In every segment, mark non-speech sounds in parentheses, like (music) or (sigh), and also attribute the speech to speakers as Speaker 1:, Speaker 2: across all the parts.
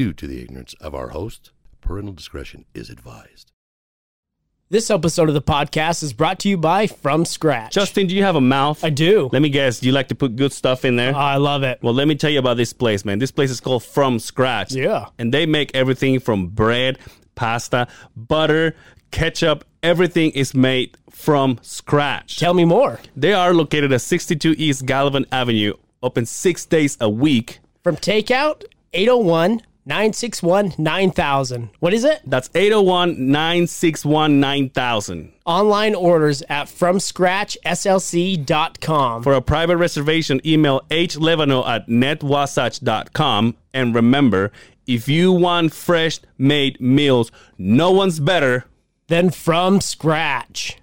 Speaker 1: Due to the ignorance of our host, parental discretion is advised.
Speaker 2: This episode of the podcast is brought to you by From Scratch.
Speaker 3: Justin, do you have a mouth?
Speaker 2: I do.
Speaker 3: Let me guess. You like to put good stuff in there?
Speaker 2: Oh, I love it.
Speaker 3: well, let me tell you about this place, man. This place is called From Scratch.
Speaker 2: Yeah.
Speaker 3: And they make everything from bread, pasta, butter, ketchup. Everything is made from scratch.
Speaker 2: Tell me more.
Speaker 3: They are located at 62 East Gallivan Avenue, open six days a week.
Speaker 2: From takeout 801 961 9000. What is it?
Speaker 3: That's 801 961 9000.
Speaker 2: Online orders at fromscratchslc.com.
Speaker 3: For a private reservation, email hlevano at netwasatch.com. And remember, if you want fresh made meals, no one's better.
Speaker 2: Then From Scratch.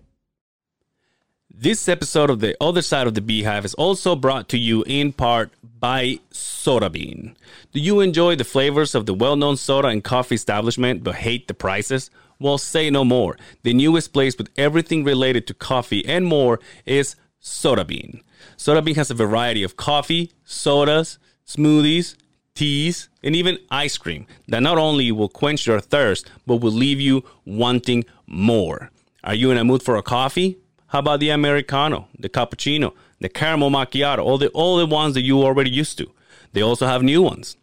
Speaker 3: This episode of The Other Side of the Beehive is also brought to you in part by Soda Bean. Do you enjoy the flavors of the well known soda and coffee establishment but hate the prices? Well, say no more. The newest place with everything related to coffee and more is Soda Bean. Soda Bean has a variety of coffee, sodas, smoothies, teas, and even ice cream that not only will quench your thirst, but will leave you wanting more. Are you in a mood for a coffee? How about the Americano, the cappuccino, the caramel macchiato, all the, all the ones that you already used to? They also have new ones.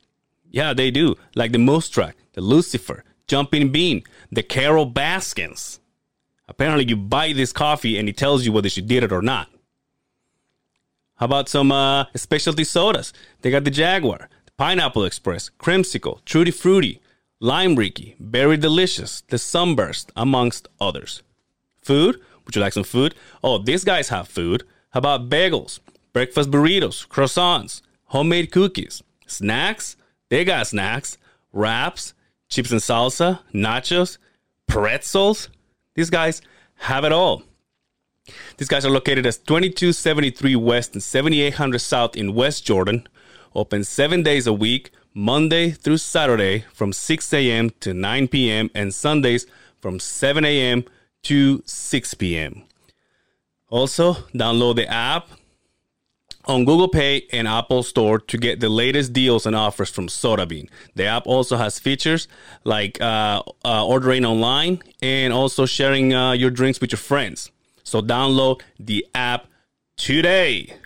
Speaker 3: Yeah, they do, like the Moose Track, the Lucifer, Jumping Bean, the Carol Baskins. Apparently, you buy this coffee and it tells you whether she did it or not. How about some uh, specialty sodas? They got the Jaguar, the Pineapple Express, Crimsicle, Trudy Fruity, Lime Ricky, Berry Delicious, the Sunburst, amongst others. Food? Would you like some food? Oh, these guys have food. How about bagels, breakfast burritos, croissants, homemade cookies, snacks? They got snacks, wraps, chips and salsa, nachos, pretzels. These guys have it all. These guys are located at 2273 West and 7800 South in West Jordan. Open seven days a week, Monday through Saturday from 6 a.m. to 9 p.m. and Sundays from 7 a.m. to 6 p.m. Also, download the app on Google Pay and Apple Store to get the latest deals and offers from SodaBean. The app also has features like uh, uh, ordering online and also sharing uh, your drinks with your friends. So download the app today.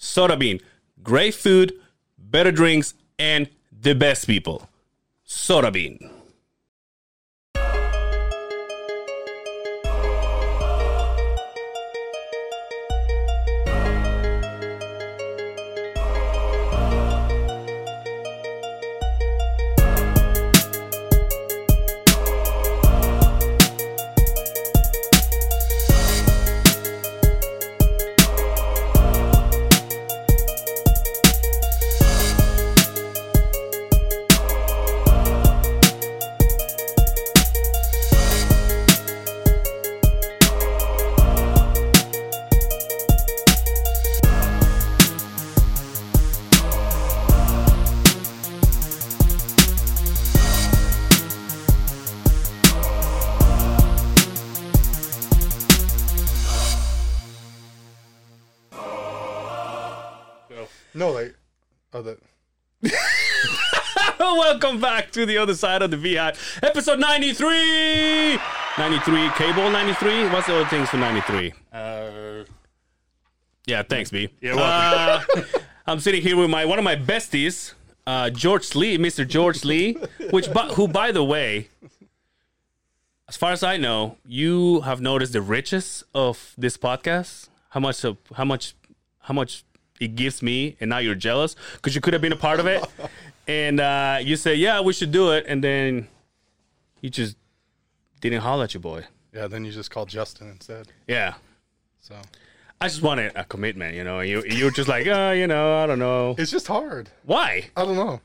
Speaker 3: SodaBean, great food, better drinks, and the best people. SodaBean.
Speaker 4: No, like, oh, that.
Speaker 3: (laughs) Welcome back to the other side of the VI. Episode 93! 93, cable 93? What's the other things for 93?
Speaker 4: Uh,
Speaker 3: Yeah, thanks, B. Uh,
Speaker 4: yeah, well,
Speaker 3: (laughs) I'm sitting here with my one of my besties, uh, George Lee, Mr. George Lee, which but who by the way, as far as I know, you have noticed the riches of this podcast. How much of how much how much it gives me, and now you're jealous because you could have been a part of it. And uh, you say, "Yeah, we should do it," and then you just didn't holler at your boy.
Speaker 4: yeah. Then you just call Justin instead.
Speaker 3: Yeah,
Speaker 4: So
Speaker 3: I just wanted a commitment, you know. and You you're just like, oh, you know, I don't know
Speaker 4: it's just hard.
Speaker 3: why.
Speaker 4: I don't know.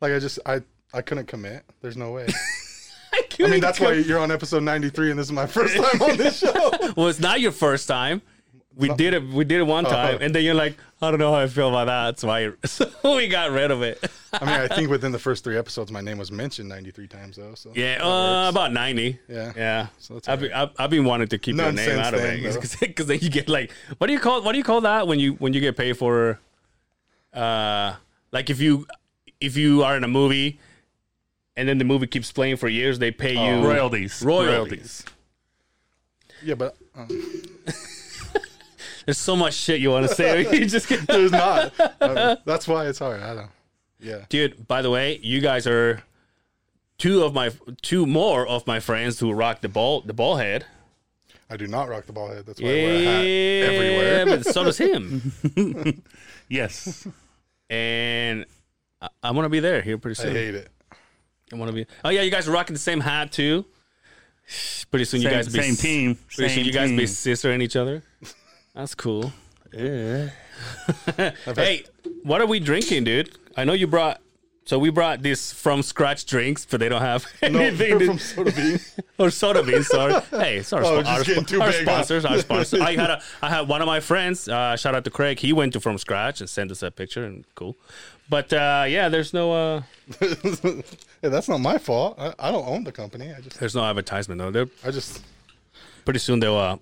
Speaker 4: Like, I just I I couldn't commit. There's no (laughs) way.
Speaker 3: I,
Speaker 4: I mean, that's why you're on episode 93, and this is my (laughs) first time on this show.
Speaker 3: Well, it's not your first time. We did it. We did it one time, and then you're like, I don't know how I feel about that. That's why (laughs) so we got rid of it.
Speaker 4: I mean, I think within the first three episodes, my name was mentioned 93 times though. So
Speaker 3: Yeah,
Speaker 4: um,
Speaker 3: uh, about ninety.
Speaker 4: Yeah.
Speaker 3: yeah.
Speaker 4: So that's
Speaker 3: I've, been, I've, I've been wanting to keep your name
Speaker 4: Nonsense
Speaker 3: out of
Speaker 4: thing, though.
Speaker 3: it (laughs) because then you get like, what do you call what do you call that when you when you get paid for, uh, like if you if you are in a movie and then the movie keeps playing for years. They
Speaker 4: Oh.
Speaker 3: pay you
Speaker 5: Royalties.
Speaker 3: Royalties.
Speaker 4: Yeah, but uh,
Speaker 3: There's so much shit you want to
Speaker 4: (laughs)
Speaker 3: say. you just get-
Speaker 4: (laughs) there's (laughs) not. Uh, that's why it's hard. I don't. Yeah.
Speaker 3: dude. By the way, you guys are two of my two more of my friends who rock the ball the ball head.
Speaker 4: I do not rock the ball head. That's why I wear a hat
Speaker 3: Yeah,
Speaker 4: everywhere.
Speaker 3: but so does him.
Speaker 5: Yes.
Speaker 3: And I, I want to be there here pretty
Speaker 4: I
Speaker 3: soon.
Speaker 4: hate (laughs) it.
Speaker 3: I want to be. Oh yeah, you guys are rocking the same hat too. Pretty soon,
Speaker 5: Same,
Speaker 3: you guys be
Speaker 5: same team.
Speaker 3: Pretty
Speaker 5: Same
Speaker 3: soon, you guys
Speaker 5: team.
Speaker 3: be sistering each other. That's cool. (laughs) hey, what are we drinking, dude? I know you brought. So we brought these from scratch drinks, but they don't have
Speaker 4: No,
Speaker 3: anything
Speaker 4: they're
Speaker 3: to-
Speaker 4: (laughs) from soda bean.
Speaker 3: or soda
Speaker 4: (laughs)
Speaker 3: beans. Sorry. Hey, it's our,
Speaker 4: Oh,
Speaker 3: spo-
Speaker 4: just
Speaker 3: our,
Speaker 4: getting
Speaker 3: spo-
Speaker 4: too
Speaker 3: our
Speaker 4: big, huh?
Speaker 3: sponsors. Our sponsors. I
Speaker 4: (laughs)
Speaker 3: had a, I had one of my friends. Uh, shout out to Craig. He went to from scratch and sent us a picture and cool. But uh, yeah, there's no uh,
Speaker 4: (laughs) yeah, that's not my fault. I, I don't own the company. I just,
Speaker 3: there's no advertisement though. They're
Speaker 4: I just.
Speaker 3: pretty soon they'll uh,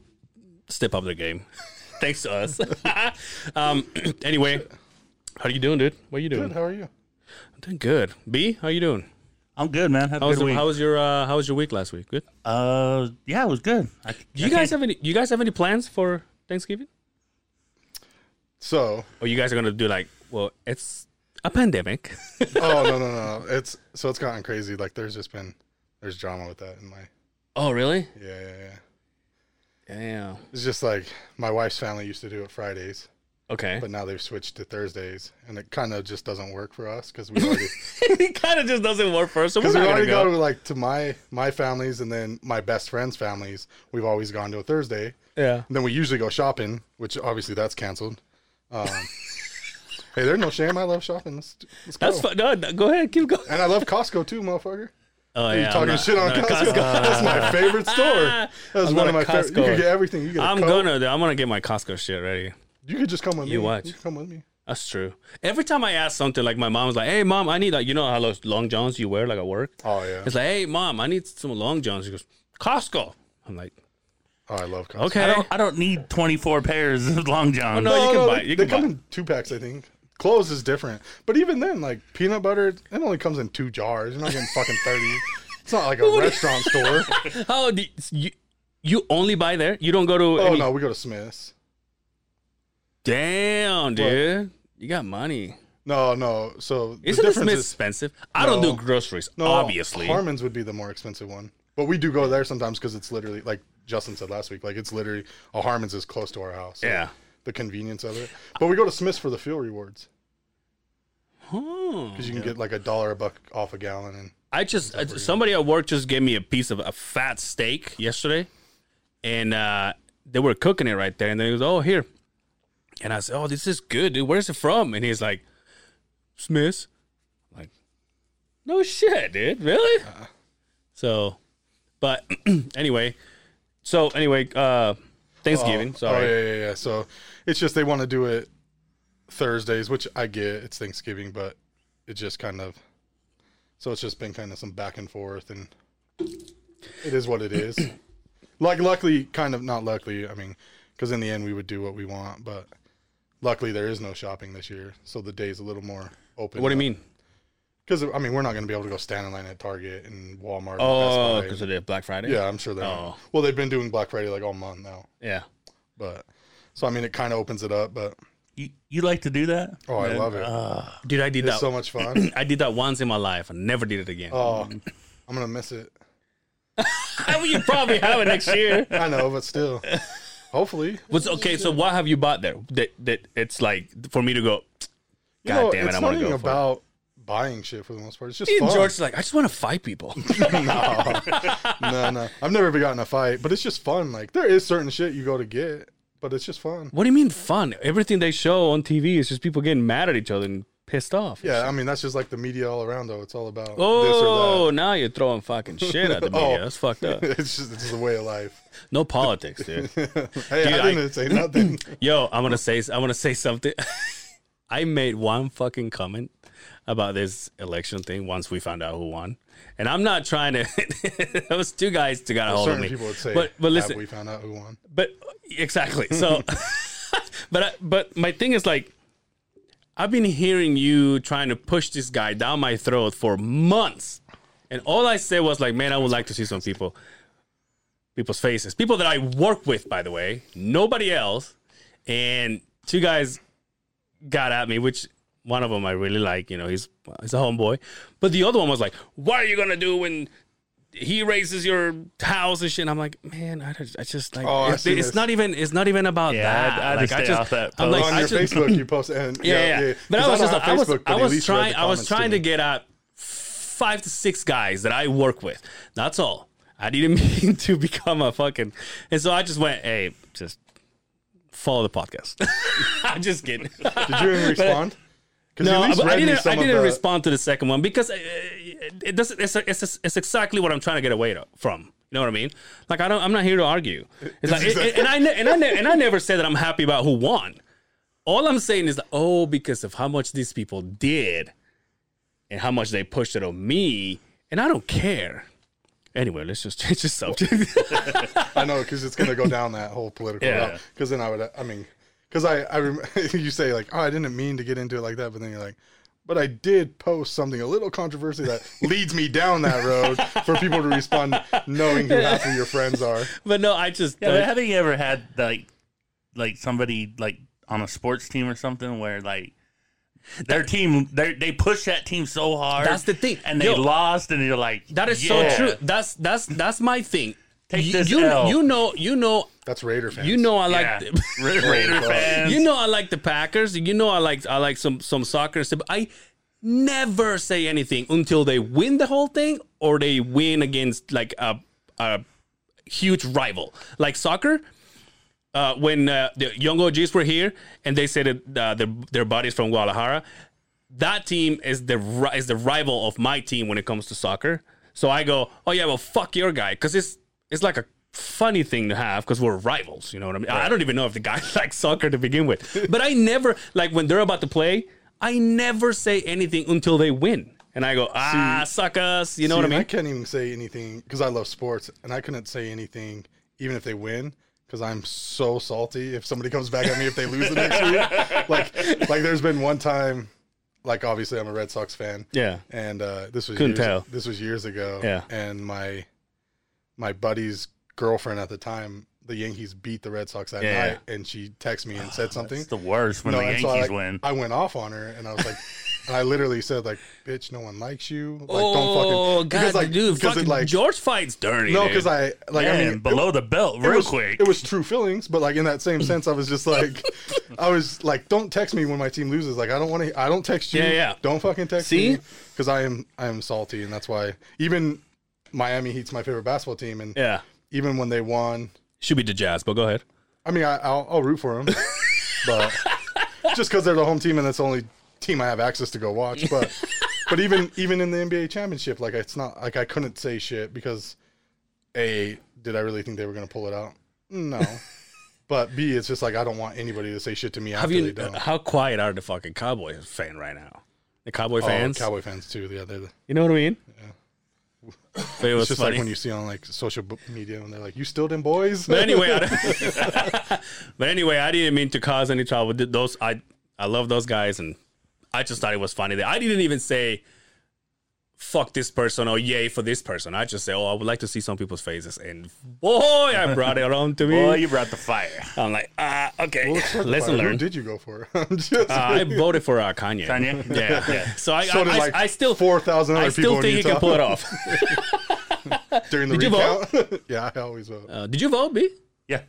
Speaker 3: step up their game. (laughs) Thanks to us. (laughs) um, (clears throat) anyway, how you doing, dude? What are you doing?
Speaker 4: Good. How are you?
Speaker 3: I'm doing good. B, how you doing?
Speaker 5: I'm good, man. Have a
Speaker 3: How was,
Speaker 5: good
Speaker 3: the,
Speaker 5: week.
Speaker 3: how was your uh, How was your week last week? Good.
Speaker 5: uh, yeah, it was good. I,
Speaker 3: Do you guys have any? You guys have any plans for Thanksgiving?
Speaker 4: So,
Speaker 3: Or you guys are gonna do like? Well, it's a pandemic.
Speaker 4: oh no, no, no, no. It's so it's gotten crazy. Like there's just been there's drama with that in my.
Speaker 3: oh, really?
Speaker 4: Yeah, yeah, yeah.
Speaker 3: Yeah.
Speaker 4: It's just like my wife's family used to do it Fridays,
Speaker 3: Okay. (laughs)
Speaker 4: but now they've switched to Thursdays, and it kind of just doesn't work for us because we (laughs) already
Speaker 3: it kind of just doesn't work for us. So we're
Speaker 4: because
Speaker 3: not
Speaker 4: we
Speaker 3: gonna
Speaker 4: already
Speaker 3: go.
Speaker 4: go to like to my my families and then my best friends' families. We've always gone to a Thursday,
Speaker 3: yeah.
Speaker 4: and then we usually go shopping, which obviously that's canceled. Um, hey, there's no shame. I love shopping. Let's, let's go.
Speaker 3: That's fun. No, no, go ahead. Keep
Speaker 4: (laughs)
Speaker 3: going.
Speaker 4: And I love Costco too, motherfucker.
Speaker 3: Oh
Speaker 4: you
Speaker 3: I'm
Speaker 4: talking
Speaker 3: not-
Speaker 4: shit on
Speaker 3: no,
Speaker 4: Costco. (laughs) That's my
Speaker 3: (laughs)
Speaker 4: favorite store. That's
Speaker 3: I'm
Speaker 4: one of my
Speaker 3: going to
Speaker 4: favorite. You
Speaker 3: Costco.
Speaker 4: can get everything. You get. A
Speaker 3: I'm
Speaker 4: coat.
Speaker 3: gonna. I'm gonna get my Costco shit ready.
Speaker 4: You could just come with me.
Speaker 3: You watch.
Speaker 4: You could come with me.
Speaker 3: That's true. Every time I ask something, like my mom's like, "Hey, mom, I need like you know how those long johns you wear like at work."
Speaker 4: Oh yeah.
Speaker 3: It's like, "Hey, mom, I need some long johns." She goes, "Costco." I'm like,
Speaker 4: Oh, I love Costco.
Speaker 3: "Okay."
Speaker 5: I don't. I don't need 24 pairs of long johns.
Speaker 3: no, you can buy.
Speaker 4: They,
Speaker 3: You
Speaker 4: they
Speaker 3: can
Speaker 4: come
Speaker 3: buy.
Speaker 4: in two packs, I think. Clothes is different, but even then, like peanut butter, it only comes in two jars. You're not getting fucking thirty. It's not
Speaker 3: (laughs)
Speaker 4: like a restaurant store.
Speaker 3: (laughs) Oh, do you you only buy there? You don't go to?
Speaker 4: Oh
Speaker 3: any-
Speaker 4: no, we go to Smith's.
Speaker 3: Damn, dude, you got money.
Speaker 4: No, no. So the
Speaker 3: Isn't this
Speaker 4: difference
Speaker 3: Smith
Speaker 4: is-
Speaker 3: expensive? I don't do
Speaker 4: No.
Speaker 3: groceries,
Speaker 4: no,
Speaker 3: obviously.
Speaker 4: Harmon's would be the more expensive one, but we do go there sometimes because it's literally like Justin said last week. Like it's literally a Harmon's is close to our house. so
Speaker 3: Yeah.
Speaker 4: the convenience of it. But we go to Smith's for the fuel rewards
Speaker 3: Hmm.
Speaker 4: because you can get like a dollar a buck off a gallon and
Speaker 3: I just uh, somebody at work just gave me a piece of a fat steak yesterday, and uh, they were cooking it right there. And then he goes, "Oh, here," and I said, "Oh, this is good, dude. Where's it from?" And he's like, "Smith's." I'm like, no shit, dude. Really?
Speaker 4: Uh.
Speaker 3: So, but (clears throat) anyway, so anyway, uh, Thanksgiving.
Speaker 4: Oh,
Speaker 3: sorry.
Speaker 4: Oh, yeah, yeah, yeah. So it's just they want to do it Thursdays, which I get. It's Thanksgiving, but it just kind of. So it's just been kind of some back and forth, and it is what
Speaker 3: (coughs)
Speaker 4: it is. like, luckily, kind of not luckily. I mean, because in the end, we would do what we want, but luckily, there is no shopping this year, so the day's a little more open.
Speaker 3: What do you mean?
Speaker 4: Because I mean, we're not going to be able to go stand in line at Target and Walmart. and
Speaker 3: Oh,
Speaker 4: Best
Speaker 3: because
Speaker 4: Buy.
Speaker 3: of the Black Friday.
Speaker 4: yeah, I'm sure they. are
Speaker 3: Oh.
Speaker 4: Well, they've been doing Black Friday like all month now.
Speaker 3: Yeah.
Speaker 4: But so I mean, it kind of opens it up. But
Speaker 5: You, you like to do that?
Speaker 4: oh, I love it.
Speaker 3: uh, Dude, I did
Speaker 4: it's
Speaker 3: that.
Speaker 4: so
Speaker 3: (coughs)
Speaker 4: much fun.
Speaker 3: I did that once in my life. I never did it again.
Speaker 4: oh, I'm gonna miss it.
Speaker 3: I mean, you probably have it next
Speaker 4: (laughs)
Speaker 3: year.
Speaker 4: I know, but
Speaker 3: (laughs)
Speaker 4: still, hopefully.
Speaker 3: What's okay? So what have you bought there? That that it's like for me to go.
Speaker 4: You
Speaker 3: God
Speaker 4: know,
Speaker 3: damn it!
Speaker 4: it's
Speaker 3: I'm
Speaker 4: not
Speaker 3: gonna
Speaker 4: even
Speaker 3: go for
Speaker 4: about buying shit for the most part. It's just
Speaker 3: it. Me
Speaker 4: fun.
Speaker 3: and George
Speaker 4: (laughs)
Speaker 3: is like, I just want to fight people. (laughs)
Speaker 4: no, no, no. I've never even gotten in a fight, but it's just fun. Like there is certain shit you go to get, but it's just fun.
Speaker 3: what do you mean fun? Everything they show on TV is just people getting mad at each other and pissed off.
Speaker 4: Yeah, I mean that's just like the media all around. Though it's all about
Speaker 3: Oh, now you're throwing fucking shit at the media.
Speaker 4: (laughs) Oh.
Speaker 3: That's fucked
Speaker 4: this or
Speaker 3: up.
Speaker 4: that. It's just it's just the way of life. (laughs)
Speaker 3: No politics, dude.
Speaker 4: hey,
Speaker 3: Dude, I-
Speaker 4: I didn't say nothing.
Speaker 3: Yo, I'm gonna say I'm gonna say something. (laughs) I made one fucking comment about this election thing once we found out who won, and I'm not trying to. (laughs) those two guys to got a hold of
Speaker 4: certain
Speaker 3: me.
Speaker 4: people would say,
Speaker 3: but but
Speaker 4: "Have
Speaker 3: listen,
Speaker 4: we found out who won.
Speaker 3: but exactly.
Speaker 4: (laughs)
Speaker 3: So, but I, but my thing is like, I've been hearing you trying to push this guy down my throat for months. And all I said was like, man, I would like to see some people, people's faces, people that I work with, by the way, nobody else. And two guys got at me, which one of them I really like. You know, he's he's a homeboy, but the other one was like, "What are you gonna do when he raises your house and shit?" And I'm like, "Man, I just, I just like
Speaker 4: Oh, I
Speaker 3: it's,
Speaker 4: see
Speaker 3: it's
Speaker 4: this.
Speaker 3: not even it's not even about
Speaker 5: Yeah,
Speaker 3: that.
Speaker 5: I'd- I'd
Speaker 3: like,
Speaker 5: stay off that
Speaker 3: I'm like,
Speaker 4: on
Speaker 3: I
Speaker 4: your
Speaker 3: just, (clears throat)
Speaker 4: Facebook, you post and
Speaker 3: yeah, yeah, yeah. But I
Speaker 4: 'Cause
Speaker 3: was
Speaker 4: I'm
Speaker 3: just,
Speaker 4: not
Speaker 3: I
Speaker 4: on
Speaker 3: was,
Speaker 4: Facebook, but
Speaker 3: I
Speaker 4: at
Speaker 3: was
Speaker 4: least read
Speaker 3: trying,
Speaker 4: the
Speaker 3: I was
Speaker 4: comments
Speaker 3: trying
Speaker 4: too.
Speaker 3: to get at five to six guys that I work with. That's all. I didn't (laughs) mean to become a fucking, and so I just went, hey, just follow the podcast. (laughs) I'm just kidding.
Speaker 4: Did you
Speaker 3: (laughs)
Speaker 4: even respond? 'Cause you at
Speaker 3: No,
Speaker 4: least
Speaker 3: but I
Speaker 4: read me
Speaker 3: didn't.
Speaker 4: some
Speaker 3: I
Speaker 4: of
Speaker 3: didn't
Speaker 4: the-
Speaker 3: respond to the second one because uh, it doesn't. It's, it's, it's exactly what I'm trying to get away to, from. You know what I mean? Like I don't. I'm not here to argue. It's like,
Speaker 4: exactly-
Speaker 3: and I ne- and I ne- and I never said that I'm happy about who won. All I'm saying is that oh, because of how much these people did, and how much they pushed it on me, and I don't care. Anyway, let's just change the subject. (laughs)
Speaker 4: I know because it's gonna go down that whole political
Speaker 3: Yeah.
Speaker 4: route. Because then I would, I mean, because I, I rem- (laughs) you say like, oh, I didn't mean to get into it like that, but then you're like, but I did post something a little
Speaker 3: (laughs)
Speaker 4: controversial that leads me down that road for people to respond knowing who half of your friends are.
Speaker 3: but no, I just
Speaker 5: Yeah, but have you ever had like like somebody like on a sports team or something where like their team they they push that team so hard
Speaker 3: That's the thing.
Speaker 5: and they
Speaker 3: Yo.
Speaker 5: lost and you're like
Speaker 3: that is
Speaker 5: "Yeah."
Speaker 3: so true. That's that's that's my thing.
Speaker 5: Take
Speaker 3: you,
Speaker 5: this
Speaker 3: you,
Speaker 5: L.
Speaker 3: you know you know
Speaker 4: That's Raider fans.
Speaker 3: you know I like.
Speaker 5: (laughs) yeah.
Speaker 3: the-
Speaker 5: Ra- Raider
Speaker 4: God.
Speaker 5: fans
Speaker 3: You know I like the Packers. You know I like I like some some soccer stuff. I never say anything until they win the whole thing or they win against like a a huge rival like soccer. Uh, when uh, the Young OGs were here and they said that uh, their their buddies from Guadalajara, that team is the ri- is the rival of my team when it comes to soccer. So I go, oh yeah, well fuck your guy, because it's it's like a funny thing to have because we're rivals. You know what I mean? I I don't even know if the guy (laughs) likes soccer to begin with, but I never like when they're about to play, I never say anything until they win, and I go ah suckers. You know
Speaker 4: See,
Speaker 3: what I
Speaker 4: and
Speaker 3: mean?
Speaker 4: I can't even say anything because I love sports, and I couldn't say anything even if they win because I'm so salty. If somebody comes back at me if they lose the next
Speaker 3: (laughs)
Speaker 4: week, like like there's been one time, like obviously I'm a Red Sox fan,
Speaker 3: Yeah.
Speaker 4: and uh, this was
Speaker 3: Couldn't
Speaker 4: years,
Speaker 3: tell.
Speaker 4: this was years ago,
Speaker 3: Yeah.
Speaker 4: and my my buddy's girlfriend at the time, the Yankees beat the Red Sox that
Speaker 3: Yeah. Oh,
Speaker 4: night, and she texted me and said something.
Speaker 5: it's the worst when
Speaker 4: No,
Speaker 5: the
Speaker 4: and
Speaker 5: Yankees
Speaker 4: so I, like,
Speaker 5: win
Speaker 4: I went off on her, and I was
Speaker 5: (laughs)
Speaker 4: like, and I literally said like, "Bitch, no one likes you." Like,
Speaker 3: oh
Speaker 4: don't fucking
Speaker 3: god, dude,
Speaker 4: because
Speaker 3: fucking
Speaker 4: it, like
Speaker 3: George fights dirty.
Speaker 4: no,
Speaker 3: dude.
Speaker 4: because I like
Speaker 5: Man,
Speaker 4: I mean it,
Speaker 5: below the belt
Speaker 4: it
Speaker 5: real
Speaker 4: was,
Speaker 5: quick
Speaker 4: It was true feelings, but like in that same sense, I was
Speaker 5: (laughs)
Speaker 4: just like, I was like, don't text me when my team loses. Like I don't want to. I don't text you.
Speaker 3: Yeah, yeah.
Speaker 4: Don't fucking text
Speaker 3: See?
Speaker 4: me because I am I am salty, and that's why even Miami Heat's my favorite basketball team, and
Speaker 3: yeah,
Speaker 4: even when they won,
Speaker 3: should be the Jazz, but go ahead.
Speaker 4: I mean, I, I'll, I'll root for them, but just because they're the home team and that's the only team I have access to go watch. But but even even in the NBA championship, like it's not like I couldn't say shit because a did I really think they were going to pull it out? No. but b it's just like I don't want anybody to say shit to me after
Speaker 3: Have
Speaker 4: they
Speaker 3: you? uh,
Speaker 4: don't.
Speaker 3: how quiet are the fucking Cowboy fan right now? The Cowboy
Speaker 4: Oh,
Speaker 3: fans.
Speaker 4: Cowboy fans too. Yeah, they're the,
Speaker 3: You know what I mean? But it was
Speaker 4: it's just
Speaker 3: funny.
Speaker 4: like when you see on like social b- media and they're like, "You still them boys?"
Speaker 3: but (laughs)
Speaker 4: (laughs)
Speaker 3: anyway, I don't- (laughs) but anyway, I didn't mean to cause any trouble. Th- Those I I love those guys, and I just thought it was funny that I didn't even say fuck this person or yay for this person. I just say, oh, I would like to see some people's faces, and boy, I brought it on to me.
Speaker 5: Boy, you brought the (laughs) fire
Speaker 3: I'm like, ah, okay,
Speaker 4: Let's start the
Speaker 3: lesson
Speaker 4: fire. Who
Speaker 3: learned.
Speaker 4: did you go for? (laughs) I'm just
Speaker 3: Uh, I voted for uh, Kanye.
Speaker 5: Kanye?
Speaker 3: Yeah,
Speaker 5: (laughs)
Speaker 3: yeah. So I,
Speaker 4: So
Speaker 3: I,
Speaker 4: did,
Speaker 3: I-
Speaker 4: like,
Speaker 3: I still
Speaker 4: 4,000 other
Speaker 3: I still
Speaker 4: people in
Speaker 3: think you can
Speaker 4: Utah.
Speaker 3: pull it off.
Speaker 4: during the
Speaker 3: Did you vote?
Speaker 4: recount. (laughs) yeah, I always vote.
Speaker 3: (laughs) Uh, did you vote, B?
Speaker 5: yeah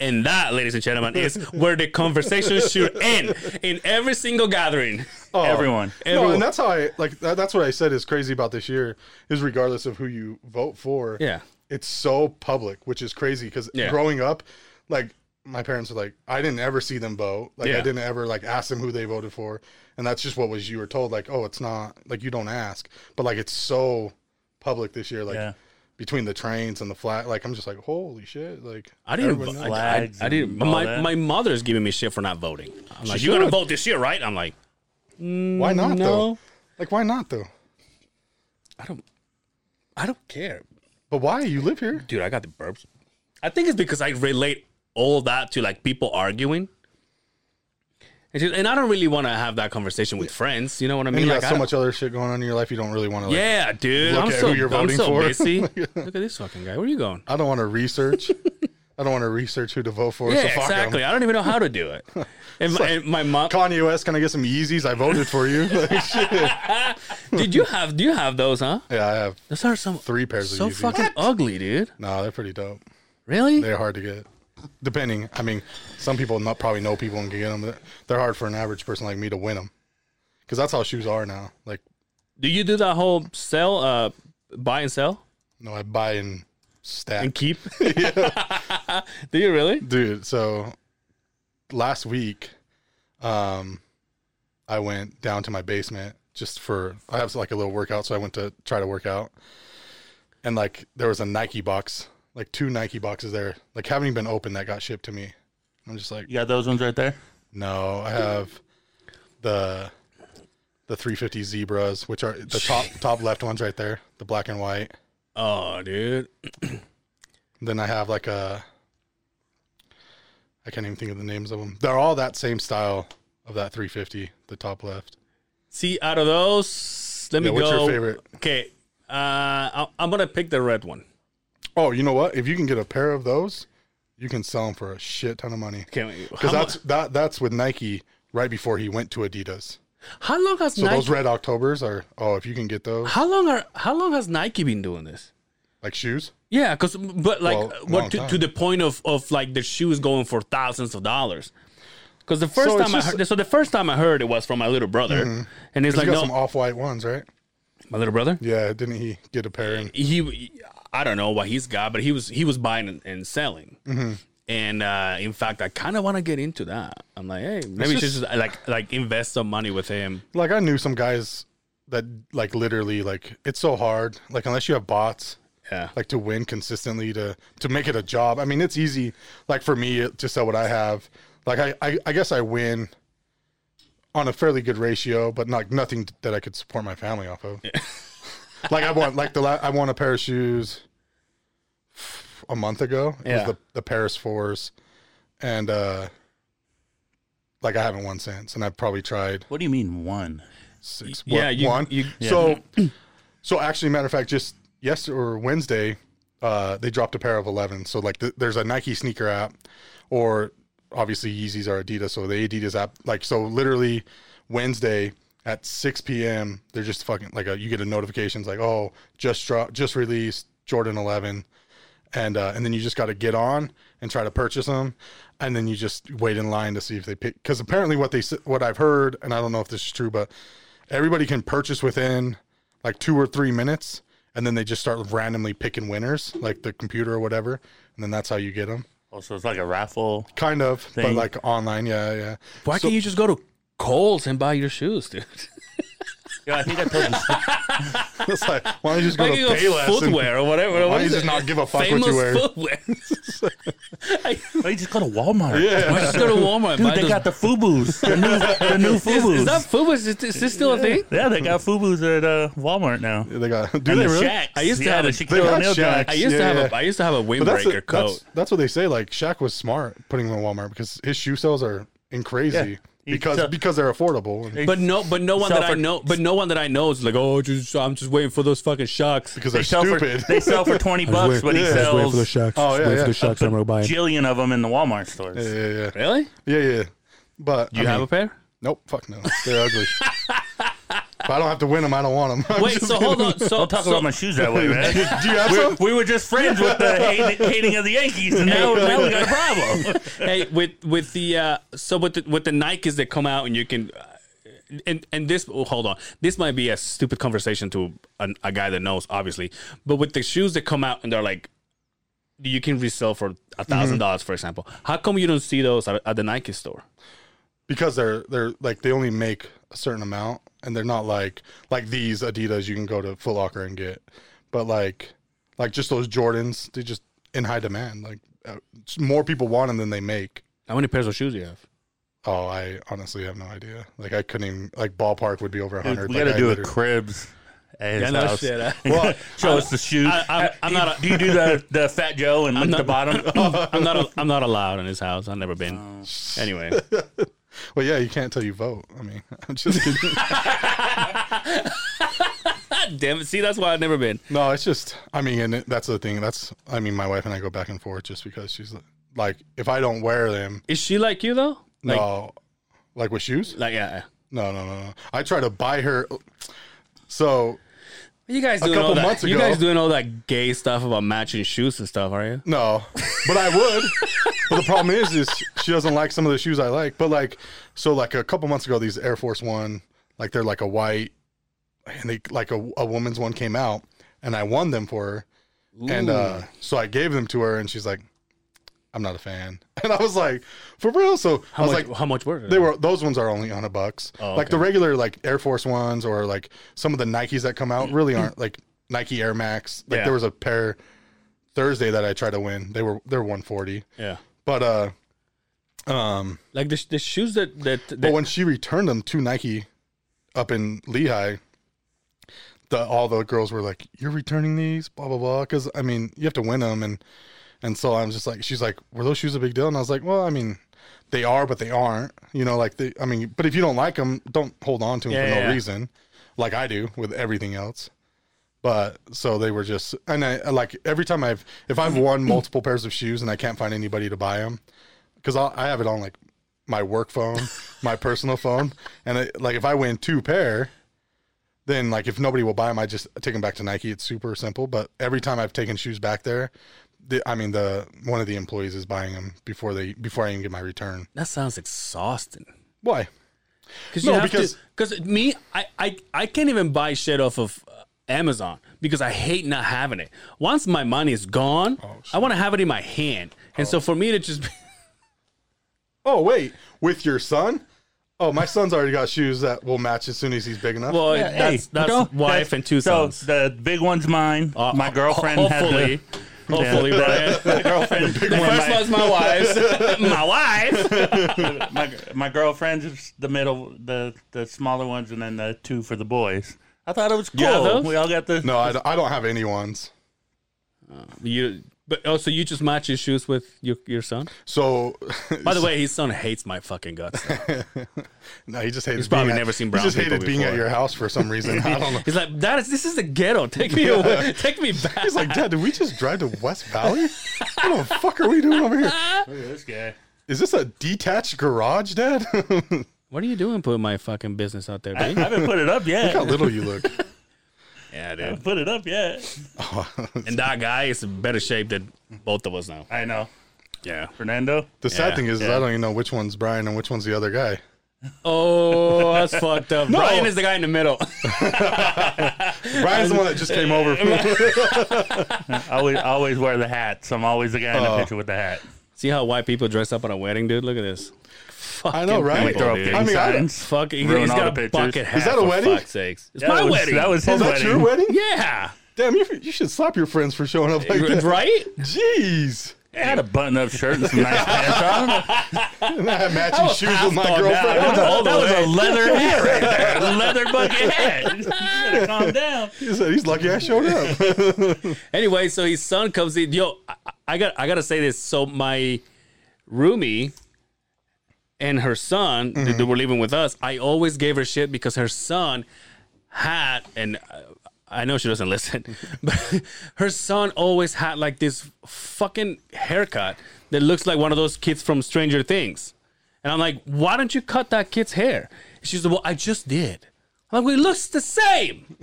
Speaker 3: And that, ladies and gentlemen,
Speaker 4: (laughs)
Speaker 3: is where the conversation should end in every single gathering.
Speaker 5: oh. everyone
Speaker 4: Oh. No,
Speaker 3: Everyone-
Speaker 4: and that's how I like. That, that's what I said is crazy about this year is regardless of who you vote for.
Speaker 3: Yeah.
Speaker 4: it's so public, which is crazy because
Speaker 3: Yeah.
Speaker 4: growing up, like my parents were like, I didn't ever see them vote. Like
Speaker 3: Yeah.
Speaker 4: I didn't ever like ask them who they voted for, and that's just what was you were told. Like, oh, it's not like you don't ask, but like it's so public this year. Like
Speaker 5: Yeah.
Speaker 4: between the trains and the flag, like I'm just like, holy shit! Like
Speaker 3: I didn't.
Speaker 4: everyone
Speaker 3: vo-
Speaker 4: knows.
Speaker 3: I, I,
Speaker 5: Flags
Speaker 3: I didn't.
Speaker 5: and all
Speaker 3: My,
Speaker 5: that.
Speaker 3: my mother's giving me shit for not voting. I'm like, you're gonna vote this year, right? I'm like,
Speaker 4: why not though?
Speaker 3: no.
Speaker 4: Like why not though?
Speaker 3: I don't. I don't care,
Speaker 4: But why you live here?
Speaker 3: dude. I got the burps. I think it's because I relate all that to like people arguing. And, she, and I don't really want to have that conversation with friends. You know what I
Speaker 4: And
Speaker 3: mean?
Speaker 4: you
Speaker 3: Like, I
Speaker 4: got so
Speaker 3: don't-
Speaker 4: much other shit going on in your life. You don't really want to. Like,
Speaker 3: yeah, dude.
Speaker 4: look
Speaker 3: I'm
Speaker 4: at
Speaker 3: so,
Speaker 4: who you're
Speaker 3: I'm
Speaker 4: voting
Speaker 3: so
Speaker 4: for. (laughs)
Speaker 3: busy. Look at this fucking guy. Where are you going?
Speaker 4: I don't want
Speaker 3: (laughs)
Speaker 4: to research. I don't want to research who to vote for.
Speaker 3: Yeah,
Speaker 4: so fuck 'em.
Speaker 3: exactly. I don't even know how to
Speaker 4: (laughs)
Speaker 3: do it. And, my- and my mom,
Speaker 4: Kanye West, can I get some Yeezys? I voted for you. (laughs) Like, shit.
Speaker 3: did you have? Do you have those? Huh?
Speaker 4: Yeah, I have
Speaker 3: Those are some
Speaker 4: three pairs
Speaker 3: so
Speaker 4: of Yeezys.
Speaker 3: fucking ugly, dude.
Speaker 4: No, they're pretty dope.
Speaker 3: Really?
Speaker 4: They're hard to get. Depending, I mean, some people not probably know people and can get them. They're hard for an average person like me to win them, because that's how shoes are now. Like,
Speaker 3: Do you do that whole sell, uh, buy and sell
Speaker 4: no, I buy and stack,
Speaker 3: and keep? do you really?
Speaker 4: dude. So last week, um, I went down to my basement just for I have like a little workout, so I went to try to work out, and like there was a Nike box, like two Nike boxes there, like haven't even been opened that got shipped to me. I'm just like,
Speaker 5: You got those ones right there.
Speaker 4: No, I have the the 350 zebras, which are the top top left ones right there, the black and white.
Speaker 3: Oh, dude.
Speaker 4: Then I have like a I can't even think of the names of them. They're all that same style of that 350, the top left.
Speaker 3: See, out of those, let me
Speaker 4: Yeah, what's
Speaker 3: go.
Speaker 4: your favorite?
Speaker 3: Okay, uh, I- I'm gonna pick the red one.
Speaker 4: Oh, you know what? If you can get a pair of those, you can sell them for a shit ton of money.
Speaker 3: Okay, wait, how,
Speaker 4: Because
Speaker 3: mu-
Speaker 4: that's that that's with Nike right before he went to Adidas.
Speaker 3: how long has
Speaker 4: So
Speaker 3: Nike?
Speaker 4: those red Octobers are oh, if you can get those
Speaker 3: how long are how long has Nike been doing this?
Speaker 4: like shoes.
Speaker 3: Yeah, because but like uh,
Speaker 4: Well, long
Speaker 3: what to,
Speaker 4: time.
Speaker 3: to the point of of like the shoes going for thousands of dollars. Because the first
Speaker 4: So it's
Speaker 3: time I
Speaker 4: just-
Speaker 3: heard, so the first time I heard it was from my little brother, and he's
Speaker 4: You
Speaker 3: like,
Speaker 4: got
Speaker 3: no,
Speaker 4: some off white ones, right?
Speaker 3: my little brother.
Speaker 4: Yeah, didn't he get a pair? And
Speaker 3: he I don't know what he's got, but he was he was buying and, and selling.
Speaker 4: Mm-hmm.
Speaker 3: And uh, in fact, I kind of want to get into that. I'm like, hey, maybe
Speaker 4: It's
Speaker 3: just, just like like invest some money with him.
Speaker 4: like I knew some guys that like literally like it's so hard. Like unless you have bots,
Speaker 3: Yeah,
Speaker 4: like to win consistently to to make it a job. I mean, it's easy. Like for me it- to sell what I have, like I I, I guess I win on a fairly good ratio, but not nothing that I could support my family off of. (laughs) like I want like the la- I want a pair of shoes a month ago. It
Speaker 3: Yeah.
Speaker 4: was the, the Paris fours, and uh like I haven't won since, and I've probably tried
Speaker 5: What do you mean one?
Speaker 4: six.
Speaker 3: Y- yeah,
Speaker 4: one-
Speaker 3: you-
Speaker 4: one.
Speaker 3: you-
Speaker 4: so, so actually, matter of fact, just yesterday or Wednesday, uh, they dropped a pair of 11. So like, th- there's a Nike sneaker app, or obviously Yeezys are Adidas, so the Adidas app. Like, so literally Wednesday at 6 p.m., they're just fucking like a, you get a notifications like, oh, just drop, just released Jordan 11. And, uh, and then you just got to get on and try to purchase them, and then you just wait in line to see if they pick. Because apparently, what they s- what I've heard, and I don't know if this is true, but everybody can purchase within like two or three minutes and then they just start randomly picking winners like the computer or whatever and then that's how you get them
Speaker 5: Also, Oh, it's like a raffle.
Speaker 4: kind of but
Speaker 5: Thing.
Speaker 4: like online yeah yeah (laughs)
Speaker 3: why can't you just go to Kohl's and buy your shoes, dude?
Speaker 5: Yeah, I think I told you. (laughs)
Speaker 4: it's like why don't you just go
Speaker 3: Like
Speaker 4: to
Speaker 3: you go
Speaker 4: Payless and-
Speaker 3: footwear or whatever. What
Speaker 4: you
Speaker 3: is
Speaker 4: just
Speaker 3: it?
Speaker 4: not give a fuck what you
Speaker 3: Famous
Speaker 4: wear?
Speaker 3: Footwear. (laughs) I,
Speaker 5: Why you just go to Walmart?
Speaker 3: I just go to Walmart. and
Speaker 5: Dude,
Speaker 3: buy
Speaker 5: they
Speaker 3: those-
Speaker 5: got the Fubu's. The new, the (laughs) new
Speaker 3: is,
Speaker 5: Fubu's.
Speaker 3: is that Fubu? Is, it- is this still a thing?
Speaker 5: yeah, they got Fubu's at uh, Walmart now.
Speaker 4: they got (laughs) do
Speaker 5: And
Speaker 4: they
Speaker 5: the
Speaker 4: really
Speaker 5: Shaqs.
Speaker 3: I used to
Speaker 5: Yeah,
Speaker 3: have
Speaker 5: the
Speaker 3: a-
Speaker 4: They
Speaker 5: Shaquille
Speaker 4: got
Speaker 5: O'Neal
Speaker 4: Shaqs.
Speaker 5: jacket.
Speaker 3: I used to
Speaker 4: Yeah,
Speaker 3: have
Speaker 4: yeah.
Speaker 3: a I used to have a
Speaker 4: but that's,
Speaker 3: windbreaker
Speaker 4: the- that's
Speaker 3: coat.
Speaker 4: that's what they say like Shaq was smart putting them in Walmart because his shoe sales are in crazy
Speaker 5: Yeah. He
Speaker 4: because
Speaker 5: took-
Speaker 4: because they're affordable and
Speaker 3: But no, but no one that I
Speaker 5: Suffered.
Speaker 3: know, but no one that I know is like, oh, just, I'm just waiting for those fucking shocks.
Speaker 4: because
Speaker 5: They
Speaker 4: they're
Speaker 5: sell, for,
Speaker 4: stupid
Speaker 5: they sell for (laughs) 20 bucks, but he
Speaker 4: yeah.
Speaker 6: Just wait for the
Speaker 5: sells
Speaker 6: shocks.
Speaker 4: (laughs) Oh, yeah,
Speaker 6: wait
Speaker 4: yeah.
Speaker 6: for the shocks. I'm gonna buy
Speaker 5: a
Speaker 6: 'em.
Speaker 5: jillion of them in the Walmart stores.
Speaker 4: yeah yeah yeah
Speaker 3: Really?
Speaker 4: yeah yeah but
Speaker 3: You have a
Speaker 4: (laughs)
Speaker 3: pair? (laughs)
Speaker 4: nope fuck no they're ugly if I don't have to win them I don't (laughs) want them
Speaker 3: Wait, so hold on. So
Speaker 5: (laughs) Don't talk
Speaker 3: so,
Speaker 5: about my shoes that way, (laughs) man.
Speaker 4: do you
Speaker 3: (laughs)
Speaker 4: have some
Speaker 5: we were just friends with the hating, hating of the Yankees, and now, now we got a problem.
Speaker 3: hey, with with the uh, so with the, with the Nikes that come out and you can. Uh, and and this oh, hold on this might be a stupid conversation to a, a guy that knows obviously but with the shoes that come out and they're like you can resell for a
Speaker 4: Mm-hmm.
Speaker 3: thousand dollars for example how come you don't see those at, at the Nike store
Speaker 4: because they're they're like they only make a certain amount and they're not like like these Adidas you can go to Foot Locker and get, but like like just those Jordans they just in high demand like uh, more people want them than they make.
Speaker 3: how many pairs of shoes do you have
Speaker 4: Oh, I honestly have no idea. Like I couldn't even like ballpark would be over
Speaker 5: Dude,
Speaker 4: hundred.
Speaker 5: we
Speaker 4: like,
Speaker 5: got to
Speaker 4: I
Speaker 5: do a
Speaker 4: literally-
Speaker 5: cribs. At his
Speaker 3: Yeah, no
Speaker 5: house. (laughs)
Speaker 3: shit, I- (laughs)
Speaker 4: Well,
Speaker 5: show us the shoes.
Speaker 3: I-
Speaker 4: Uh,
Speaker 3: I'm- I'm
Speaker 5: do,
Speaker 3: not a-
Speaker 5: Uh, do you do the, the Fat Joe and
Speaker 3: (laughs)
Speaker 5: lick the bottom?
Speaker 3: I'm not. I'm not allowed in his house. I've never been. Anyway,
Speaker 4: But yeah, you can't tell you vote. I mean, (laughs) I'm just kidding.
Speaker 3: God damn it. See, that's why I've never been.
Speaker 4: No, it's just I mean, and it- that's the thing. That's I mean, my wife and I go back and forth just because she's li- like, if I don't wear them,
Speaker 3: Is she like you, though? Like,
Speaker 4: no, like with shoes,
Speaker 3: like yeah.
Speaker 4: no, no, no, no. I try to buy her. So
Speaker 3: You guys doing
Speaker 4: couple
Speaker 3: all that.
Speaker 4: months
Speaker 3: You
Speaker 4: ago-
Speaker 3: guys doing all that gay stuff about matching shoes and stuff, are you?
Speaker 4: no, but I would.
Speaker 3: (laughs)
Speaker 4: but the problem is, is she doesn't like some of the shoes I like. But like, so like a couple months ago, these Air Force One, like they're like a white, and they like a, a woman's one came out, and I won them for her, and uh, so I gave them to her, and she's like. I'm not a fan, (laughs) and I was like, "For real?" So
Speaker 3: How
Speaker 4: I was
Speaker 3: much?
Speaker 4: like,
Speaker 3: how much were they?
Speaker 4: They were those ones are only on a bucks. Like the regular like Air Force ones or like some of the Nikes that come out really aren't like Nike Air Max. Like
Speaker 3: Yeah.
Speaker 4: there was a pair Thursday that I tried to win. They were they're 140.
Speaker 3: yeah,
Speaker 4: But uh um
Speaker 3: like the, sh- the shoes that that,
Speaker 4: but
Speaker 3: that
Speaker 4: when she returned them to Nike up in Lehigh the all the girls were like you're returning these blah blah blah cuz I mean you have to win them and and so I'm just like she's like were those shoes a big deal and I was like well I mean they are but they aren't you know like they I mean but if you don't like them don't hold on to them
Speaker 3: Yeah,
Speaker 4: for no
Speaker 3: yeah, yeah.
Speaker 4: reason like I do with everything else but so they were just and I like every time I've if I've
Speaker 3: (clears throat)
Speaker 4: won multiple pairs of shoes and I can't find anybody to buy them because I have it on like my work phone, my personal phone, and I, like if I win two pair, then like if nobody will buy them, I just take them back to Nike. It's super simple. But every time I've taken shoes back there, the, I mean the one of the employees is buying them before they before I even get my return.
Speaker 3: that sounds exhausting.
Speaker 4: Why?
Speaker 3: Cause you
Speaker 4: No,
Speaker 3: have
Speaker 4: because-
Speaker 3: to. Because me, I, I I can't even buy shit off of uh, Amazon because I hate not having it. Once my money is gone, I want to have it in my hand. And so for me to just be-
Speaker 4: Oh wait, with your son? Oh, my son's already got shoes that will match as soon as he's big enough.
Speaker 3: well,
Speaker 5: Yeah, hey,
Speaker 3: that's that's
Speaker 5: you know,
Speaker 3: wife
Speaker 5: that's-
Speaker 3: and two
Speaker 5: so
Speaker 3: sons.
Speaker 5: the big one's mine.
Speaker 3: Uh,
Speaker 5: my
Speaker 3: ho-
Speaker 5: girlfriend
Speaker 3: ho-
Speaker 5: had the-
Speaker 3: hopefully, (laughs) hopefully, Brian. (laughs)
Speaker 5: my girlfriend. the
Speaker 3: First
Speaker 5: my,
Speaker 3: one's my wife's. (laughs) my wife.
Speaker 5: my my girlfriend's is the middle, the the smaller ones, and then the two for the boys. I thought it was
Speaker 3: You have
Speaker 5: cool.
Speaker 3: those?
Speaker 5: We all got the.
Speaker 4: no, I, don't- I don't have any ones.
Speaker 3: You. But also, you just match your shoes with your, your son.
Speaker 4: So (laughs)
Speaker 3: By the way, his son hates my fucking guts.
Speaker 4: no, he just hated.
Speaker 3: probably
Speaker 4: being at-
Speaker 3: never seen
Speaker 4: he
Speaker 3: brown
Speaker 4: just
Speaker 3: people
Speaker 4: hated being at
Speaker 3: before.
Speaker 4: your house for some reason.
Speaker 3: (laughs)
Speaker 4: I don't know.
Speaker 3: He's like, that is this is the ghetto. Take me (laughs) away. Take me back.
Speaker 4: He's like, Dad, did we just drive to West Valley? what the fuck are we doing over here?
Speaker 5: Look at this guy.
Speaker 4: Is this a detached garage, Dad? (laughs) Look
Speaker 3: what are you doing putting my fucking business out there,
Speaker 5: I
Speaker 3: dude?
Speaker 5: haven't put it up (laughs) yet.
Speaker 4: how little you look.
Speaker 3: (laughs) yeah, dude.
Speaker 5: put it up yet.
Speaker 3: And that guy is in better shape than both of us now.
Speaker 5: I know,
Speaker 3: Yeah.
Speaker 5: Fernando.
Speaker 4: The
Speaker 3: (laughs)
Speaker 4: sad
Speaker 3: Yeah,
Speaker 4: thing is, is
Speaker 3: yeah.
Speaker 4: I don't even know which one's Brian and which one's the
Speaker 3: (laughs)
Speaker 4: other guy.
Speaker 3: Oh, that's (laughs) fucked up. Brian is the guy in the middle. (laughs)
Speaker 4: Brian's the one that just came over. From- (laughs)
Speaker 5: I always I always wear the hat, so I'm always the guy in the
Speaker 4: Oh.
Speaker 5: picture with the hat.
Speaker 3: See how white people dress up on a wedding, dude? Look at this.
Speaker 4: I know, right?
Speaker 3: people,
Speaker 5: Throw up
Speaker 3: dude.
Speaker 5: gang
Speaker 4: I mean, I-
Speaker 5: signs.
Speaker 3: Fucking,
Speaker 5: Ruin
Speaker 3: he's
Speaker 5: all
Speaker 3: got
Speaker 5: the
Speaker 3: a
Speaker 5: pictures.
Speaker 3: bucket hat.
Speaker 4: Is that a
Speaker 3: for
Speaker 4: wedding?
Speaker 3: fuck's sakes. It's
Speaker 5: That
Speaker 3: my
Speaker 5: was-
Speaker 3: wedding.
Speaker 5: That was
Speaker 4: oh,
Speaker 5: his
Speaker 4: that's
Speaker 5: wedding.
Speaker 4: your wedding?
Speaker 3: Yeah.
Speaker 4: Damn, you, you should slap your friends for showing up like
Speaker 3: (laughs)
Speaker 4: that.
Speaker 3: right?
Speaker 4: Jeez.
Speaker 5: I had a button-up shirt and
Speaker 4: (laughs)
Speaker 5: some nice pants on.
Speaker 4: And I have matching shoes with my girlfriend.
Speaker 5: That was, that was a leather hat right
Speaker 3: (laughs)
Speaker 5: there, a leather bucket hat. You gotta calm down.
Speaker 4: He said, (laughs) he's lucky I showed
Speaker 3: (laughs)
Speaker 4: up. (laughs)
Speaker 3: Anyway, so his son comes in. Yo, I, I got I gotta say this. So my roomie and her son that that were living with us. I always gave her shit because her son had and uh, I know she doesn't (laughs) listen, but her son always had like this fucking haircut that looks like one of those kids from Stranger Things. And I'm like, why don't you cut that kid's hair? She's like, well, I just did. I'm like, well, it looks the same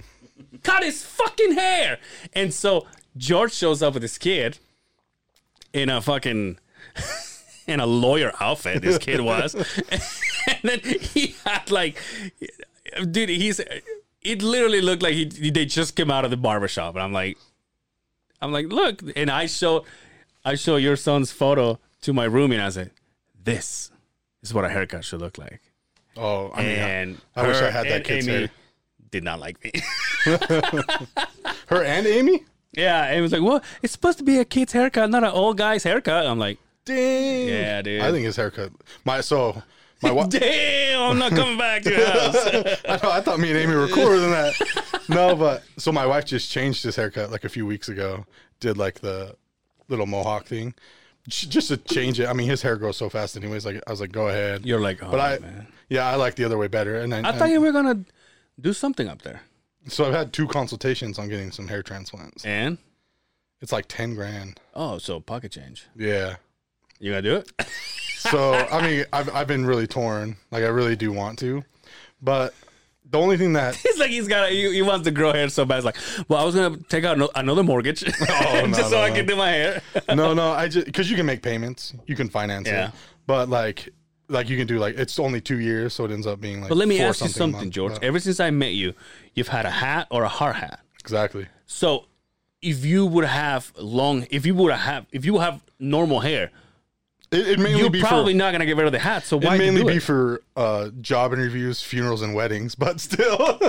Speaker 3: cut his fucking hair. And so George shows up with his kid in a fucking (laughs) in a lawyer outfit. This kid was, (laughs) and then he had like, dude, he's. It literally looked like he they just came out of the barbershop, and I'm like, I'm like, look, and I show, I show your son's photo to my roomie, and I said, this is what a haircut should look like.
Speaker 4: Oh, I mean,
Speaker 3: And
Speaker 4: I wish
Speaker 3: her
Speaker 4: I had that
Speaker 3: and
Speaker 4: kid's
Speaker 3: Amy
Speaker 4: hair.
Speaker 3: Did not like me.
Speaker 4: her and Amy?
Speaker 3: Yeah, and it was like, well, it's supposed to be a kid's haircut, not an old guy's haircut. I'm like,
Speaker 4: Dang.
Speaker 3: Yeah, dude.
Speaker 4: I think his haircut. My So, my wife.
Speaker 3: damn, I'm not coming back (laughs) to your house.
Speaker 4: (laughs) I, know, I thought me and Amy were cooler than that. No, but so my wife just changed his haircut like a few weeks ago. Did like the little mohawk thing, j- just to change it. I mean, his hair grows so fast, anyways. Like I was like, go ahead.
Speaker 3: You're like, oh,
Speaker 4: but I,
Speaker 3: man.
Speaker 4: yeah, I like the other way better. And then,
Speaker 3: I thought you were gonna do something up there.
Speaker 4: so I've had two consultations on getting some hair transplants.
Speaker 3: And
Speaker 4: It's like ten grand.
Speaker 3: oh, so pocket change.
Speaker 4: Yeah.
Speaker 3: You gonna do it?
Speaker 4: So I mean, I've I've been really torn. Like I really do want to, but the only thing that
Speaker 3: (laughs) It's like he's got. He, he wants to grow hair so bad. It's like, well, I was gonna take out no, another (laughs) mortgage
Speaker 4: no,
Speaker 3: just so
Speaker 4: no,
Speaker 3: I
Speaker 4: no.
Speaker 3: can do my (laughs) hair.
Speaker 4: no, no. I just because you can make payments, you can finance
Speaker 3: Yeah.
Speaker 4: it, but like, like you can do like it's only two years, so it ends up being like.
Speaker 3: But let me
Speaker 4: four
Speaker 3: ask you
Speaker 4: a
Speaker 3: something,
Speaker 4: month.
Speaker 3: George.
Speaker 4: Uh,
Speaker 3: Ever since I met you, you've had a hat or a hard hat.
Speaker 4: exactly.
Speaker 3: So if you would have long, if you would have, if you have normal hair,
Speaker 4: It, it mainly
Speaker 3: you're
Speaker 4: be
Speaker 3: probably
Speaker 4: for,
Speaker 3: not gonna get rid of the hat. So why
Speaker 4: it mainly
Speaker 3: do
Speaker 4: be
Speaker 3: it?
Speaker 4: for uh, job interviews, funerals, and weddings, (laughs) but still.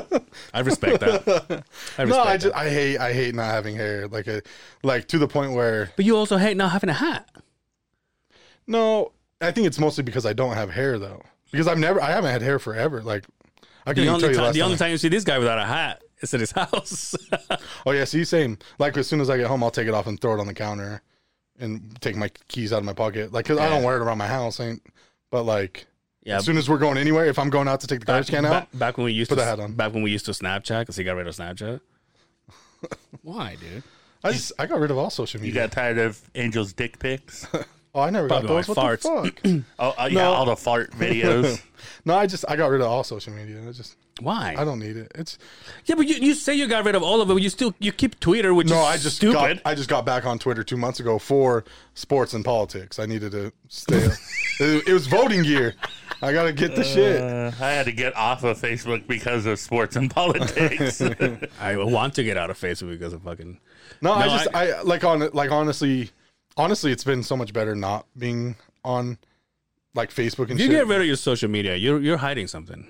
Speaker 3: I respect (laughs) that. I respect
Speaker 4: no, I
Speaker 3: that.
Speaker 4: just I hate I hate not having hair like a like to the point where
Speaker 3: But you also hate not having a hat.
Speaker 4: no, I think it's mostly because I don't have hair though because I've never I haven't had hair forever like. I can
Speaker 3: The
Speaker 4: even tell
Speaker 3: only,
Speaker 4: you
Speaker 3: time,
Speaker 4: last
Speaker 3: the
Speaker 4: time.
Speaker 3: only time you see this guy without a hat is at his (laughs) house.
Speaker 4: Oh yeah, see, same. Like as soon as I get home, I'll take it off and throw it on the counter, and take my keys out of my pocket. Like 'cause I don't wear it around my house, ain't. But like,
Speaker 3: yeah.
Speaker 4: as soon as we're going anywhere, if I'm going out to take the garbage can out,
Speaker 3: Back, back when we used
Speaker 4: Put
Speaker 3: to
Speaker 4: the hat on.
Speaker 3: back when we used to Snapchat because he got rid of
Speaker 4: (laughs)
Speaker 3: Snapchat. Why, dude?
Speaker 4: I just I got rid of all social
Speaker 5: You
Speaker 4: media.
Speaker 5: got tired of Angel's dick pics?
Speaker 4: oh, I never got
Speaker 3: Probably my
Speaker 4: those. What the fuck?
Speaker 5: Oh, uh, yeah, all the
Speaker 3: (clears throat)
Speaker 5: fart videos.
Speaker 4: no, I just I got rid of all social media. I just
Speaker 3: Why?
Speaker 4: I don't need it. It's
Speaker 3: yeah, but you, you say you got rid of all of it, but you still you keep Twitter, which
Speaker 4: no,
Speaker 3: is
Speaker 4: I just
Speaker 3: stupid.
Speaker 4: got I just got back on Twitter two months ago for sports and politics. I needed to stay.
Speaker 3: (laughs)
Speaker 4: it, it was voting year. I gotta get the shit.
Speaker 5: Uh, I had to get off of Facebook because of sports
Speaker 4: (laughs)
Speaker 5: and politics.
Speaker 3: I want to get out of Facebook because of fucking.
Speaker 4: No, I
Speaker 3: No,
Speaker 4: just I, like on like honestly, honestly, it's been so much better not being on like Facebook and
Speaker 3: If you
Speaker 4: shit.
Speaker 3: get rid of your social media, you're you're hiding something,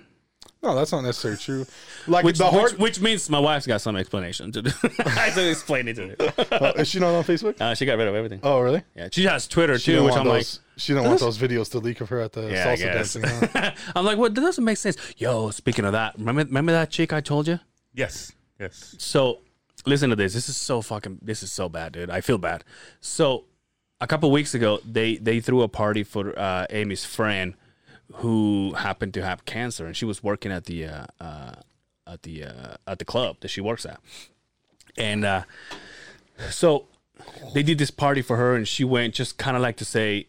Speaker 4: no, that's not necessarily true. Like
Speaker 3: which
Speaker 4: the
Speaker 3: which,
Speaker 4: hard,
Speaker 3: which means my wife's got some explanation to do. (laughs) I have to explain it to her.
Speaker 4: Oh, is she not on Facebook?
Speaker 3: Uh, she got rid of everything.
Speaker 4: Oh, really?
Speaker 3: Yeah, she has Twitter
Speaker 4: She
Speaker 3: too,
Speaker 4: don't
Speaker 3: which
Speaker 4: want
Speaker 3: I'm
Speaker 4: those, she don't want those videos to leak of her at the
Speaker 3: Yeah, I
Speaker 4: salsa
Speaker 3: guess.
Speaker 4: dancing. huh?
Speaker 3: like. I'm like, what? That doesn't make sense. Yo, speaking of that, remember remember that chick I told you?
Speaker 5: yes, yes.
Speaker 3: So listen to this. This is so fucking. This is so bad, dude. I feel bad. So a couple weeks ago, they they threw a party for uh, Amy's friend who happened to have cancer, and she was working at the uh, uh, at the uh, at the club that she works at, and uh, so they did this party for her, and she went just kind of like to say.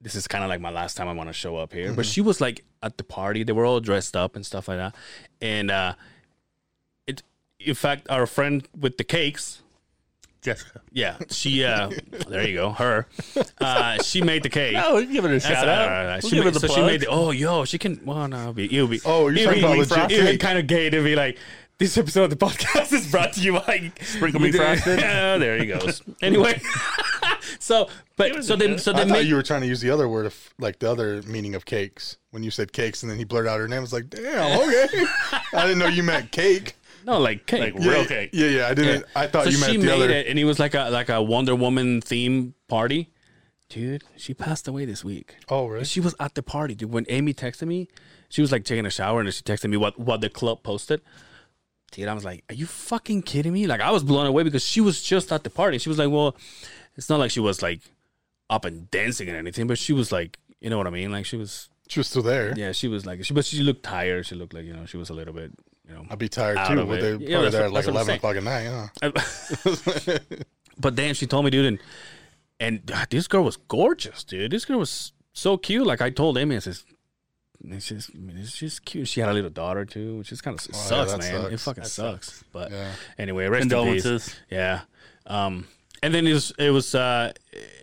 Speaker 3: This is kind of like my last time I want to show up here. But she was like at the party. They were all dressed up and stuff like that. And uh, it in fact our friend with the cakes
Speaker 5: Jessica.
Speaker 3: yeah she uh (laughs) there you go her uh she made the cake
Speaker 5: Oh, we'll give it a shout out. We'll
Speaker 3: she,
Speaker 5: give her
Speaker 3: made,
Speaker 5: the
Speaker 3: so she
Speaker 5: plug.
Speaker 3: made the, oh yo she can well no it'll be it'll be
Speaker 4: Oh, you're
Speaker 3: it'll
Speaker 4: talking about legit
Speaker 3: it'll be
Speaker 4: cake.
Speaker 3: kind of gay to be like this episode of the podcast (laughs) is brought to you by
Speaker 5: Sprinkle me frosted.
Speaker 3: (laughs) yeah there he goes anyway (laughs) so (laughs) but so they so
Speaker 4: I
Speaker 3: they
Speaker 4: thought
Speaker 3: made
Speaker 4: you were trying to use the other word of like the other meaning of cakes when you said cakes, and then he blurted out her name. I was like,
Speaker 3: (laughs)
Speaker 4: damn, okay. I didn't know you meant cake.
Speaker 3: no like cake
Speaker 5: Like,
Speaker 4: Yeah,
Speaker 5: Real cake.
Speaker 4: Yeah, yeah. I didn't. I thought
Speaker 3: so
Speaker 4: you
Speaker 3: she
Speaker 4: meant
Speaker 3: made
Speaker 4: the other.
Speaker 3: it and it was like a like a Wonder Woman theme party dude she passed away this week
Speaker 4: Oh, really?
Speaker 3: She was at the party, dude. When Amy texted me, she was like taking a shower and she texted me what, what the club posted. Dude, I was like, Are you fucking kidding me? Like I was blown away because she was just at the party. She was like, Well, it's not like she was like up and dancing and anything, but she was like you know what I mean? Like she was
Speaker 4: She was still there.
Speaker 3: yeah, she was like she but she looked tired. She looked like, you know, she was a little bit, you know.
Speaker 4: I'd be tired
Speaker 3: Out
Speaker 4: too.
Speaker 3: of
Speaker 4: But
Speaker 3: it.
Speaker 4: they
Speaker 3: Yeah,
Speaker 4: probably
Speaker 3: that's
Speaker 4: there
Speaker 3: what-
Speaker 4: at like
Speaker 3: that's what I'm
Speaker 4: eleven
Speaker 3: saying.
Speaker 4: o'clock at night. Huh?
Speaker 3: (laughs) but damn, she told me, dude, and and ah, this girl was gorgeous, dude. This girl was so cute. Like I told Amy, I says, "It's just, I mean, it's just cute." She had a little daughter too, which is kind of
Speaker 4: Oh, yeah,
Speaker 3: sucks,
Speaker 4: that
Speaker 3: man. It
Speaker 4: sucks.
Speaker 3: fucking sucks. But
Speaker 4: Yeah.
Speaker 3: anyway, rest in peace.
Speaker 5: Condolences.
Speaker 3: Yeah. Um, and then it was it was uh,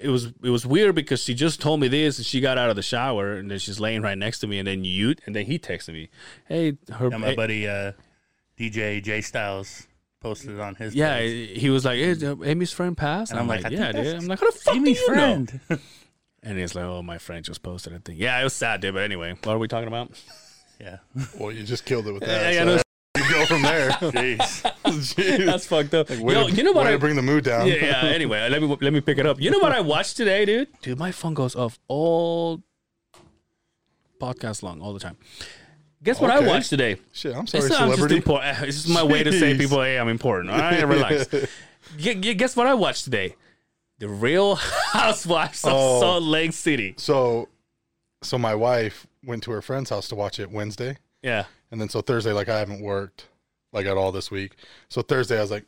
Speaker 3: it was it was weird because she just told me this, and she got out of the shower, and then she's laying right next to me, and then you, and then he texted me, "Hey, her." eh,
Speaker 5: Yeah, my buddy uh, DJ J Styles posted on his.
Speaker 3: yeah,
Speaker 5: page.
Speaker 3: he was like, "Hey, uh, Amy's friend passed,"
Speaker 5: And I'm like, "I
Speaker 3: "Yeah,
Speaker 5: think
Speaker 3: dude."
Speaker 5: that's
Speaker 3: I'm like, "How the fuck do
Speaker 5: Amy's
Speaker 3: you know?"
Speaker 5: friend.
Speaker 3: And it's like, oh, my friend just posted a thing. Yeah, it was sad, dude. But anyway, what are we talking
Speaker 4: (laughs)
Speaker 3: about?
Speaker 5: (laughs) yeah.
Speaker 4: Well, you just killed it with that.
Speaker 3: Yeah, yeah,
Speaker 4: so
Speaker 3: no,
Speaker 4: (laughs) you go from there.
Speaker 5: (laughs) Jeez.
Speaker 3: (laughs)
Speaker 4: Jeez.
Speaker 3: That's fucked up.
Speaker 4: Way
Speaker 3: Yo,
Speaker 4: to-
Speaker 3: you know what?
Speaker 4: way
Speaker 3: I,
Speaker 4: to bring the mood
Speaker 3: (laughs)
Speaker 4: down.
Speaker 3: yeah, yeah. Anyway, let me let me pick it up. You know what I watched today, dude? Dude, my phone goes off all podcast long, all the time. Guess what I
Speaker 4: Okay.
Speaker 3: watched today?
Speaker 4: (laughs) Shit, I'm sorry,
Speaker 3: It's, uh, I'm just
Speaker 4: celebrity.
Speaker 3: important. (laughs) It's just my way to say
Speaker 4: Jeez. (laughs)
Speaker 3: people, hey, I'm important. All right, relax. Gu- gu- Guess what I watched today? The Real Housewives of
Speaker 4: Oh.
Speaker 3: Salt Lake City.
Speaker 4: So, so my wife went to her friend's house to watch it Wednesday,
Speaker 3: Yeah.
Speaker 4: and then so Thursday, like I haven't worked like at all this week. So Thursday, I was like,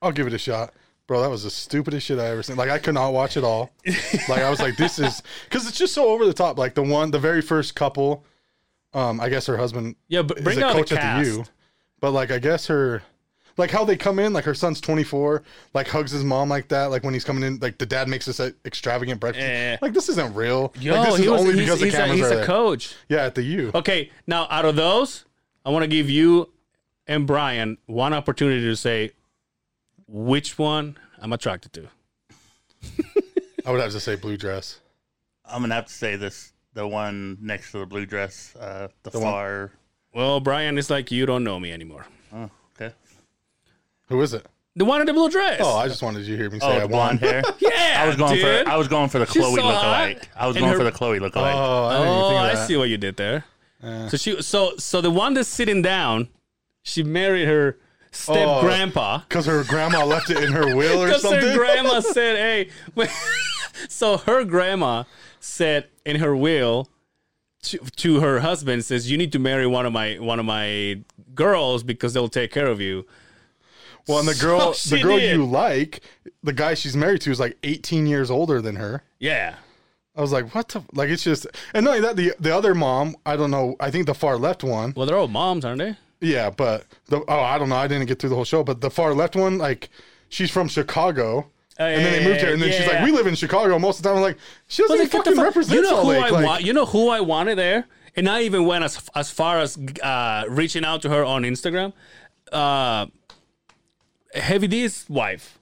Speaker 4: I'll give it a shot, bro. That was the stupidest shit I ever seen. Like I could not watch
Speaker 3: (laughs)
Speaker 4: it all. like I was like, this is because it's just so over the top. Like the one, the very first couple, um, I guess her husband
Speaker 3: Yeah, but
Speaker 4: is
Speaker 3: bring
Speaker 4: a
Speaker 3: out
Speaker 4: coach
Speaker 3: a cast.
Speaker 4: at the U, but like I guess her. Like how they come in, like her son's twenty four, like hugs his mom like that. Like when he's coming in, like the dad makes this like, extravagant breakfast.
Speaker 3: Yeah.
Speaker 4: Like this isn't real.
Speaker 3: Yo,
Speaker 4: like, this
Speaker 3: he
Speaker 4: is
Speaker 3: was,
Speaker 4: only
Speaker 3: he's,
Speaker 4: because
Speaker 3: he's
Speaker 4: the cameras
Speaker 3: a, he's
Speaker 4: are
Speaker 3: a
Speaker 4: there.
Speaker 3: coach.
Speaker 4: Yeah, at the U.
Speaker 3: Okay, now out of those, I want to give you and Brian one opportunity to say which one I'm attracted to.
Speaker 4: I would have to say blue dress.
Speaker 5: I'm gonna have to say this: the one next to the blue dress, uh, the,
Speaker 4: one-
Speaker 5: far.
Speaker 3: Well, Brian, it's like you don't know me anymore.
Speaker 5: Oh, okay.
Speaker 4: Who is it?
Speaker 3: The one in the blue dress.
Speaker 4: Oh, I just wanted you to hear me say
Speaker 5: Oh,
Speaker 4: I
Speaker 5: the
Speaker 4: won.
Speaker 5: blonde hair.
Speaker 3: (laughs) yeah,
Speaker 5: I was going
Speaker 3: dude.
Speaker 5: for I was going for the
Speaker 3: She's
Speaker 5: Chloe
Speaker 3: so hot.
Speaker 5: lookalike. I was
Speaker 3: And
Speaker 5: going
Speaker 3: her-
Speaker 5: for the Chloe lookalike.
Speaker 4: Oh, I didn't even
Speaker 3: Oh,
Speaker 4: think of
Speaker 3: I
Speaker 4: that.
Speaker 3: see what you did there. so she, so so the one that's sitting down, she married her step
Speaker 4: Oh.
Speaker 3: grandpa
Speaker 4: Because her grandma left it in her will
Speaker 3: (laughs)
Speaker 4: or
Speaker 3: because
Speaker 4: something.
Speaker 3: her
Speaker 4: (laughs)
Speaker 3: grandma said, "Hey," (laughs) wait." so her grandma said in her will to, to her husband says, "You need to marry one of my one of my girls because they'll take care of you."
Speaker 4: well, and the girl,
Speaker 3: she
Speaker 4: the girl
Speaker 3: did.
Speaker 4: you like, the guy she's married to is like 18 years older than her.
Speaker 3: Yeah,
Speaker 4: I was like, what the? Like, it's just, and not only that, the the other mom, I don't know. I think the far left one,
Speaker 3: well, they're all moms, aren't they?
Speaker 4: yeah, but the oh, I don't know. I didn't get through the whole show, but the far left one, like, she's from Chicago.
Speaker 3: Oh,
Speaker 4: and then they moved here, and then she's like, "We live in Chicago most of the time." I'm like, "She doesn't even fucking represent
Speaker 3: you know
Speaker 4: Salt
Speaker 3: who I
Speaker 4: Lake." Like,
Speaker 3: wa- you know who I wanted there, and I even went as as far as uh, reaching out to her on Instagram. Uh, Heavy D's wife.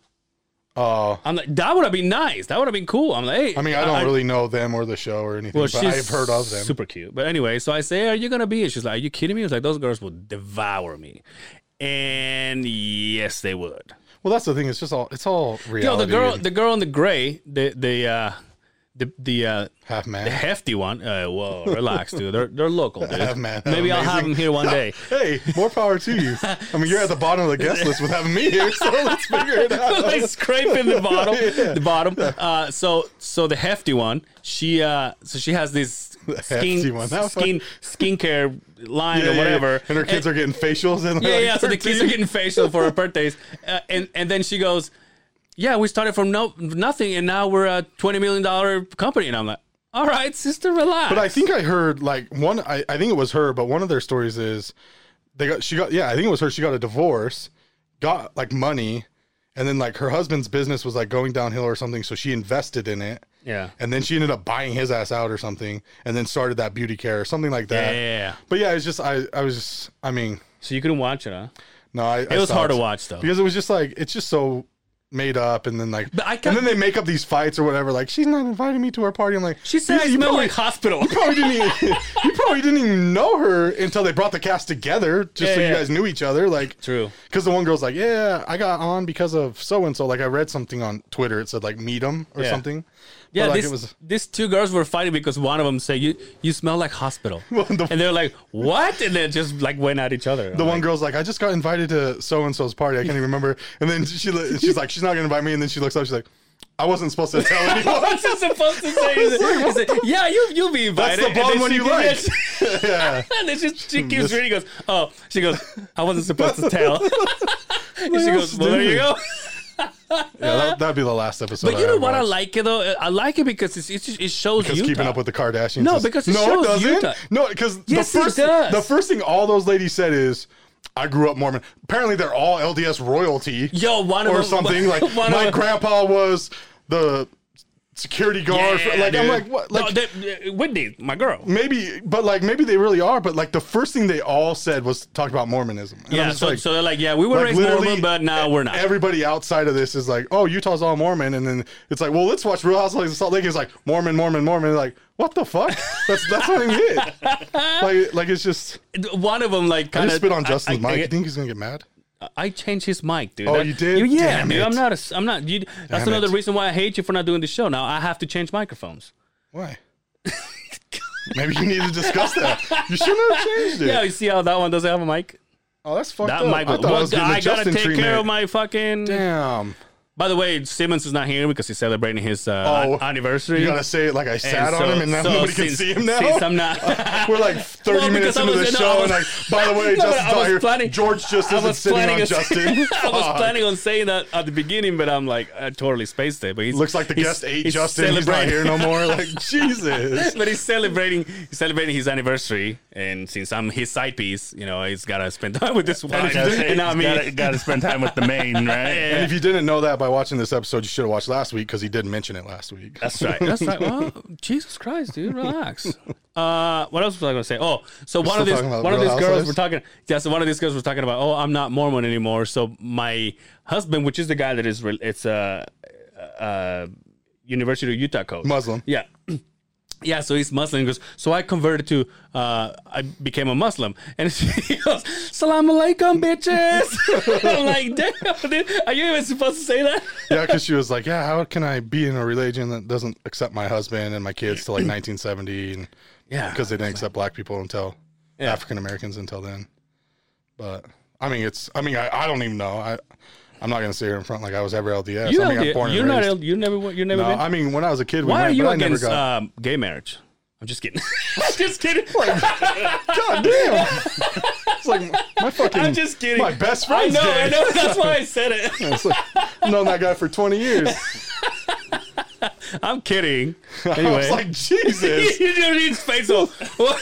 Speaker 4: oh,
Speaker 3: I'm like, that would have been nice. That would have been cool. I'm like, hey,
Speaker 4: I mean, I don't really know them or the show or anything,
Speaker 3: Well,
Speaker 4: but
Speaker 3: she's
Speaker 4: I've heard of them.
Speaker 3: Super cute. But anyway, so I say, "Are you gonna be?" And she's like, "Are you kidding me?" I was like, "Those girls would devour me," and yes, they would.
Speaker 4: Well, that's the thing. It's just all it's all reality.
Speaker 3: Yo, the girl,
Speaker 4: and
Speaker 3: the girl in the gray, the the uh, the the uh,
Speaker 4: half
Speaker 3: the (laughs)
Speaker 4: man.
Speaker 3: hefty one. Uh, whoa, relax, dude. They're they're
Speaker 4: (laughs)
Speaker 3: local, dude.
Speaker 4: Half man.
Speaker 3: Maybe I'll have them
Speaker 4: Amazing.
Speaker 3: here one
Speaker 4: (laughs)
Speaker 3: day.
Speaker 4: Hey, more power to you. I mean, you're at the bottom of the guest list with having me
Speaker 3: (laughs)
Speaker 4: here, so let's figure it out.
Speaker 3: like scraping
Speaker 4: (laughs)
Speaker 3: the bottom, the bottom. Uh, so, so the hefty one, she, uh, so she has this
Speaker 4: hefty
Speaker 3: skin,
Speaker 4: one. That
Speaker 3: skin, skincare line or whatever,
Speaker 4: And her kids are getting facials and
Speaker 3: yeah, yeah. So the kids are getting facial for her birthdays, uh, and and then she goes, "Yeah, we started from no nothing, and now we're a twenty million dollar company." And I'm like, "All right, sister, relax."
Speaker 4: But I think I heard like one. I, I think it was her, but one of their stories is they got she got yeah. I think it was her. She got a divorce, got like money, and then like her husband's business was like going downhill or something, so she invested in it.
Speaker 3: yeah,
Speaker 4: and then she ended up buying his ass out or something, and then started that beauty care or something like
Speaker 3: yeah,
Speaker 4: that.
Speaker 3: yeah, yeah.
Speaker 4: But yeah, it's just I, I was just, I mean,
Speaker 3: So you couldn't watch it, huh?
Speaker 4: no, I,
Speaker 3: It was hard to watch though.
Speaker 4: because it was just like it's just so made up, and then like,
Speaker 3: But I
Speaker 4: and
Speaker 3: can't-
Speaker 4: then they make up these fights or whatever. Like she's not inviting me to her party. I'm like,
Speaker 3: she said, "I
Speaker 4: you, you
Speaker 3: smell
Speaker 4: probably,
Speaker 3: like hospital."
Speaker 4: you probably didn't, even, (laughs) you probably didn't even know her until they brought the cast together, just
Speaker 3: Yeah,
Speaker 4: so
Speaker 3: yeah.
Speaker 4: you guys knew each other. Like,
Speaker 3: True.
Speaker 4: Because the one girl's like, yeah, I got on because of so and so. Like I read something on Twitter. It said like meet 'em or
Speaker 3: Yeah.
Speaker 4: something.
Speaker 3: Yeah,
Speaker 4: But, like
Speaker 3: this,
Speaker 4: it was.
Speaker 3: these two girls were fighting because one of them said, "You you smell like
Speaker 4: (laughs)
Speaker 3: hospital,"
Speaker 4: the-
Speaker 3: and they're like, "What?" And then just like went at each other.
Speaker 4: The
Speaker 3: I'm
Speaker 4: one
Speaker 3: like,
Speaker 4: girl's like, I just got invited to so and so's party. I can't
Speaker 3: (laughs)
Speaker 4: even remember. And then she li- she's like, she's not gonna invite me. And then she looks up. She's like, I wasn't supposed
Speaker 3: (laughs)
Speaker 4: to tell anyone.
Speaker 3: What's it supposed to
Speaker 4: (laughs)
Speaker 3: say? Is it- is it, yeah, you you'll be
Speaker 4: That's
Speaker 3: invited.
Speaker 4: the
Speaker 3: And then
Speaker 4: bomb when
Speaker 3: she
Speaker 4: you
Speaker 3: did
Speaker 4: like. (laughs) Hmm,
Speaker 3: it.
Speaker 4: yeah.
Speaker 3: (laughs) And then she, she keeps reading. Goes, oh, she goes. I wasn't supposed to
Speaker 4: (laughs)
Speaker 3: tell. (laughs) and she
Speaker 4: Well,
Speaker 3: goes, well, there you go.
Speaker 4: Yeah, that, that'd be the last episode.
Speaker 3: But you know
Speaker 4: ever
Speaker 3: what? I
Speaker 4: watched.
Speaker 3: like it though. I like it because it's, it's it shows
Speaker 4: Because
Speaker 3: Utah.
Speaker 4: keeping up with the Kardashians.
Speaker 3: No,
Speaker 4: is-
Speaker 3: because it shows Utah.
Speaker 4: No, because
Speaker 3: Yes, it
Speaker 4: the first
Speaker 3: does.
Speaker 4: the first thing all those ladies said is, "I grew up Mormon." Apparently, they're all LDS royalty
Speaker 3: yo one of
Speaker 4: or
Speaker 3: them- (laughs)
Speaker 4: something. Like
Speaker 3: one of
Speaker 4: my
Speaker 3: them-
Speaker 4: grandpa was the security guard. for, like I'm
Speaker 3: dude.
Speaker 4: like, what? Like
Speaker 3: no, that- uh, Whitney, my girl.
Speaker 4: maybe, but like maybe they really are. But like the first thing they all said was talk about Mormonism. And I'm
Speaker 3: Yeah,
Speaker 4: just
Speaker 3: so,
Speaker 4: like-
Speaker 3: so they're like, yeah, we were
Speaker 4: like,
Speaker 3: raised
Speaker 4: literally e-"
Speaker 3: Mormon, but now we're not.
Speaker 4: Everybody outside of this is like, oh, Utah's all Mormon, and then it's like, well, let's watch Real Housewives of Salt Lake. It's like Mormon, Mormon, Mormon. Like, what the fuck? That's that's what I
Speaker 3: (laughs)
Speaker 4: get. Like, like it's just
Speaker 3: one of them, like,
Speaker 4: I
Speaker 3: kind
Speaker 4: just
Speaker 3: of
Speaker 4: spit on Justin's
Speaker 3: I,
Speaker 4: mic. You think he's gonna get mad?
Speaker 3: I changed his mic, dude.
Speaker 4: Oh, you did?
Speaker 3: yeah,
Speaker 4: Damn
Speaker 3: dude.
Speaker 4: it.
Speaker 3: I'm not. A, s- I'm not. You, that's
Speaker 4: Damn
Speaker 3: another
Speaker 4: it.
Speaker 3: reason why I hate you for not doing the show. Now I have to change microphones. (laughs)
Speaker 4: Why? Maybe you need to discuss that. You shouldn't have changed it.
Speaker 3: Yeah, you see how that one doesn't have a mic.
Speaker 4: oh, that's fucked
Speaker 3: That
Speaker 4: up.
Speaker 3: mic.
Speaker 4: I
Speaker 3: was-
Speaker 4: thought I
Speaker 3: Well,
Speaker 4: was
Speaker 3: I,
Speaker 4: getting a
Speaker 3: gotta
Speaker 4: Justin
Speaker 3: take
Speaker 4: treatment.
Speaker 3: care of my fucking.
Speaker 4: Damn.
Speaker 3: By the way, Simmons is not here because he's celebrating his uh,
Speaker 4: Oh,
Speaker 3: an- anniversary.
Speaker 4: You gotta say it like I
Speaker 3: And
Speaker 4: sat on
Speaker 3: so-
Speaker 4: him, and now
Speaker 3: so
Speaker 4: nobody can
Speaker 3: since-
Speaker 4: see him now.
Speaker 3: Since I'm
Speaker 4: (laughs)
Speaker 3: not. (laughs)
Speaker 4: We're like 30
Speaker 3: Well, because
Speaker 4: minutes
Speaker 3: I
Speaker 4: into the
Speaker 3: was- no,
Speaker 4: show,
Speaker 3: I was-
Speaker 4: and like, by the way,
Speaker 3: (laughs) No, but I
Speaker 4: Justin's not
Speaker 3: was
Speaker 4: here.
Speaker 3: planning-
Speaker 4: George just
Speaker 3: I
Speaker 4: isn't
Speaker 3: was
Speaker 4: sitting
Speaker 3: planning (laughs)
Speaker 4: on
Speaker 3: on
Speaker 4: Justin.
Speaker 3: I was
Speaker 4: Fuck.
Speaker 3: planning on saying that at the beginning, but I'm like, I totally spaced it. But he's,
Speaker 4: Looks like the
Speaker 3: he's-
Speaker 4: guest ate
Speaker 3: he's
Speaker 4: Justin. He's not
Speaker 3: celebrating-
Speaker 4: here no
Speaker 3: (laughs)
Speaker 4: more. Like, Jesus.
Speaker 3: but he's celebrating, he's celebrating his anniversary, and since I'm his side piece, you know, he's gotta spend time with this wife. (laughs)
Speaker 5: Gotta, say,
Speaker 3: And not me.
Speaker 4: (laughs)
Speaker 5: gotta, gotta spend time with
Speaker 3: (laughs)
Speaker 5: the main, right?
Speaker 4: And if you didn't know that by watching this episode, you should have watched last week because he did mention it last week.
Speaker 3: That's right. That's right. Well, (laughs) Jesus Christ, dude, relax.
Speaker 4: (laughs)
Speaker 3: Uh, what else was I going to say? Oh, so one
Speaker 4: still
Speaker 3: of these
Speaker 4: talking about
Speaker 3: one of
Speaker 4: Real
Speaker 3: these girls
Speaker 4: Housewives?
Speaker 3: were talking. Yes, one of these girls was talking about. Oh, I'm not Mormon anymore. So my husband, which is the guy that is, re- it's a uh, uh, University of Utah coach,
Speaker 4: (laughs) Muslim.
Speaker 3: Yeah. (clears throat) Yeah, so he's Muslim. He goes, so I converted to, uh, I became a Muslim. And (laughs) he goes, Salam alaikum, bitches. (laughs) I'm like, damn, dude, are you even supposed to say that?
Speaker 4: yeah, because she was like, "Yeah, how can I be in a religion that doesn't accept my husband and my kids till like 1970?" And
Speaker 3: Yeah.
Speaker 4: because they didn't accept black people until
Speaker 3: Yeah.
Speaker 4: African Americans until then. But I mean, it's I mean, I, I don't even know. I I'm not gonna sit here in front like I was ever LDS.
Speaker 3: You
Speaker 4: I mean,
Speaker 3: LDS
Speaker 4: I'm born and
Speaker 3: you're not.
Speaker 4: raised.
Speaker 3: L- you never. You never.
Speaker 4: No,
Speaker 3: been?
Speaker 4: I mean, when I was a kid, we
Speaker 3: Why are
Speaker 4: went,
Speaker 3: you
Speaker 4: but I never
Speaker 3: against
Speaker 4: got.
Speaker 3: um, gay marriage? I'm just kidding. (laughs)
Speaker 4: (laughs)
Speaker 3: I'm just kidding. (laughs)
Speaker 4: God damn! it's like my fucking.
Speaker 3: I'm just kidding.
Speaker 4: My best
Speaker 3: I
Speaker 4: friend's
Speaker 3: know.
Speaker 4: gay.
Speaker 3: I know. That's why I said
Speaker 4: (laughs)
Speaker 3: it.
Speaker 4: It's like, I've known that guy for 20
Speaker 3: (laughs)
Speaker 4: years. (laughs)
Speaker 3: I'm kidding.
Speaker 4: I
Speaker 3: Anyway,
Speaker 4: was
Speaker 3: (laughs)
Speaker 4: like,
Speaker 3: you
Speaker 4: Jesus.
Speaker 3: don't need space.
Speaker 4: (laughs)
Speaker 3: So, what?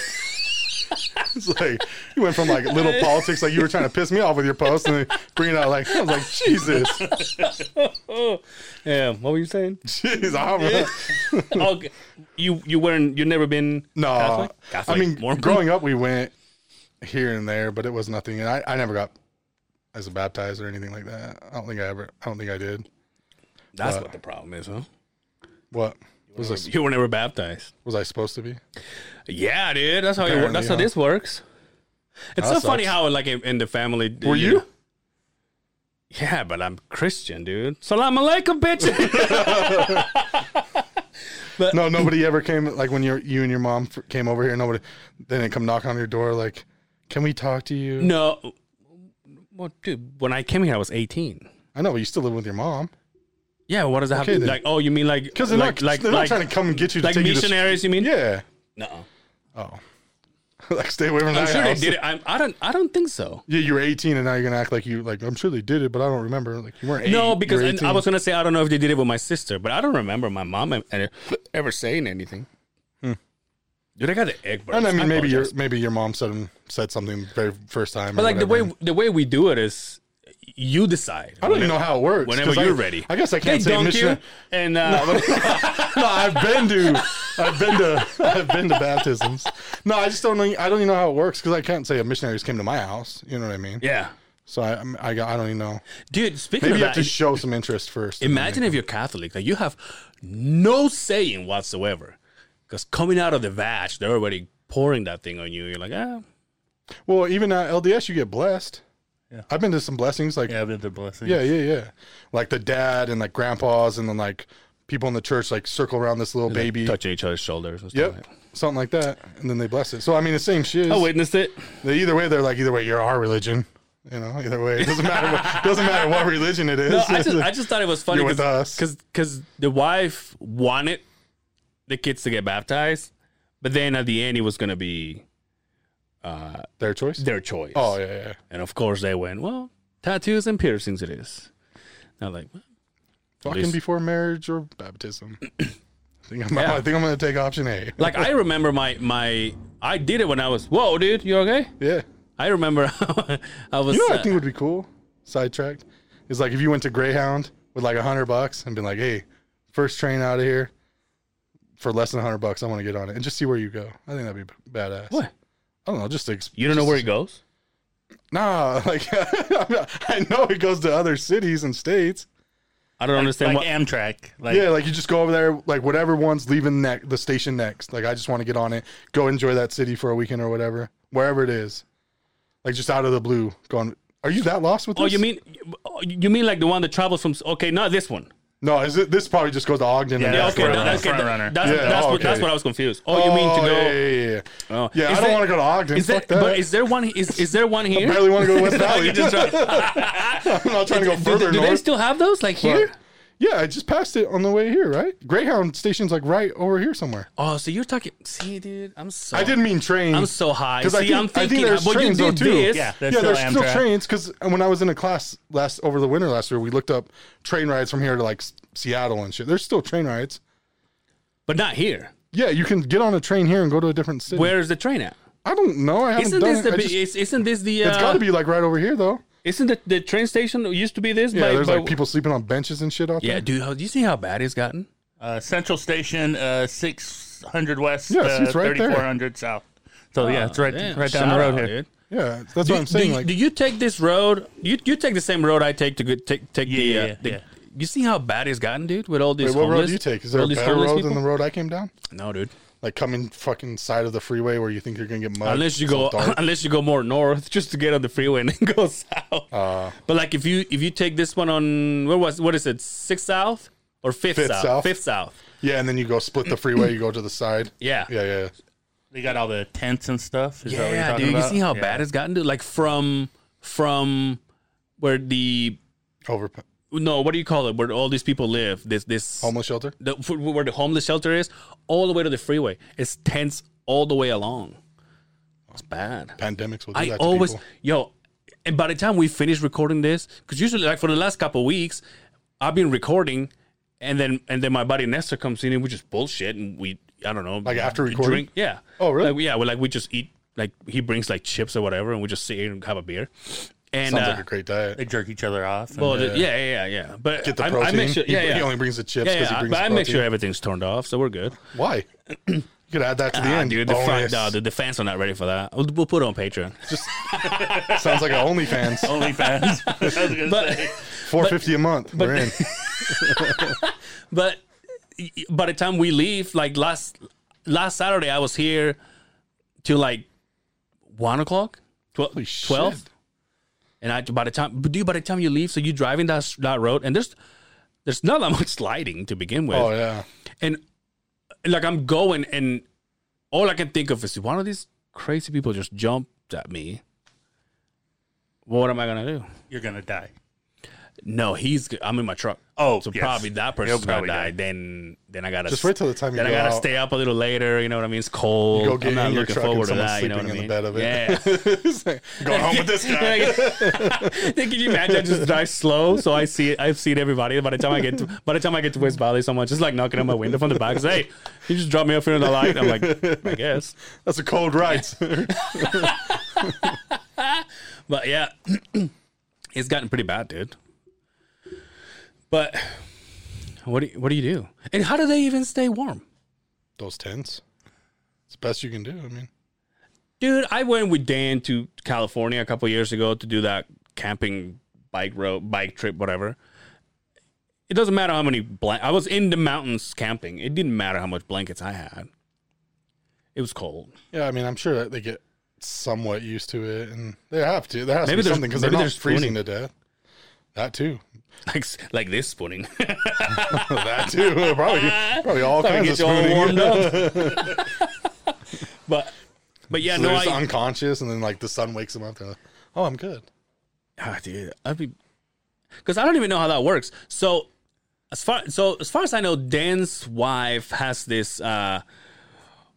Speaker 4: It's (laughs) like you went from like little politics, like you were trying to piss me off with your post, and then bringing out like I was like Jesus, (laughs)
Speaker 3: yeah. What were you saying? (laughs)
Speaker 4: jeez, I'm
Speaker 3: Oh, you you weren't. You never been.
Speaker 4: no.
Speaker 3: Catholic? Catholic,
Speaker 4: I mean,
Speaker 3: Mormon?
Speaker 4: growing up, we went here and there, but it was nothing, and I, I never got as a baptized or anything like that. I don't think I ever. I don't think I did.
Speaker 3: That's
Speaker 4: Uh,
Speaker 3: what the problem is, huh?
Speaker 4: What was I,
Speaker 3: You were never baptized.
Speaker 4: was I supposed to be?
Speaker 3: Yeah, dude. That's how. You,
Speaker 4: Apparently,
Speaker 3: that's how
Speaker 4: huh?
Speaker 3: this works. It's so
Speaker 4: That
Speaker 3: funny
Speaker 4: sucks.
Speaker 3: how like in in the family.
Speaker 4: Were you?
Speaker 3: Yeah, but I'm Christian, dude. Salam alaikum, bitch. (laughs)
Speaker 4: No, nobody ever came. Like when you you and your mom f- came over here, nobody they didn't come knock on your door. Like, can we talk to you?
Speaker 3: No. Well, dude, when I came here, I was 18.
Speaker 4: I know, but you still live with your mom
Speaker 3: Yeah, what does that
Speaker 4: Okay,
Speaker 3: have to
Speaker 4: then.
Speaker 3: Like, oh, you mean like.
Speaker 4: because they're
Speaker 3: like,
Speaker 4: not
Speaker 3: like,
Speaker 4: they're
Speaker 3: like,
Speaker 4: not trying to come and get you to
Speaker 3: like
Speaker 4: take
Speaker 3: missionaries, you mean?
Speaker 4: You to, yeah.
Speaker 3: No.
Speaker 4: Oh, (laughs) like stay away from
Speaker 3: I'm
Speaker 4: that.
Speaker 3: sure they
Speaker 4: house.
Speaker 3: did it. I'm, I, don't, I don't think so.
Speaker 4: Yeah, you were 18, and now you're gonna act like you like. I'm sure they did it, but I don't remember. Like you weren't. Eight,
Speaker 3: No, because
Speaker 4: you were
Speaker 3: and I
Speaker 4: 18.
Speaker 3: was going to say, I don't know if they did it with my sister, but I don't remember my mom e- e- ever saying anything. Dude, I got the egg burst.
Speaker 4: Hmm. And I mean, maybe your
Speaker 3: apologize.
Speaker 4: maybe your mom said said something the very first time.
Speaker 3: But like the way the way we do it is, you decide.
Speaker 4: I don't even know how it works.
Speaker 3: Whenever
Speaker 4: 'cause I-
Speaker 3: you're ready.
Speaker 4: I guess I
Speaker 3: They
Speaker 4: can't say
Speaker 3: dunk you,
Speaker 4: missionary.
Speaker 3: and uh,
Speaker 4: (laughs) no, I've been to, I've been to, (laughs) I've been to baptisms. No, I just don't know. I don't even know how it works because I can't say a missionaries came to my house. You know what I mean?
Speaker 3: yeah,
Speaker 4: So I, I'm- I, got- I don't even know.
Speaker 3: dude. Speaking
Speaker 4: Maybe
Speaker 3: of
Speaker 4: you
Speaker 3: that,
Speaker 4: have to show some interest first.
Speaker 3: Imagine if you're Catholic, like you have no saying whatsoever, because coming out of the vatch, they're already pouring that thing on you. You're like, ah,
Speaker 4: Well, even at LDS, you get blessed. Yeah. I've been to some blessings like
Speaker 5: Yeah, but the blessing.
Speaker 4: Yeah, yeah, yeah. Like the dad and like grandpas and then like people in the church like circle around this little baby.
Speaker 3: touching each other's shoulders. And stuff
Speaker 4: Yep.
Speaker 3: like that.
Speaker 4: Something like that. And then they bless it. So I mean the same shit.
Speaker 3: I
Speaker 4: Oh,
Speaker 3: witnessed it.
Speaker 4: Either way they're like either way you're our religion. You know, either way. It doesn't matter what (laughs) doesn't matter what religion it is.
Speaker 3: No, I
Speaker 4: (laughs)
Speaker 3: just, I just thought it was funny
Speaker 4: You're with us.
Speaker 3: because because the wife wanted the kids to get baptized, but then at the end it was gonna be
Speaker 4: Their choice?
Speaker 3: their choice.
Speaker 4: Oh yeah, yeah.
Speaker 3: and of course they went well tattoos and piercings. It is. And I'm like,
Speaker 4: Fucking
Speaker 3: least-
Speaker 4: before marriage or
Speaker 3: (clears throat)
Speaker 4: baptism. I think I'm
Speaker 3: Yeah.
Speaker 4: I think I'm gonna take option A.
Speaker 3: like
Speaker 4: (laughs)
Speaker 3: I remember my my I did it when I was whoa, dude, you okay?
Speaker 4: Yeah.
Speaker 3: I remember (laughs) I was.
Speaker 4: You know what
Speaker 3: uh,
Speaker 4: I think would be cool? Sidetracked. Is like if you went to Greyhound with like a hundred bucks and been like, hey, first train out of here for less than a hundred bucks, I want to get on it and just see where you go. I think that'd be b- badass.
Speaker 3: What?
Speaker 4: I don't know. Just ex-
Speaker 3: You don't know where it goes?
Speaker 4: Nah, (laughs) like I know it goes to other cities and states.
Speaker 3: I don't understand what.
Speaker 5: Like Amtrak. Like,
Speaker 4: Yeah, like you just go over there, like whatever one's leaving ne- the station next. Like I just want to get on it, go enjoy that city for a weekend or whatever, wherever it is. Like just out of the blue, going. Are you that lost with
Speaker 3: Oh,
Speaker 4: this?
Speaker 3: you mean you mean like the one that travels from? Okay, not this one.
Speaker 4: No, is it, this probably just goes to Ogden. and
Speaker 5: Yeah,
Speaker 3: Yeah,
Speaker 4: that's
Speaker 3: okay,
Speaker 4: where
Speaker 5: front
Speaker 3: no,
Speaker 4: it
Speaker 5: runner,
Speaker 3: that's, okay,
Speaker 5: front runner.
Speaker 3: that's,
Speaker 4: Yeah,
Speaker 3: that's,
Speaker 4: oh,
Speaker 3: what, that's
Speaker 4: okay.
Speaker 3: what I was confused. Oh, you mean to go?
Speaker 4: Yeah, yeah, yeah.
Speaker 3: Oh.
Speaker 4: Yeah,
Speaker 3: Is
Speaker 4: I don't
Speaker 3: there-
Speaker 4: want to go to Ogden.
Speaker 3: Is there,
Speaker 4: Fuck that.
Speaker 3: but is there one? Is, is there one here? (laughs)
Speaker 4: barely want to go to West Valley.
Speaker 3: Just right-
Speaker 4: (laughs) I'm not trying to go
Speaker 3: do,
Speaker 4: further
Speaker 3: (laughs) do they
Speaker 4: north.
Speaker 3: still have those like here?
Speaker 4: What? Yeah, I just passed it on the way here, right? Greyhound station's like right over here somewhere.
Speaker 3: Oh, so you're talking? See, dude, I'm so
Speaker 4: I didn't mean train.
Speaker 3: I'm so high.
Speaker 4: 'Cause
Speaker 3: See,
Speaker 4: I think-
Speaker 3: I'm
Speaker 4: I think
Speaker 3: thinking.
Speaker 4: there's
Speaker 3: well, you
Speaker 4: trains, though,
Speaker 3: did
Speaker 4: too.
Speaker 3: this.
Speaker 5: Yeah, there's
Speaker 4: yeah,
Speaker 5: still
Speaker 4: there's still
Speaker 5: Amtrak.
Speaker 4: trains because when I was in a class last over the winter last year, we looked up train rides from here to like S- Seattle and shit. There's still train rides.
Speaker 3: but not here.
Speaker 4: Yeah, you can get on a train here and go to a different city.
Speaker 3: Where is the train at?
Speaker 4: I don't know. I haven't
Speaker 3: Isn't
Speaker 4: done
Speaker 3: this
Speaker 4: it.
Speaker 3: the?
Speaker 4: I
Speaker 3: bi-
Speaker 4: just-
Speaker 3: is, isn't this the? Uh,
Speaker 4: it's got to be like right over here though.
Speaker 3: Isn't the, the train station that used to be this?
Speaker 4: Yeah,
Speaker 3: by-
Speaker 4: there's
Speaker 3: by-
Speaker 4: like people sleeping on benches and shit out
Speaker 3: Yeah,
Speaker 4: there.
Speaker 3: dude. How, do you see how bad it's gotten?
Speaker 5: Uh, Central Station, uh, 600 West,
Speaker 4: Yeah, see,
Speaker 5: uh,
Speaker 4: it's right there.
Speaker 5: 3400 South. So, yeah, it's right,
Speaker 3: Damn,
Speaker 5: right down the
Speaker 3: Oh, shout
Speaker 5: road
Speaker 3: out,
Speaker 5: here.
Speaker 3: dude.
Speaker 4: Yeah, that's
Speaker 3: Do,
Speaker 4: what I'm saying.
Speaker 3: do, you,
Speaker 4: like,
Speaker 3: do you take this road? You you take the same road I take to go, take take the,
Speaker 5: Yeah,
Speaker 3: uh,
Speaker 5: yeah,
Speaker 3: the-
Speaker 5: yeah.
Speaker 3: You see how bad it's gotten, dude? With all these
Speaker 4: wait, what
Speaker 3: homeless,
Speaker 4: road do you take? Is there
Speaker 3: all
Speaker 4: a
Speaker 3: these
Speaker 4: better
Speaker 3: homeless
Speaker 4: road
Speaker 3: people?
Speaker 4: than the road I came down?
Speaker 3: No, dude.
Speaker 4: Like coming fucking side of the freeway where you think you're gonna get mud.
Speaker 3: unless you
Speaker 4: It's
Speaker 3: go
Speaker 4: all dark.
Speaker 3: (laughs) unless you go more north just to get on the freeway and then go (laughs) south. but like if you if you take this one on what was what is it sixth south or fifth,
Speaker 4: Fifth
Speaker 3: south?
Speaker 4: South.
Speaker 3: fifth south
Speaker 4: yeah, and then you go split the freeway. You go to the side.
Speaker 3: yeah
Speaker 4: Yeah, yeah.
Speaker 5: They got all the tents and stuff. Is that what you're
Speaker 3: yeah
Speaker 5: talking
Speaker 3: dude you
Speaker 5: about?
Speaker 3: see how
Speaker 5: Yeah.
Speaker 3: bad it's gotten to like from from where the
Speaker 4: Over
Speaker 3: no what do you call it where all these people live this this
Speaker 4: homeless shelter.
Speaker 3: the, where the homeless shelter is all the way to the freeway it's tents all the way along it's bad
Speaker 4: Pandemics will do
Speaker 3: I
Speaker 4: that to
Speaker 3: always,
Speaker 4: people.
Speaker 3: yo, and by the time we finish recording this, because usually, like for the last couple of weeks, I've been recording, and then and then my buddy Nestor comes in and we just bullshit and we, I don't know,
Speaker 4: Like after
Speaker 3: we
Speaker 4: recording?
Speaker 3: drink, yeah.
Speaker 4: Oh, really?
Speaker 3: Like, yeah, well, like we just eat, like he brings like chips or whatever, and we just sit here and have a beer, and
Speaker 4: Sounds
Speaker 3: uh,
Speaker 4: like a great diet.
Speaker 5: They jerk each other off. and-
Speaker 3: well, the- yeah, yeah, yeah, yeah. But
Speaker 4: Get the
Speaker 3: I, I
Speaker 4: protein.
Speaker 3: make sure, yeah,
Speaker 4: he,
Speaker 3: yeah.
Speaker 4: he only brings the chips
Speaker 3: yeah,
Speaker 4: because
Speaker 3: yeah,
Speaker 4: he brings
Speaker 3: but
Speaker 4: the
Speaker 3: I make sure
Speaker 4: protein.
Speaker 3: everything's turned off, so we're good.
Speaker 4: Why? you could add that to the
Speaker 3: Ah,
Speaker 4: end.
Speaker 3: dude, the, fan,
Speaker 4: Bonus. (laughs)
Speaker 3: no, dude, the fans are not ready for that. We'll, we'll put it on Patreon.
Speaker 4: Just sounds like an
Speaker 3: (laughs)
Speaker 4: OnlyFans.
Speaker 5: (laughs) OnlyFans. (laughs) I was gonna
Speaker 3: Oh, But-
Speaker 5: say.
Speaker 4: Four fifty a month.
Speaker 3: (laughs)
Speaker 4: We're in.
Speaker 3: but y- y- by the time we leave, like last last Saturday, I was here till like one o'clock, twelve,
Speaker 4: Holy shit.
Speaker 3: 12. and I by the time, but dude, by the time you leave, so you driving that s- that road, and there's there's not that much lighting to begin with,
Speaker 4: Oh yeah.
Speaker 3: and like I'm going, and all I can think of is one of these crazy people just jumped at me. What am I gonna do?
Speaker 5: You're going to die.
Speaker 3: No, he's. g- I'm in my truck.
Speaker 5: Oh,
Speaker 3: so
Speaker 5: yes.
Speaker 3: probably that
Speaker 5: He'll
Speaker 3: person's
Speaker 5: probably
Speaker 3: gonna die.
Speaker 5: die.
Speaker 3: Then, then I gotta
Speaker 4: Just wait till the time you
Speaker 3: Then I
Speaker 4: go
Speaker 3: gotta
Speaker 4: out.
Speaker 3: stay up a little later. You know what I mean? It's cold.
Speaker 4: go get
Speaker 3: I'm not
Speaker 4: in your
Speaker 3: looking
Speaker 4: truck and
Speaker 3: forward to
Speaker 4: someone's
Speaker 3: that. You know what I mean?
Speaker 4: sleeping in the bed
Speaker 3: Yeah.
Speaker 4: It's like, Going (laughs) home
Speaker 3: (laughs)
Speaker 4: with this guy.
Speaker 3: Then Can you imagine? I just drive slow, so I see. I've seen everybody. By the time I get, to, by the time I get to West Valley, someone just like knocking on my window from the back. Say, hey, you just drop me off here in the light. I'm like, I guess.
Speaker 4: That's a cold ride.
Speaker 3: But yeah, (clears throat) it's gotten pretty bad, dude. But what do you, what do you do? And how do they even stay warm?
Speaker 4: Those tents. It's the best you can do. I mean,
Speaker 3: Dude, I went with Dan to California a couple years ago to do that camping bike road, bike trip, whatever. It doesn't matter how many blankets. I was in the mountains camping. It didn't matter how much blankets I had. It was cold. (laughs)
Speaker 4: yeah. I mean, I'm sure that they get somewhat used to it, and they have to. There has
Speaker 3: Maybe
Speaker 4: to be
Speaker 3: there's-
Speaker 4: something because they're
Speaker 3: maybe
Speaker 4: not
Speaker 3: there's
Speaker 4: freezing to death. That too. (laughs)
Speaker 3: Like s- like this spooning.
Speaker 4: that too. (laughs) Probably, probably
Speaker 3: (laughs)
Speaker 4: all
Speaker 3: Trying to
Speaker 4: kinds of
Speaker 3: get you all
Speaker 4: spooning.
Speaker 3: warmed
Speaker 4: (laughs)
Speaker 3: up. (laughs) but but yeah,
Speaker 4: So
Speaker 3: no,
Speaker 4: they're
Speaker 3: I
Speaker 4: just unconscious, and then like the sun wakes them up. They're like, "Oh, I'm good."
Speaker 3: Ah, dude, I'd be because I don't even know how that works. So as far so as far as I know, Dan's wife has this uh,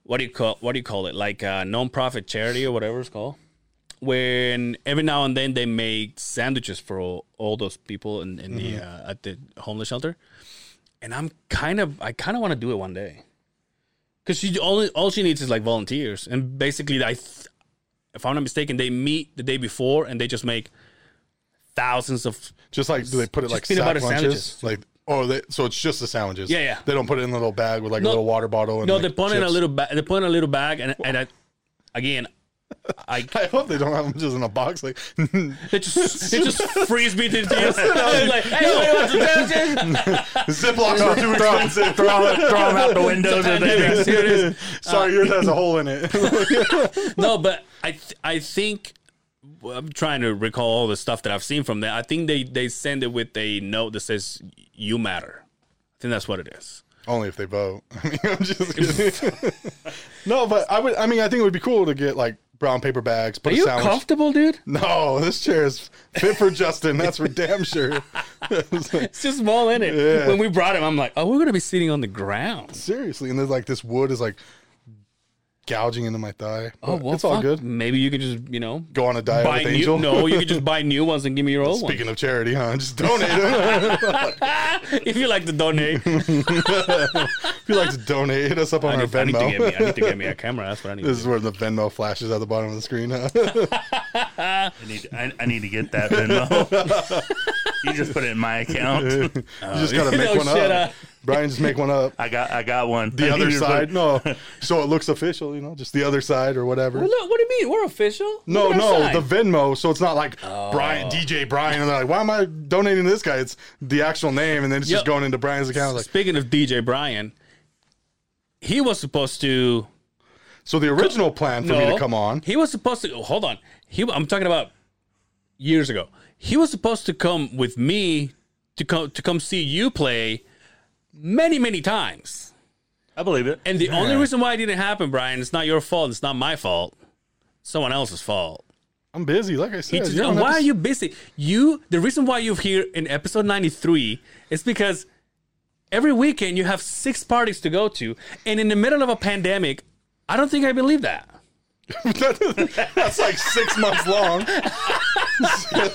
Speaker 3: what do you call what do you call it like a non-profit charity or whatever it's called. When every now and then they make sandwiches for all, all those people in, in the uh, at the homeless shelter, and I'm kind of I kind of want to do it one day, because she only all she needs is like volunteers, and basically I, th- if I'm not mistaken, they meet the day before and they just make thousands of
Speaker 4: Just like do they put it
Speaker 3: Just
Speaker 4: like
Speaker 3: peanut
Speaker 4: sack
Speaker 3: butter
Speaker 4: lunches?
Speaker 3: sandwiches.
Speaker 4: Like oh, they, so it's just the sandwiches.
Speaker 3: Yeah, yeah.
Speaker 4: They don't put it in a little bag with like
Speaker 3: No.
Speaker 4: a little water bottle. And
Speaker 3: No,
Speaker 4: like,
Speaker 3: they put in a
Speaker 4: chips.
Speaker 3: little bag. They put in a little bag, and and I, again, I
Speaker 4: (laughs) I hope they don't have them just in a box. Like (laughs)
Speaker 3: they just they (laughs) just freeze me to (laughs) death. like, hey, anybody want some sandwiches? (laughs)
Speaker 4: Ziplocs are too expensive.
Speaker 5: (laughs) throw, it- throw 'em out the windows. and
Speaker 3: Pandemic,
Speaker 5: they-
Speaker 3: serious.
Speaker 4: (laughs) Sorry, yours has a hole in it.
Speaker 3: (laughs)
Speaker 4: (laughs)
Speaker 3: no, but I th- I think I'm trying to recall all the stuff that I've seen from there. I think they they send it with a note that says "You matter." I think that's what it
Speaker 4: (laughs)
Speaker 3: is.
Speaker 4: Only if
Speaker 3: (laughs)
Speaker 4: they (laughs) vote. I mean, I'm just kidding. no, but I would. I mean, I think it would be cool to get like brown paper bags. Put
Speaker 3: Are
Speaker 4: a
Speaker 3: you
Speaker 4: sandwich.
Speaker 3: comfortable, dude?
Speaker 4: no, this chair is fit for Justin. That's for damn sure. (laughs)
Speaker 3: It's just small in it.
Speaker 4: Yeah.
Speaker 3: When we brought him, I'm like, oh, we're gonna be sitting on the ground.
Speaker 4: Seriously, and there's like this wood is like gouging into my thigh.
Speaker 3: Oh,
Speaker 4: But
Speaker 3: well,
Speaker 4: it's all
Speaker 3: fuck.
Speaker 4: good.
Speaker 3: Maybe you could just, you know,
Speaker 4: Go on a diet
Speaker 3: buy
Speaker 4: with
Speaker 3: new.
Speaker 4: Angel.
Speaker 3: No,
Speaker 4: (laughs)
Speaker 3: you could just buy new ones and give me your old
Speaker 4: Speaking of charity, huh? Just donate. (laughs) if
Speaker 3: one. if you like to donate,
Speaker 4: (laughs) you like to donate, hit us up on
Speaker 3: I
Speaker 4: our
Speaker 3: need, I need to
Speaker 4: Venmo.
Speaker 3: get me. I need to get me a camera. That's what I need.
Speaker 4: (laughs) This
Speaker 3: To
Speaker 4: is
Speaker 3: do.
Speaker 4: where the Venmo flashes at the bottom of the screen. Huh?
Speaker 5: I need, I, I need to get that Venmo. (laughs) you just put it in my
Speaker 4: (laughs)
Speaker 5: account.
Speaker 4: you just gotta
Speaker 3: (laughs)
Speaker 4: make
Speaker 3: no
Speaker 4: one
Speaker 3: shit,
Speaker 4: up.
Speaker 3: uh.
Speaker 4: Brian, just make
Speaker 3: (laughs)
Speaker 4: one up.
Speaker 5: I got, I got one. (laughs)
Speaker 4: The
Speaker 5: I
Speaker 4: other
Speaker 5: need to put-
Speaker 4: side, no. So it looks official, you know, just the other side or whatever.
Speaker 3: Well, no, what do you mean? We're official.
Speaker 4: No,
Speaker 3: Look at our Oh.
Speaker 4: no,
Speaker 3: sign.
Speaker 4: the Venmo. So it's not like Brian, DJ Brian, and they're like, why am I donating to this guy? It's the actual name, and then it's just
Speaker 3: Yep.
Speaker 4: going into Brian's account. Like,
Speaker 3: Speaking of DJ Brian, he was supposed to.
Speaker 4: so the original plan for
Speaker 3: no,
Speaker 4: me to come on,
Speaker 3: He was supposed to. oh, hold on. He. I'm talking about years ago. He was supposed to come with me to come to come see you play many many times.
Speaker 5: I believe it.
Speaker 3: And the only reason why it didn't happen, Brian, it's not your fault. It's not my fault. Someone else's fault.
Speaker 4: I'm busy. Like I
Speaker 3: He
Speaker 4: said,
Speaker 3: just-
Speaker 4: you don't have
Speaker 3: why
Speaker 4: to-
Speaker 3: are you busy? You. The reason why you're here in episode 93 is because every weekend you have six parties to go to, and in the middle of a pandemic, I don't think I believe that.
Speaker 4: (laughs) That's like six
Speaker 3: (laughs)
Speaker 4: months long.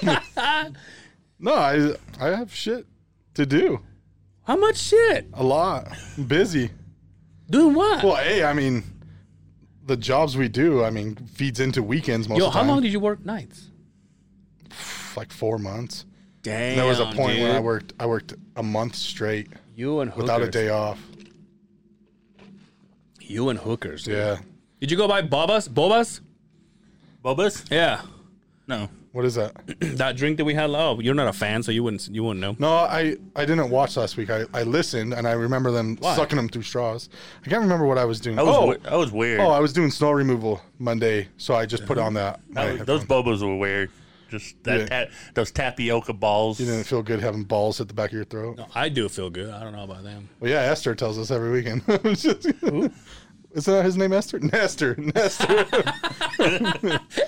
Speaker 4: (laughs) no, I I have shit to do.
Speaker 3: How much shit?
Speaker 4: A lot. I'm busy.
Speaker 3: Doing what?
Speaker 4: Well, hey, I mean, the jobs we do, I mean, feeds into weekends most
Speaker 3: Yo,
Speaker 4: of the
Speaker 3: how
Speaker 4: time.
Speaker 3: long did you work nights?
Speaker 4: like four months.
Speaker 3: Damn.
Speaker 4: There was a point when I worked. I worked a month straight
Speaker 3: you and hookers.
Speaker 4: without a day off.
Speaker 3: You and hookers. dude.
Speaker 4: Yeah.
Speaker 3: Did you go buy bobas? Bobas?
Speaker 5: Bobas?
Speaker 3: Yeah. (clears throat)
Speaker 5: No.
Speaker 4: What is that?
Speaker 3: that drink that we had. Oh, you're not a fan, so you wouldn't. You wouldn't know.
Speaker 4: No, I I didn't watch last week. I, I listened and I remember them sucking them through straws. I can't remember what I was doing.
Speaker 5: That was,
Speaker 4: oh,
Speaker 5: we- that was weird.
Speaker 4: oh, I was doing snow removal Monday, so I just put on that.
Speaker 5: That was- those bobas were weird. Just that
Speaker 4: Yeah.
Speaker 5: ta- those tapioca balls. (laughs)
Speaker 4: You didn't feel good having balls at the back of your throat.
Speaker 3: I do feel good. I don't know about
Speaker 4: (laughs)
Speaker 3: them.
Speaker 4: Well, yeah, Esther tells us every weekend. (laughs) It's just- Is that his name, Esther? (laughs) Nestor. Nestor.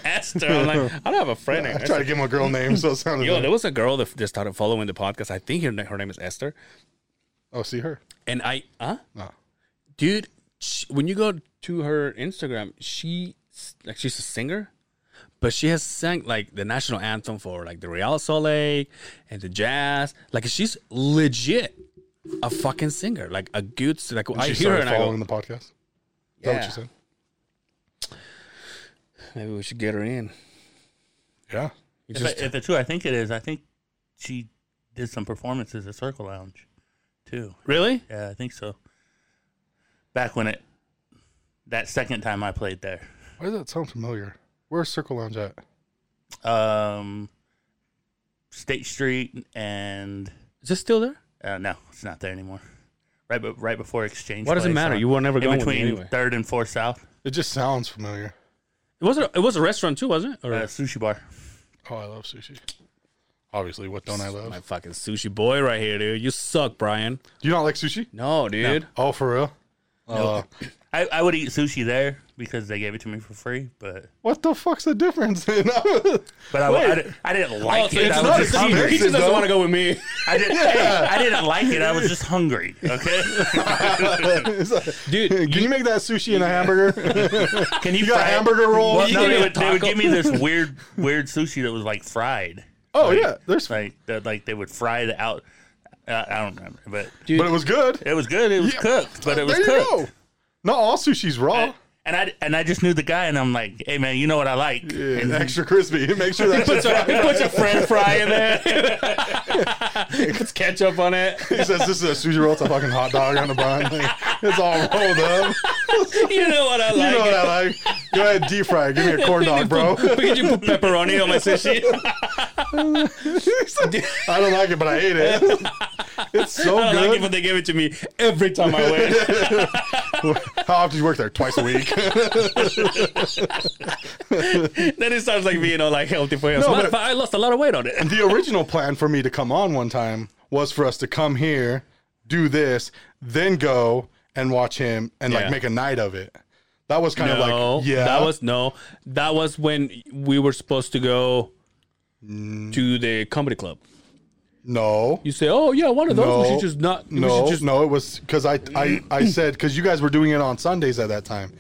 Speaker 3: Esther, (laughs) I'm like, I don't have a friend.
Speaker 4: I
Speaker 3: named
Speaker 4: tried to
Speaker 3: Esther.
Speaker 4: give him a girl
Speaker 3: (laughs)
Speaker 4: name, so it sounded.
Speaker 3: Yo,
Speaker 4: like-
Speaker 3: there was a girl that that started following the podcast. I think her, na- her name is Esther.
Speaker 4: oh, see her.
Speaker 3: And I, huh?
Speaker 4: No.
Speaker 3: dude, sh when you go to her Instagram, she s- like she's a singer, but she has sang like the national anthem for like the Real Soleil and the jazz. Like she's legit a fucking singer, like a good. s- Like I hear
Speaker 4: She
Speaker 3: her
Speaker 4: started
Speaker 3: and I go,
Speaker 4: following the podcast. Is that what
Speaker 3: Yeah.
Speaker 4: you said?
Speaker 3: maybe we should get her in.
Speaker 4: Yeah.
Speaker 3: You
Speaker 5: If,
Speaker 3: just-
Speaker 5: I- if it's true, I think it is. I think she did some performances at Circle Lounge, too.
Speaker 3: really?
Speaker 5: Yeah, I think so. Back when it, that second time I played there,
Speaker 4: Why does that sound familiar? Where's Circle Lounge at?
Speaker 5: um, State Street and
Speaker 3: Is it still there?
Speaker 5: uh, no, it's not there anymore. Right, be- right before Exchange.
Speaker 3: Why does it
Speaker 5: Place uh,
Speaker 3: matter? You were never
Speaker 5: in
Speaker 3: going with me
Speaker 5: between
Speaker 3: anyway.
Speaker 5: Third and Fourth South
Speaker 4: It just sounds familiar.
Speaker 3: It was a, it was a restaurant too, wasn't it? Or
Speaker 5: uh, sushi bar.
Speaker 4: Oh, I love sushi. Obviously, what don't I love?
Speaker 3: my fucking sushi boy right here, dude. You suck, Brian.
Speaker 4: Do you not like sushi?
Speaker 3: No, dude.
Speaker 4: Oh, for real? Uh,
Speaker 5: I, I would eat sushi there because they gave it to me for free, but
Speaker 4: what the fuck's the difference? (laughs) You know?
Speaker 5: but I, I, didn't- I didn't like it. I was
Speaker 4: Oh, not
Speaker 5: just
Speaker 4: a
Speaker 5: hungry.
Speaker 4: competition,
Speaker 3: He just doesn't
Speaker 4: though.
Speaker 3: want to go with
Speaker 4: (laughs)
Speaker 3: me.
Speaker 5: I didn't. hey, I didn't like it. I was just hungry.
Speaker 4: (laughs)
Speaker 5: Okay.
Speaker 4: It's like,
Speaker 3: Dude,
Speaker 4: can you, make that sushi and
Speaker 3: (laughs)
Speaker 4: a hamburger?
Speaker 5: Can
Speaker 4: you got hamburger roll?
Speaker 5: Well, no,
Speaker 3: You
Speaker 5: they
Speaker 3: get
Speaker 5: would, they would
Speaker 3: taco.
Speaker 5: give me this weird, weird sushi that was like fried.
Speaker 4: (laughs) oh yeah, there's.
Speaker 5: Like, that, like they would fry the out. Uh, I don't remember, but
Speaker 4: but it was good.
Speaker 5: it was good. It was
Speaker 4: Yeah.
Speaker 5: cooked, but it was
Speaker 4: there you
Speaker 5: cooked.
Speaker 4: go. Not all sushi's raw.
Speaker 5: And I and I just knew the guy, and I'm like, hey man, you know what I like. (laughs)
Speaker 4: And extra crispy. (laughs) Make sure
Speaker 3: (laughs)
Speaker 4: that
Speaker 3: puts a, he puts a French fry in there. puts ketchup on it.
Speaker 4: he says this is a sushi roll. It's a fucking hot dog on the bun. (laughs) Like, it's all rolled up.
Speaker 3: (laughs) You know what I like.
Speaker 4: You know what I like. Go ahead, deep fry. it. Give me a corn dog, bro.
Speaker 3: Could (laughs) you put pepperoni on my
Speaker 4: (laughs)
Speaker 3: sushi?
Speaker 4: I don't like it, but I ate it. (laughs) It's so
Speaker 3: I like it,
Speaker 4: good.
Speaker 3: but they give it to me every time I went.
Speaker 4: (laughs) How often do you work there? Twice a week.
Speaker 3: (laughs)
Speaker 4: (laughs)
Speaker 3: then it starts like being you know, like healthy for you.
Speaker 4: No,
Speaker 3: Matter
Speaker 4: but-
Speaker 3: of fact, I lost a lot of weight
Speaker 4: (laughs)
Speaker 3: on it.
Speaker 4: the original plan for me to come on one time was for us to come here, do this, then go and watch him and
Speaker 3: Yeah.
Speaker 4: like make a night of it. That was kind of
Speaker 3: no,
Speaker 4: like yeah.
Speaker 3: that was no, that was when we were supposed to go
Speaker 4: Mm.
Speaker 3: to the comedy club.
Speaker 4: no.
Speaker 3: You say, "Oh yeah, one of those." we
Speaker 4: No.
Speaker 3: should just not. we
Speaker 4: No,
Speaker 3: should just,
Speaker 4: no, it was because I, I,
Speaker 3: (clears throat)
Speaker 4: I said because you guys were doing it on Sundays at that time,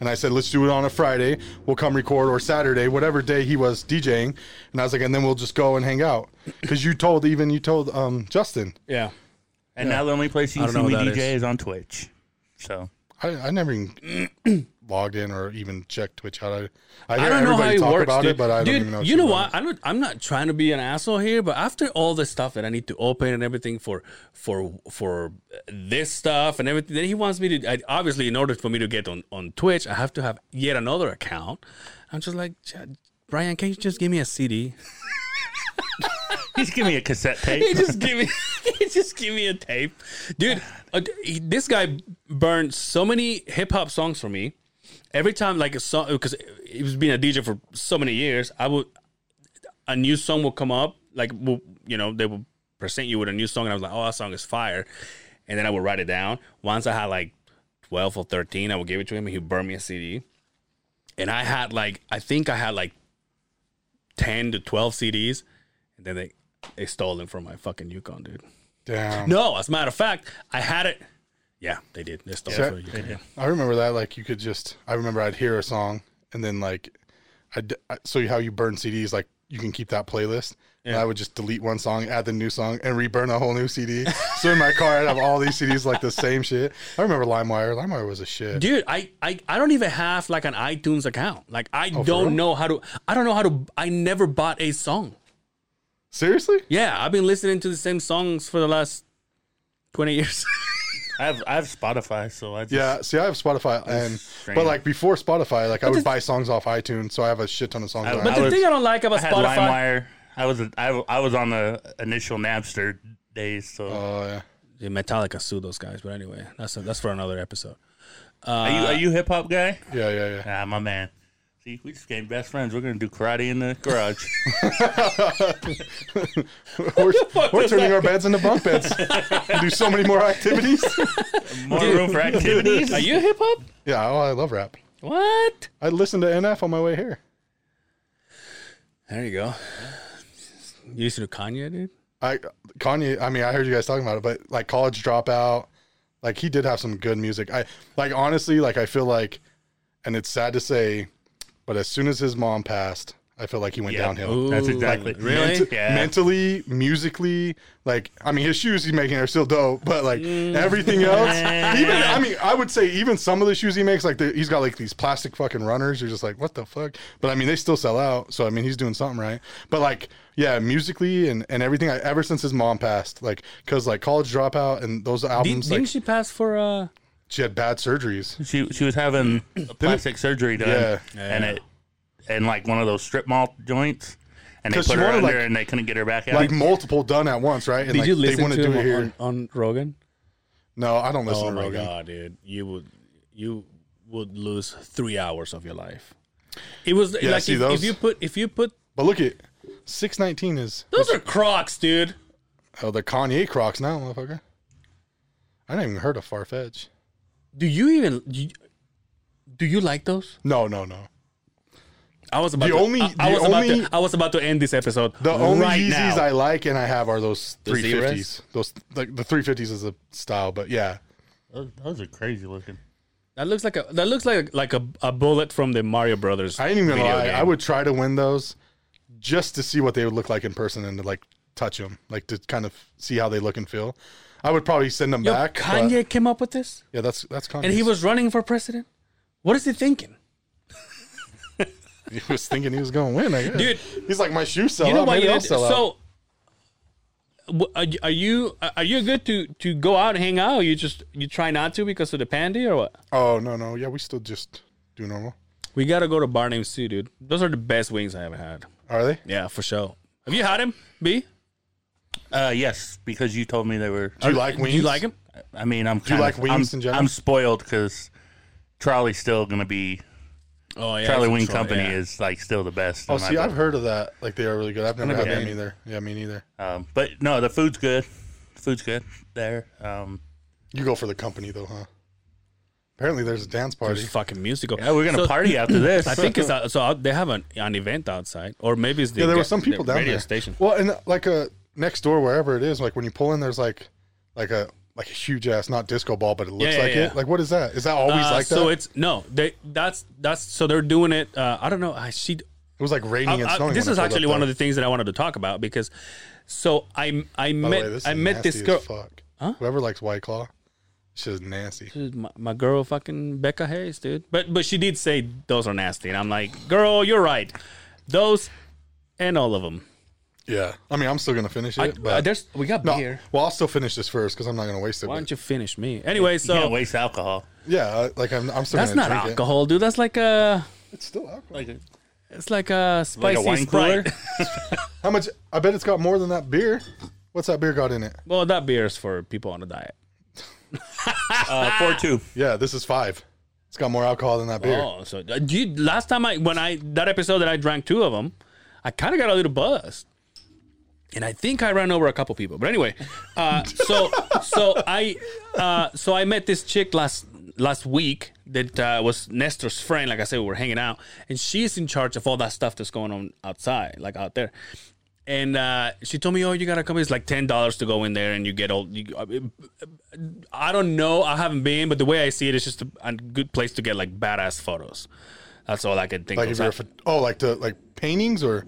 Speaker 4: and I said let's do it on a Friday. We'll come record or Saturday, whatever day he was DJing, and I was like, and then we'll just go and hang out because you told even you told um Justin.
Speaker 3: Yeah,
Speaker 5: And now the only place you
Speaker 3: I
Speaker 5: can see
Speaker 3: don't
Speaker 5: me
Speaker 3: know who that
Speaker 5: DJ
Speaker 3: is.
Speaker 5: is. on Twitch. So
Speaker 4: I, I never even (clears throat) logged in or even checked Twitch out. I, I
Speaker 3: I
Speaker 4: hear
Speaker 3: don't know how
Speaker 4: everybody
Speaker 3: it
Speaker 4: talk
Speaker 3: works,
Speaker 4: about
Speaker 3: dude.
Speaker 4: it, but I
Speaker 3: dude,
Speaker 4: don't even know.
Speaker 3: you know
Speaker 4: shit about
Speaker 3: what? I'm not. I'm not trying to be an asshole here, but after all the stuff that I need to open and everything for for for this stuff and everything, then he wants me to. I, obviously, in order for me to get on on Twitch, I have to have yet another account. I'm just like. "Ch- Brian, can you just give me a CD?
Speaker 5: just give me a
Speaker 4: (laughs)
Speaker 5: cassette
Speaker 3: He
Speaker 5: tape.
Speaker 3: just give me, (laughs) he just give me a tape, dude. uh, he- this guy burned so many hip hop songs for me. Every time, like a song, because he was being a DJ for so many years, I would a new song would come up, like w- you know they would present you with a new song, and I was like, oh, that song is fire, and then I would write it down. Once I had like twelve or thirteen, I would give it to him, and he burned me a CD, and I had like I think I had like ten to twelve CDs, and then they they stole them from my fucking Yukon, dude.
Speaker 4: it. Damn.
Speaker 3: No, as a matter of fact, I had it. Yeah, they did. They stole it
Speaker 4: Yeah.
Speaker 3: from the Yukon.
Speaker 4: I remember that. Like you could just. I remember I'd hear a song and then like, I'd, I so how you burn CDs like you can keep that playlist. And I would just delete one song, add the new song, and reburn a whole new CD. so in my car, I'd have all these CDs like the same shit. I remember LimeWire. LimeWire was a shit.
Speaker 3: Dude, I, I I don't even have like an iTunes account. Like I
Speaker 4: Oh, real?
Speaker 3: don't know how to. I don't know how to. I never bought a song.
Speaker 4: Seriously?
Speaker 3: Yeah, I've been listening to the same songs for the last twenty years. (laughs)
Speaker 5: I have I have Spotify, so I just
Speaker 4: Yeah. See, I have Spotify, and
Speaker 5: strange.
Speaker 4: but like before Spotify, like I would buy songs off iTunes, so I have a shit ton of songs.
Speaker 5: I-
Speaker 4: on
Speaker 5: but
Speaker 3: but
Speaker 4: iTunes.
Speaker 3: the
Speaker 5: was-
Speaker 3: thing I don't like
Speaker 5: I
Speaker 3: about
Speaker 5: had
Speaker 3: Spotify,
Speaker 5: LimeWire. I was I, I was on the initial Napster days, so
Speaker 4: Oh yeah.
Speaker 3: Yeah, Metallica sued those guys. But anyway, that's that's for another episode.
Speaker 5: are you are you hip hop guy?
Speaker 4: Yeah, yeah,
Speaker 3: (laughs)
Speaker 4: yeah.
Speaker 5: Ah, my man. See, we just became best friends. We're gonna do karate in the
Speaker 4: (laughs)
Speaker 5: garage.
Speaker 4: We're,
Speaker 3: fuck
Speaker 4: we're
Speaker 3: was
Speaker 4: turning
Speaker 3: that?
Speaker 4: our beds into
Speaker 3: (laughs)
Speaker 4: bunk beds. We do so many more activities.
Speaker 5: More room for activities.
Speaker 3: Are you hip hop?
Speaker 4: Yeah, oh, I love rap.
Speaker 3: What?
Speaker 4: I listened to NF on my way here.
Speaker 3: There you go. You listen to Kanye, dude.
Speaker 4: I Kanye. I mean, I heard you guys talking about it, but like college dropout, like he did have some good music. I like honestly, like I feel like, and it's sad to say, but as soon as his mom passed, I feel like he went
Speaker 5: Yeah.
Speaker 4: downhill.
Speaker 5: That's
Speaker 3: Ooh,
Speaker 5: exactly
Speaker 3: really.
Speaker 5: Yeah.
Speaker 4: Mentally, musically, like I mean, his shoes he's making are still dope, but like everything else, even I mean, I would say even some of the shoes he makes, like the, he's got like these plastic fucking runners. You're just like, what the fuck? But I mean, they still sell out, so I mean, he's doing something right. But like, yeah, musically and and everything. I, ever since his mom passed, like, cause like college dropout and those
Speaker 3: Did,
Speaker 4: albums,
Speaker 3: didn't
Speaker 4: like
Speaker 3: she pass for uh?
Speaker 4: she had bad surgeries.
Speaker 5: she she was having a plastic surgery done,
Speaker 4: Yeah.
Speaker 5: and it and like one of those strip mall joints, and they
Speaker 4: 'Cause
Speaker 5: put
Speaker 4: she
Speaker 5: her
Speaker 4: wanted,
Speaker 5: under,
Speaker 4: like-
Speaker 5: and they couldn't get her back out.
Speaker 4: Like multiple done at once, right? And
Speaker 3: Did
Speaker 4: like,
Speaker 3: you listen
Speaker 4: wanna
Speaker 3: to him on, on Rogan?
Speaker 4: No, I don't listen
Speaker 3: Oh
Speaker 4: to
Speaker 3: my
Speaker 4: Rogan.
Speaker 3: god, dude! You would you would lose three hours of your life. It was like
Speaker 4: see
Speaker 3: if,
Speaker 4: those-
Speaker 3: if you put if you put
Speaker 4: But look at six nineteen is
Speaker 3: those are Crocs, dude.
Speaker 4: Oh, the Kanye Crocs now, motherfucker. I didn't even heard of Farfetch.
Speaker 3: Do you even you, do you like those?
Speaker 4: No, no, no.
Speaker 3: I was about
Speaker 4: The
Speaker 3: to,
Speaker 4: only-
Speaker 3: I, I
Speaker 4: the
Speaker 3: was about
Speaker 4: only-
Speaker 3: to I was about to end this episode.
Speaker 4: The only
Speaker 3: right
Speaker 4: Yeezys
Speaker 3: now.
Speaker 4: I like and I have are those
Speaker 3: The
Speaker 4: three fifties. Those like the three fifties is a style, but yeah,
Speaker 5: those, those are crazy looking.
Speaker 3: that looks like a that looks like like a, a bullet from the Mario Brothers.
Speaker 4: I ain't even gonna
Speaker 3: video
Speaker 4: lie.
Speaker 3: game.
Speaker 4: I would try to win those just to see what they would look like in person and to like touch them, like to kind of see how they look and feel. I would probably send them
Speaker 3: Yo,
Speaker 4: back. but-
Speaker 3: Kanye came up with this,
Speaker 4: yeah, that's that's Kanye.
Speaker 3: and he was running for president. What is he thinking?
Speaker 4: (laughs) he was thinking he was gonna win. I guess.
Speaker 3: Dude.
Speaker 4: he's like my shoe sell
Speaker 3: you know
Speaker 4: out.
Speaker 3: what
Speaker 4: Maybe
Speaker 3: you
Speaker 4: I'll
Speaker 3: did?
Speaker 4: sell out.
Speaker 3: so w- are you- are you uh, are you good to to go out and hang out or you just you try not to because of the pandy or what
Speaker 4: Oh no no yeah, we still just do normal.
Speaker 3: we gotta go to bar named sue dude those are the best wings i ever had
Speaker 4: Are they?
Speaker 3: yeah for sure have you had him b
Speaker 5: Uh, yes, because you told me they were.
Speaker 4: Do you like wings?
Speaker 3: do you like him
Speaker 5: I mean, I'm. Kind
Speaker 4: like wings
Speaker 5: I'm,
Speaker 4: in general?
Speaker 5: I'm spoiled because Charlie's still gonna be
Speaker 3: oh yeah
Speaker 5: Charlie
Speaker 3: from
Speaker 5: Wing
Speaker 3: Troy,
Speaker 5: Company
Speaker 3: yeah.
Speaker 5: is like still the best. in
Speaker 4: Oh,
Speaker 5: my
Speaker 4: see,
Speaker 5: book.
Speaker 4: I've heard of that. Like they are really good. I've never had
Speaker 5: Yeah.
Speaker 4: them either. Yeah, me neither.
Speaker 5: Um, but no, the food's good. The food's good there. Um,
Speaker 4: You go for the company though, huh? Apparently, there's a dance party.
Speaker 3: There's fucking musical.
Speaker 5: Yeah, we're gonna
Speaker 3: So-
Speaker 5: (clears throat) party after this.
Speaker 3: I think it's uh, so out, they have an, an event outside, or maybe it's the
Speaker 4: yeah, there
Speaker 3: ga-
Speaker 4: were some people
Speaker 3: the
Speaker 4: down
Speaker 3: radio
Speaker 4: there.
Speaker 3: station.
Speaker 4: Well, and uh, like a next door, wherever it is, like when you pull in, there's like, like a like a huge ass, not disco ball, but it looks
Speaker 3: Yeah, yeah,
Speaker 4: like
Speaker 3: yeah.
Speaker 4: it. Like what is that? Is that always
Speaker 3: Uh,
Speaker 4: like that?
Speaker 3: So it's no, they that's that's so they're doing it. Uh, I don't know. I see.
Speaker 4: it was like raining and
Speaker 3: I- I-
Speaker 4: snowing.
Speaker 3: this is actually one of the things that I wanted to talk about because so I I
Speaker 4: By
Speaker 3: met
Speaker 4: the way, this
Speaker 3: I
Speaker 4: is
Speaker 3: met
Speaker 4: nasty
Speaker 3: this
Speaker 4: as
Speaker 3: girl.
Speaker 4: Fuck. Whoever likes White Claw, shit's nasty.
Speaker 3: Dude, my, my girl fucking Becca Hayes, dude. But but she did say those are nasty, and I'm like, girl, you're right. Those and all of them.
Speaker 4: Yeah, I mean, I'm still gonna finish it,
Speaker 3: I,
Speaker 4: but
Speaker 3: uh, there's we got
Speaker 4: no.
Speaker 3: beer.
Speaker 4: Well, I'll still finish this first because I'm not gonna waste it.
Speaker 3: Why
Speaker 4: but-
Speaker 3: don't you finish me? Anyway,
Speaker 5: you can't
Speaker 3: so
Speaker 5: waste alcohol.
Speaker 4: yeah, I- like I'm, I'm still.
Speaker 3: that's
Speaker 4: gonna
Speaker 3: not
Speaker 4: drink it.
Speaker 3: alcohol, dude. That's like a
Speaker 4: It's still alcohol.
Speaker 5: Like,
Speaker 3: it's like a
Speaker 5: like
Speaker 3: spicy
Speaker 5: a wine cooler.
Speaker 3: sprite.
Speaker 4: How much? I bet it's got more than that beer. What's that beer got in it?
Speaker 3: well, that beer is for people on a diet.
Speaker 5: uh, four two.
Speaker 4: Yeah, this is five. It's got more alcohol than that beer.
Speaker 3: Oh, so uh, do you, last time I when I that episode that I drank two of them, I kind of got a little buzzed, and I think I ran over a couple people. But anyway, uh, so so I uh, so I met this chick last last week that uh, was Nestor's friend. Like I said, we were hanging out, and she's in charge of all that stuff that's going on outside, like out there. And uh, she told me, "Oh, you gotta come. It's like ten dollars to go in there, and you get all. You, I don't know. I haven't been, but the way I see it, it's just a, a good place to get like badass photos. That's all I can think
Speaker 4: Like if
Speaker 3: of.
Speaker 4: you're a, pho- oh, like to like paintings or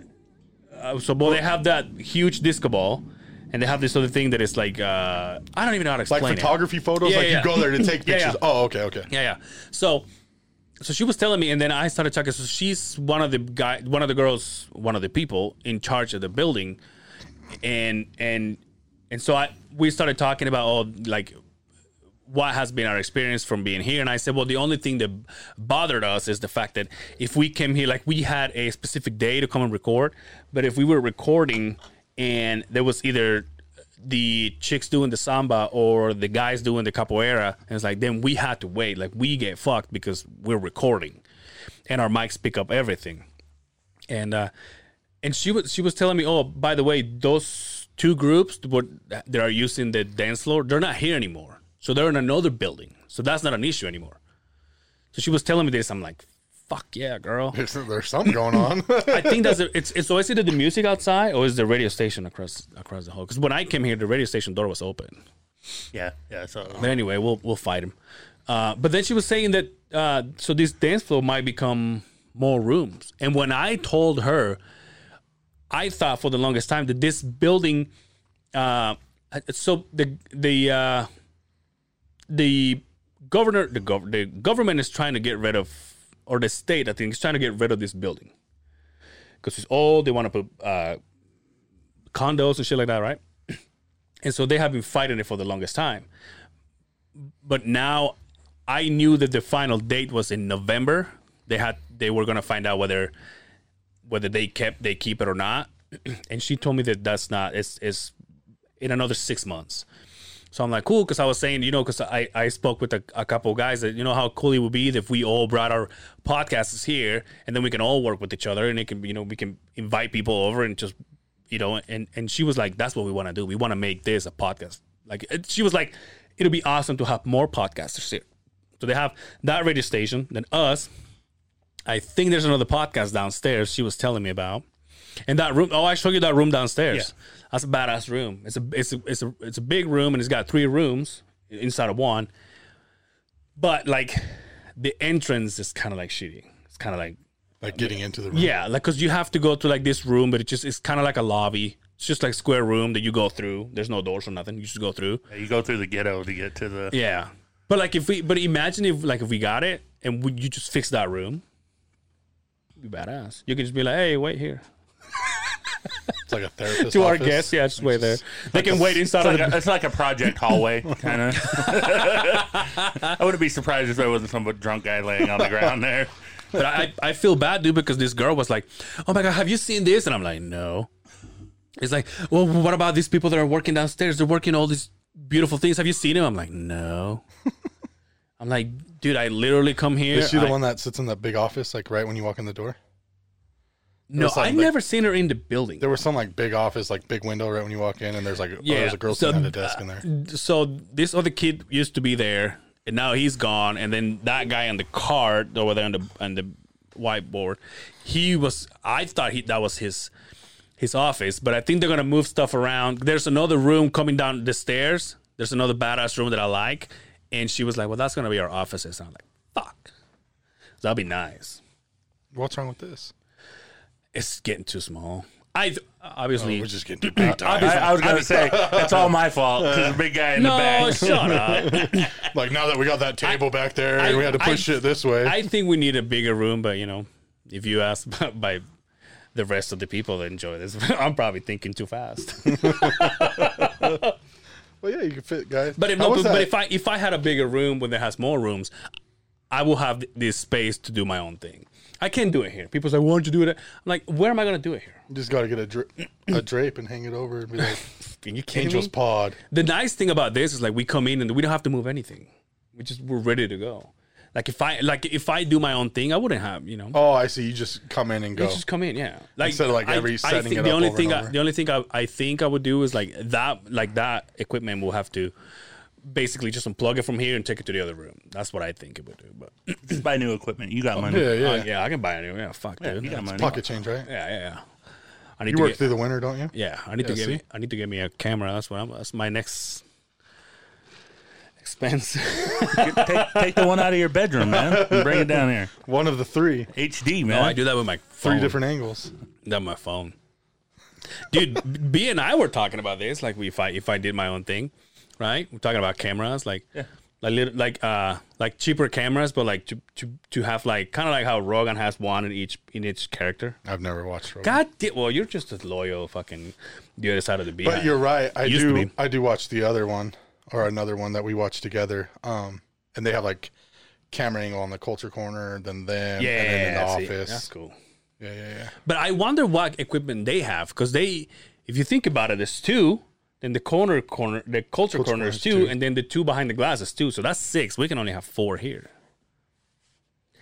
Speaker 3: Uh, so, well, they have that huge disco ball, and they have this other thing that is like uh, I don't even know how to
Speaker 4: like
Speaker 3: explain it.
Speaker 4: photography photos.
Speaker 3: Yeah,
Speaker 4: like
Speaker 3: yeah.
Speaker 4: you go there to
Speaker 3: (laughs)
Speaker 4: take
Speaker 3: Yeah,
Speaker 4: pictures.
Speaker 3: yeah.
Speaker 4: Oh, okay, okay.
Speaker 3: Yeah, yeah. So, so she was telling me, and then I started talking. So she's one of the guy, one of the girls, one of the people in charge of the building, and and and so I we started talking about oh like what has been our experience from being here and i said well the only thing that bothered us is the fact that if we came here like we had a specific day to come and record but if we were recording and there was either the chicks doing the samba or the guys doing the capoeira and it's like then we had to wait like we get fucked because we're recording and our mics pick up everything and uh and she was she was telling me, oh, by the way, those two groups what that are using the dance floor, they're not here anymore. So they're in another building. So that's not an issue anymore. So she was telling me this. I'm like, fuck yeah, girl.
Speaker 4: (laughs) There's, there's something going on.
Speaker 3: (laughs) I think that's a, it's it's always either the music outside or is the radio station across across the hall. Because when I came here, the radio station door was open.
Speaker 5: Yeah, yeah. So
Speaker 3: But anyway, we'll we'll fight him. Uh, but then she was saying that uh, so this dance floor might become more rooms. And when I told her, I thought for the longest time that this building, uh, so the the uh, the governor the, gov- the government is trying to get rid of or the state I think is trying to get rid of this building because it's old. They want to put uh, condos and shit like that, right? (clears throat) And so they have been fighting it for the longest time but now I knew that the final date was in November. They had they were gonna find out whether whether they kept they keep it or not. (clears throat) And she told me that that's not it's it's in another six months. So I'm like cool because I was saying you know because I I spoke with a, a couple guys that you know how cool it would be if we all brought our podcasts here and then we can all work with each other and it can you know we can invite people over and just you know and and she was like that's what we want to do we want to make this a podcast like it, she was like it'll be awesome to have more podcasters here so they have that radio station then us i think there's another podcast downstairs she was telling me about and that room oh i showed you that room downstairs that's a badass room it's a it's a it's a, it's a big room and it's got three rooms inside of one but like the entrance is kind of like shitty it's kind of like
Speaker 4: (laughs) like getting into the room.
Speaker 3: yeah, like because you have to go to like this room, but it just it's kind of like a lobby. It's just like square room that you go through. There's no doors or nothing. You just go through.
Speaker 5: you go through the ghetto to get to the.
Speaker 3: Yeah, but like if we, but imagine if like if we got it and we, you just fix that room, be badass. You can just be like, hey, wait here
Speaker 4: It's like a therapist.
Speaker 3: to our
Speaker 4: office.
Speaker 3: guests. Yeah, just wait there. They can wait inside of
Speaker 5: It's
Speaker 3: the
Speaker 5: like, a, it's like a project hallway, kind of. (laughs) I wouldn't be surprised if there wasn't some drunk guy laying on the ground there.
Speaker 3: But I, I feel bad, dude, because this girl was like, "Oh my god, have you seen this?" And I'm like, "No." It's like, well, what about these people that are working downstairs? They're working all these beautiful things. Have you seen them? I'm like, no. I'm like, dude, I literally come here.
Speaker 4: Is she the
Speaker 3: I-
Speaker 4: one that sits in that big office, like right when you walk in the door?
Speaker 3: No,
Speaker 4: was
Speaker 3: I
Speaker 4: like-
Speaker 3: never seen her in the building.
Speaker 4: There was some like big office, like big window right when you walk in, and there's like oh,
Speaker 3: Yeah,
Speaker 4: there's a girl
Speaker 3: so, uh,
Speaker 4: sitting at a desk in there.
Speaker 3: So this other kid used to be there. and now he's gone. And then that guy on the card over there on the on the whiteboard, he was. I thought he that was his his office, but I think they're gonna move stuff around. There's another room coming down the stairs. There's another badass room that I like, and she was like, "Well, that's gonna be our offices." And I'm like, "Fuck, that'll be nice."
Speaker 4: What's wrong with this?
Speaker 3: It's getting too small. I obviously
Speaker 4: We're just (clears throat) getting big
Speaker 5: Oh, I,
Speaker 4: time.
Speaker 5: I was
Speaker 3: (laughs)
Speaker 5: gonna say it's all my fault because the big guy in the
Speaker 3: no,
Speaker 5: back.
Speaker 3: shut up.
Speaker 4: like now that we got that table back there and we had to
Speaker 3: I-
Speaker 4: push it this way.
Speaker 3: I think we need a bigger room, but you know, if you ask (laughs) by, by the rest of the people that enjoy this, (laughs) I'm probably thinking too fast. (laughs)
Speaker 4: well, yeah, you can fit, guys.
Speaker 3: But if
Speaker 4: How
Speaker 3: no,
Speaker 4: was
Speaker 3: but, but
Speaker 4: that?
Speaker 3: if I if I had a bigger room where there has more rooms, I will have th- this space to do my own thing. I can't do it here. People say, "Why don't you do it?" I'm like, "Where am I gonna do it here?"
Speaker 4: You just got to get a, dra- a drape and hang it over and
Speaker 3: (laughs)
Speaker 4: be like
Speaker 3: Can you kidding
Speaker 4: Angel's
Speaker 3: me?
Speaker 4: Pod.
Speaker 3: The nice thing about this is like we come in and we don't have to move anything. We just we're ready to go. Like if I like if I do my own thing, I wouldn't have you know.
Speaker 4: Oh, I see. You just come in and go.
Speaker 3: You just come in, yeah. Like
Speaker 4: Instead of, like, every setting
Speaker 3: think
Speaker 4: it
Speaker 3: the
Speaker 4: up
Speaker 3: only
Speaker 4: over
Speaker 3: thing
Speaker 4: and
Speaker 3: I,
Speaker 4: over.
Speaker 3: the only thing I, I think I would do is like that like that equipment will have to basically just unplug it from here and take it to the other room. That's what I think it would do. But uh,
Speaker 5: Just (laughs) buy new equipment. You got money.
Speaker 4: yeah,
Speaker 3: yeah,
Speaker 4: yeah.
Speaker 3: I can buy a new. Yeah, fuck dude.
Speaker 5: You
Speaker 3: Yeah,
Speaker 5: got money.
Speaker 4: Pocket change, right?
Speaker 3: yeah, yeah. I need
Speaker 4: You
Speaker 3: to
Speaker 4: work
Speaker 3: get,
Speaker 4: through the winter, don't you?
Speaker 3: yeah. I need to
Speaker 4: Yeah,
Speaker 3: get
Speaker 4: see?
Speaker 3: me, I need to get me a camera. That's what I'm. That's my next expense.
Speaker 5: take, take the one out of your bedroom, man,
Speaker 3: (laughs)
Speaker 5: and bring it down here.
Speaker 4: One of the three,
Speaker 5: HD, man.
Speaker 3: no, (laughs) I do that with my
Speaker 4: three
Speaker 3: phone.
Speaker 4: different angles.
Speaker 3: Not my phone. Dude, (laughs) B and I were talking about this. Like, if I if I did my own thing, right? We're talking about cameras, like, like little, like uh, like cheaper cameras, but like to to, to have like kind of like how Rogan has one in each in each character.
Speaker 4: I've never watched. Rogan.
Speaker 3: God damn! Well, you're just as loyal, fucking the other side of the beehive.
Speaker 4: But you're right. I
Speaker 3: Used to
Speaker 4: do.
Speaker 3: be.
Speaker 4: I do watch the other one or another one that we watched together. Um, and they have like camera angle on the culture corner, then them,
Speaker 3: yeah,
Speaker 4: and then in the
Speaker 3: that's it.
Speaker 4: office.
Speaker 3: That's cool.
Speaker 4: Yeah, yeah, yeah.
Speaker 3: But I wonder what equipment they have because they, if you think about it, there's two. Then the corner corner, the culture, corner is
Speaker 4: corner's
Speaker 3: two,
Speaker 4: two.
Speaker 3: and then the two behind the glass is two. So that's six. We can only have four here.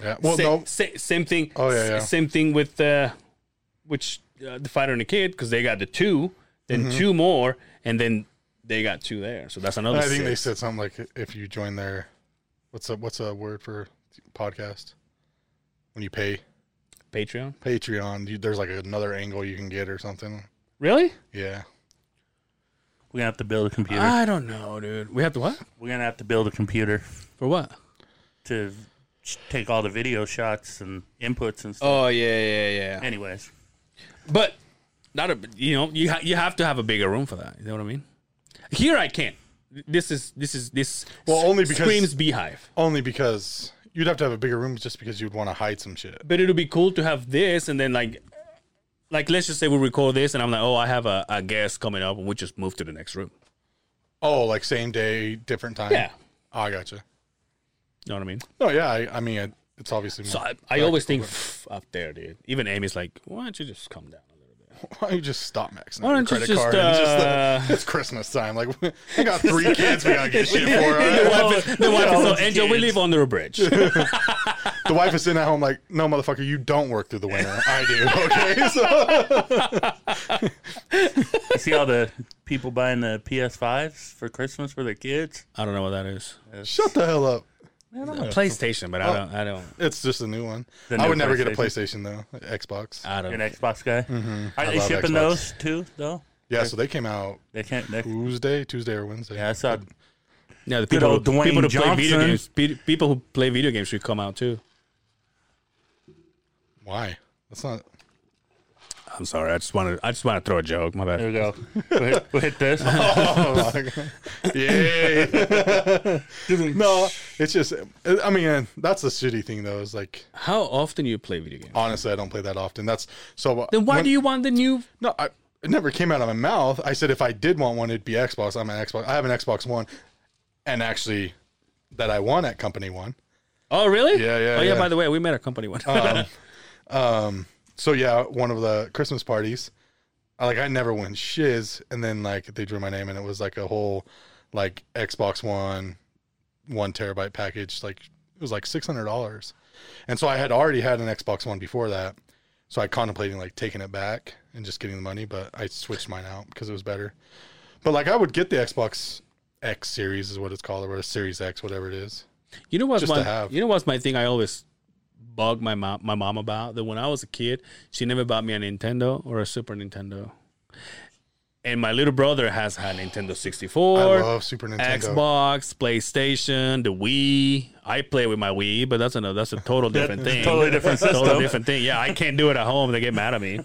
Speaker 4: Yeah. Well,
Speaker 3: Sa-
Speaker 4: no,
Speaker 3: sa- same thing.
Speaker 4: Oh, yeah,
Speaker 3: s-
Speaker 4: yeah.
Speaker 3: Same thing with uh, which uh, the fighter and the kid because they got the two, then
Speaker 4: Mm-hmm.
Speaker 3: two more, and then they got two there. So that's another.
Speaker 4: I think they
Speaker 3: six.
Speaker 4: said something like if you join their, what's a what's a word for podcast? When you pay
Speaker 3: Patreon.
Speaker 4: Patreon, you, there's like another angle you can get or something.
Speaker 3: Really?
Speaker 4: Yeah.
Speaker 5: We're gonna have to build a computer.
Speaker 3: I don't know, dude. We have to what
Speaker 5: We're gonna have to build a computer
Speaker 3: for what?
Speaker 5: to take all the video shots and inputs and stuff.
Speaker 3: Oh yeah, yeah, yeah.
Speaker 5: Anyways,
Speaker 3: But not a you know you ha- you have to have a bigger room for that. You know what I mean? Here I can't. This is this is this.
Speaker 4: Well, only because-
Speaker 3: screams beehive.
Speaker 4: Only because you'd have to have a bigger room just because you'd want to hide some shit.
Speaker 3: But it'll be cool to have this, and then like, like let's just say we record this, and I'm like, oh, I have a, a guest coming up, and we just move to the next room.
Speaker 4: Oh, like same day, different time.
Speaker 3: Yeah.
Speaker 4: Oh, I gotcha.
Speaker 3: You know what I mean?
Speaker 4: No, yeah. I, I mean, it, it's obviously.
Speaker 3: So I, I always think "Pff, up there, dude. Even Amy's like, why don't you just come
Speaker 4: (laughs)
Speaker 3: down? a little
Speaker 4: (laughs) why don't you just stop maxing
Speaker 3: Why
Speaker 4: out your
Speaker 3: don't you
Speaker 4: credit
Speaker 3: just,
Speaker 4: card? and
Speaker 3: uh,
Speaker 4: like, (laughs) it's Christmas time. Like, (laughs) I got three kids. We
Speaker 3: (laughs)
Speaker 4: gotta get shit for. all right?
Speaker 3: The wife is, the wife is so, Angel, we live under a
Speaker 4: (laughs)
Speaker 3: bridge.
Speaker 4: The wife is sitting at home like, no, motherfucker, you don't work through the winter. I do. Okay. So
Speaker 5: you see all the people buying the PS5s for Christmas for their kids.
Speaker 3: I don't know what that is.
Speaker 4: shut the hell up.
Speaker 3: PlayStation, but I don't, I don't,
Speaker 4: It's just a new one.
Speaker 5: The
Speaker 4: I
Speaker 5: new
Speaker 4: would never get a PlayStation though. Xbox.
Speaker 3: I Mm-hmm.
Speaker 5: You're
Speaker 3: don't.
Speaker 5: an Xbox guy. Are they
Speaker 4: love
Speaker 5: shipping
Speaker 4: Xbox.
Speaker 5: those too? Though
Speaker 4: Yeah. So they came out
Speaker 5: they can't. They,
Speaker 4: Tuesday, Tuesday or Wednesday.
Speaker 5: yeah, I saw.
Speaker 3: Yeah, the
Speaker 5: Good
Speaker 3: people,
Speaker 5: old Dwayne
Speaker 3: people who play video
Speaker 5: Johnson.
Speaker 3: games, pe- people who play video games should come out too.
Speaker 4: Why? That's not.
Speaker 3: I'm sorry, I just want to, I just want to throw a joke. My
Speaker 5: There
Speaker 3: bad.
Speaker 5: we
Speaker 3: (laughs)
Speaker 5: go. We'll hit, we'll hit this.
Speaker 4: (laughs) Oh, yeah. no, it's just. I mean, that's the shitty thing though. Is like,
Speaker 3: How often you play video games?
Speaker 4: honestly, I don't play that often. That's so.
Speaker 3: Then why
Speaker 4: when-
Speaker 3: do you want the new?
Speaker 4: No, I, it never came out of my mouth. I said if I did want one, it'd be Xbox. I'm an Xbox. I have an Xbox One, and actually, that I won at company one.
Speaker 3: Oh, really?
Speaker 4: Yeah, yeah,
Speaker 3: Oh, yeah.
Speaker 4: yeah. Um,
Speaker 3: By the way, we met a company one.
Speaker 4: So yeah, one of the Christmas parties, I, like I never win shiz, and then like they drew my name, and it was like a whole like Xbox One, one terabyte package. Like it was like six hundred dollars, and so I had already had an Xbox One before that. So I contemplating like taking it back and just getting the money, but I switched mine out because it was better. But like I would get the Xbox X series is what it's called, or Series X, whatever it is,
Speaker 3: (laughs) You know what's
Speaker 4: Just
Speaker 3: my
Speaker 4: to have.
Speaker 3: you know what's my thing? I always bug my mom my mom about that when I was a kid, she never bought me a Nintendo or a Super Nintendo. And my little brother has had Nintendo sixty
Speaker 4: I
Speaker 3: four,
Speaker 4: love Super Nintendo.
Speaker 3: Xbox, PlayStation, the Wii. I play with my Wii, but that's another that's a total different thing.
Speaker 5: totally different
Speaker 3: Total
Speaker 5: system.
Speaker 3: different thing. Yeah, I can't do it at home. They get mad at me.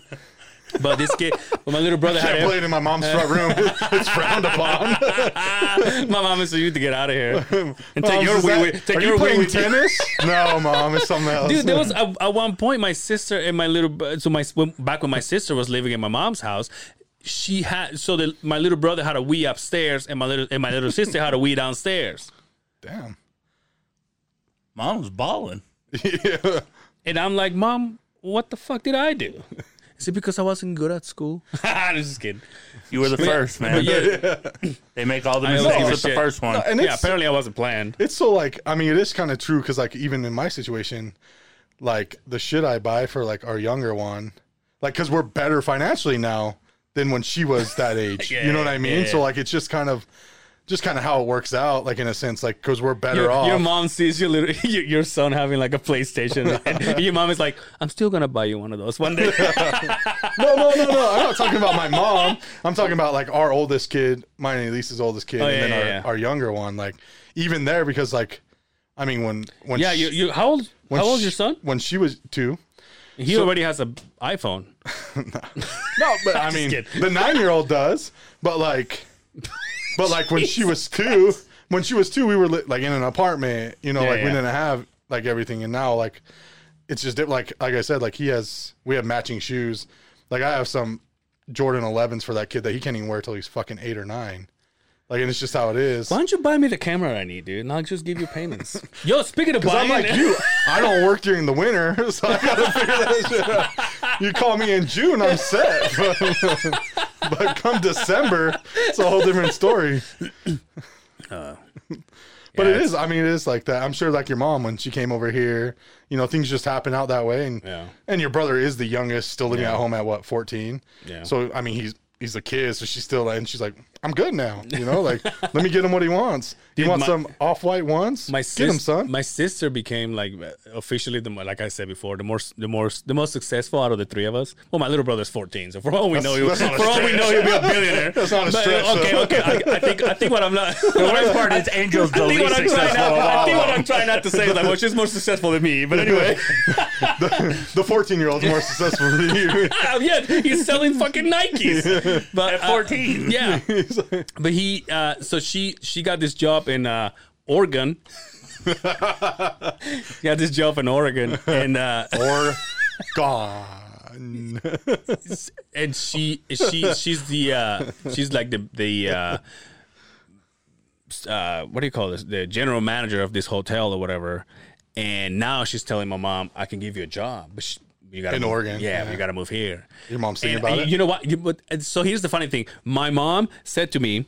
Speaker 3: But this kid, well, my little brother had
Speaker 4: Can't
Speaker 3: every-
Speaker 4: play it in my mom's front room. It's frowned upon.
Speaker 3: (laughs) my mom is you need to get out of
Speaker 4: (laughs)
Speaker 3: here and
Speaker 4: Mom's
Speaker 3: take your
Speaker 4: just
Speaker 3: Wii.
Speaker 4: like,
Speaker 3: with- Take
Speaker 4: Are
Speaker 3: your Wii
Speaker 4: you playing
Speaker 3: with you." (laughs)
Speaker 4: tennis? no, mom, it's something else.
Speaker 3: Dude, there was at, at one point my sister and my little bro- so my when, back when my sister was living in my mom's house, she had so the, my little brother had a Wii upstairs and my little and my little sister had a Wii downstairs. (laughs)
Speaker 4: Damn.
Speaker 5: Mom was balling.
Speaker 4: yeah.
Speaker 3: And I'm like, Mom, what the fuck did I do? (laughs) Is it because I wasn't good at school? (laughs) I'm just
Speaker 4: (laughs)
Speaker 3: kidding.
Speaker 5: You were the first, man.
Speaker 3: But yeah,
Speaker 5: They make all the
Speaker 3: I don't
Speaker 5: mistakes
Speaker 3: give a
Speaker 5: with the
Speaker 3: shit.
Speaker 5: first one.
Speaker 4: And
Speaker 3: yeah,
Speaker 4: it's,
Speaker 3: apparently I wasn't planned.
Speaker 4: it's so like, I mean, it is kind of true because, like, even in my situation, like, the shit I buy for, like, our younger one, like, because we're better financially now than when she
Speaker 3: (laughs)
Speaker 4: was that age. you know what I mean? So, like, it's just kind of, just kind of how it works out, like, in a sense, like, because we're better
Speaker 3: Your,
Speaker 4: off.
Speaker 3: your mom sees your little (laughs) your, your son having like a PlayStation,
Speaker 4: (laughs)
Speaker 3: and your mom is like, "I'm still gonna buy you one of those one day." (laughs)
Speaker 4: no, no, no, no. I'm not talking about my mom. I'm talking about like our oldest kid, mine and Elisa's oldest kid,
Speaker 3: Oh,
Speaker 4: and
Speaker 3: yeah,
Speaker 4: then
Speaker 3: yeah,
Speaker 4: our,
Speaker 3: yeah.
Speaker 4: our younger one. Like even there, because like, I mean, when when
Speaker 3: yeah,
Speaker 4: she-
Speaker 3: you, you how old
Speaker 4: when
Speaker 3: how old is
Speaker 4: she-
Speaker 3: your son?
Speaker 4: When she was two.
Speaker 3: He already has an iPhone.
Speaker 4: No, but I mean,
Speaker 3: kidding.
Speaker 4: the nine year old does. But like, but like when she was two, when she was two, we were li- like in an apartment. You know,
Speaker 3: Yeah,
Speaker 4: like we
Speaker 3: yeah.
Speaker 4: didn't have like everything, and now like it's just di- like like I said, like he has we have matching shoes. Like I have some Jordan 11s for that kid that he can't even wear till he's fucking eight or nine. Like, and it's just how it is.
Speaker 3: Why don't you buy me the camera I need, dude? And I'll just give you payments. (laughs) Yo, speaking of
Speaker 4: 'Cause
Speaker 3: buying, (laughs)
Speaker 4: I'm like you. I don't work during the winter, (laughs) so I gotta figure that shit out. You call me in June, I'm set. (laughs) But, but come December, it's a whole different story.
Speaker 3: Uh,
Speaker 4: (laughs) but it is. I mean, it is like that. I'm sure, like your mom when she came over here, you know, things just happen out that way. And
Speaker 3: Yeah.
Speaker 4: and your brother is the youngest, still living at home at what 14.
Speaker 3: Yeah.
Speaker 4: So I mean, he's he's a kid, so she's still and she's like, I'm good now. You know, like let me get him what he
Speaker 3: (laughs)
Speaker 4: wants. He
Speaker 3: Dude,
Speaker 4: wants
Speaker 3: my-
Speaker 4: some off white ones.
Speaker 3: my
Speaker 4: get him,
Speaker 3: sis-
Speaker 4: son.
Speaker 3: my sister became like uh, officially the mo- like I said before, the more the more the most successful out of the three of us. Well, my little brother's 14, so for all we know, he,
Speaker 4: (laughs) that's not a
Speaker 3: for all we
Speaker 4: stretch.
Speaker 3: know, he'll be a billionaire.
Speaker 4: (laughs) That's not a
Speaker 3: But, uh,
Speaker 4: stretch,
Speaker 3: Okay,
Speaker 4: though.
Speaker 3: okay. I, I think I think what I'm
Speaker 4: (laughs)
Speaker 3: not. The
Speaker 5: worst part is Angel's
Speaker 3: (laughs)
Speaker 5: the
Speaker 3: I think, what
Speaker 5: least
Speaker 3: I'm trying
Speaker 5: successful
Speaker 3: not,
Speaker 5: of
Speaker 3: I
Speaker 5: all
Speaker 3: think
Speaker 5: of
Speaker 3: what
Speaker 4: (laughs)
Speaker 5: them.
Speaker 3: I'm trying not to say is like, well, she's more successful than me. But anyway,
Speaker 4: the 14 year old's more successful
Speaker 3: (laughs)
Speaker 4: than you.
Speaker 3: yeah, he's selling fucking Nikes. (laughs) But
Speaker 5: At
Speaker 3: uh, (laughs)
Speaker 5: 14.
Speaker 3: yeah, but he uh, so she she got this job in uh, (laughs) Oregon. got this job in Oregon, and uh,
Speaker 4: Or gone.
Speaker 3: and she she she's the uh, she's like the the uh, uh, what do you call this the general manager of this hotel or whatever. And now she's telling my mom, "I can give you a job, but she, you got
Speaker 4: In Oregon,
Speaker 3: yeah, but
Speaker 4: yeah.
Speaker 3: you got to move here."
Speaker 4: Your mom's thinking
Speaker 3: And
Speaker 4: about
Speaker 3: you,
Speaker 4: it.
Speaker 3: you know what? You- but- and so here's the funny thing. My mom said to me,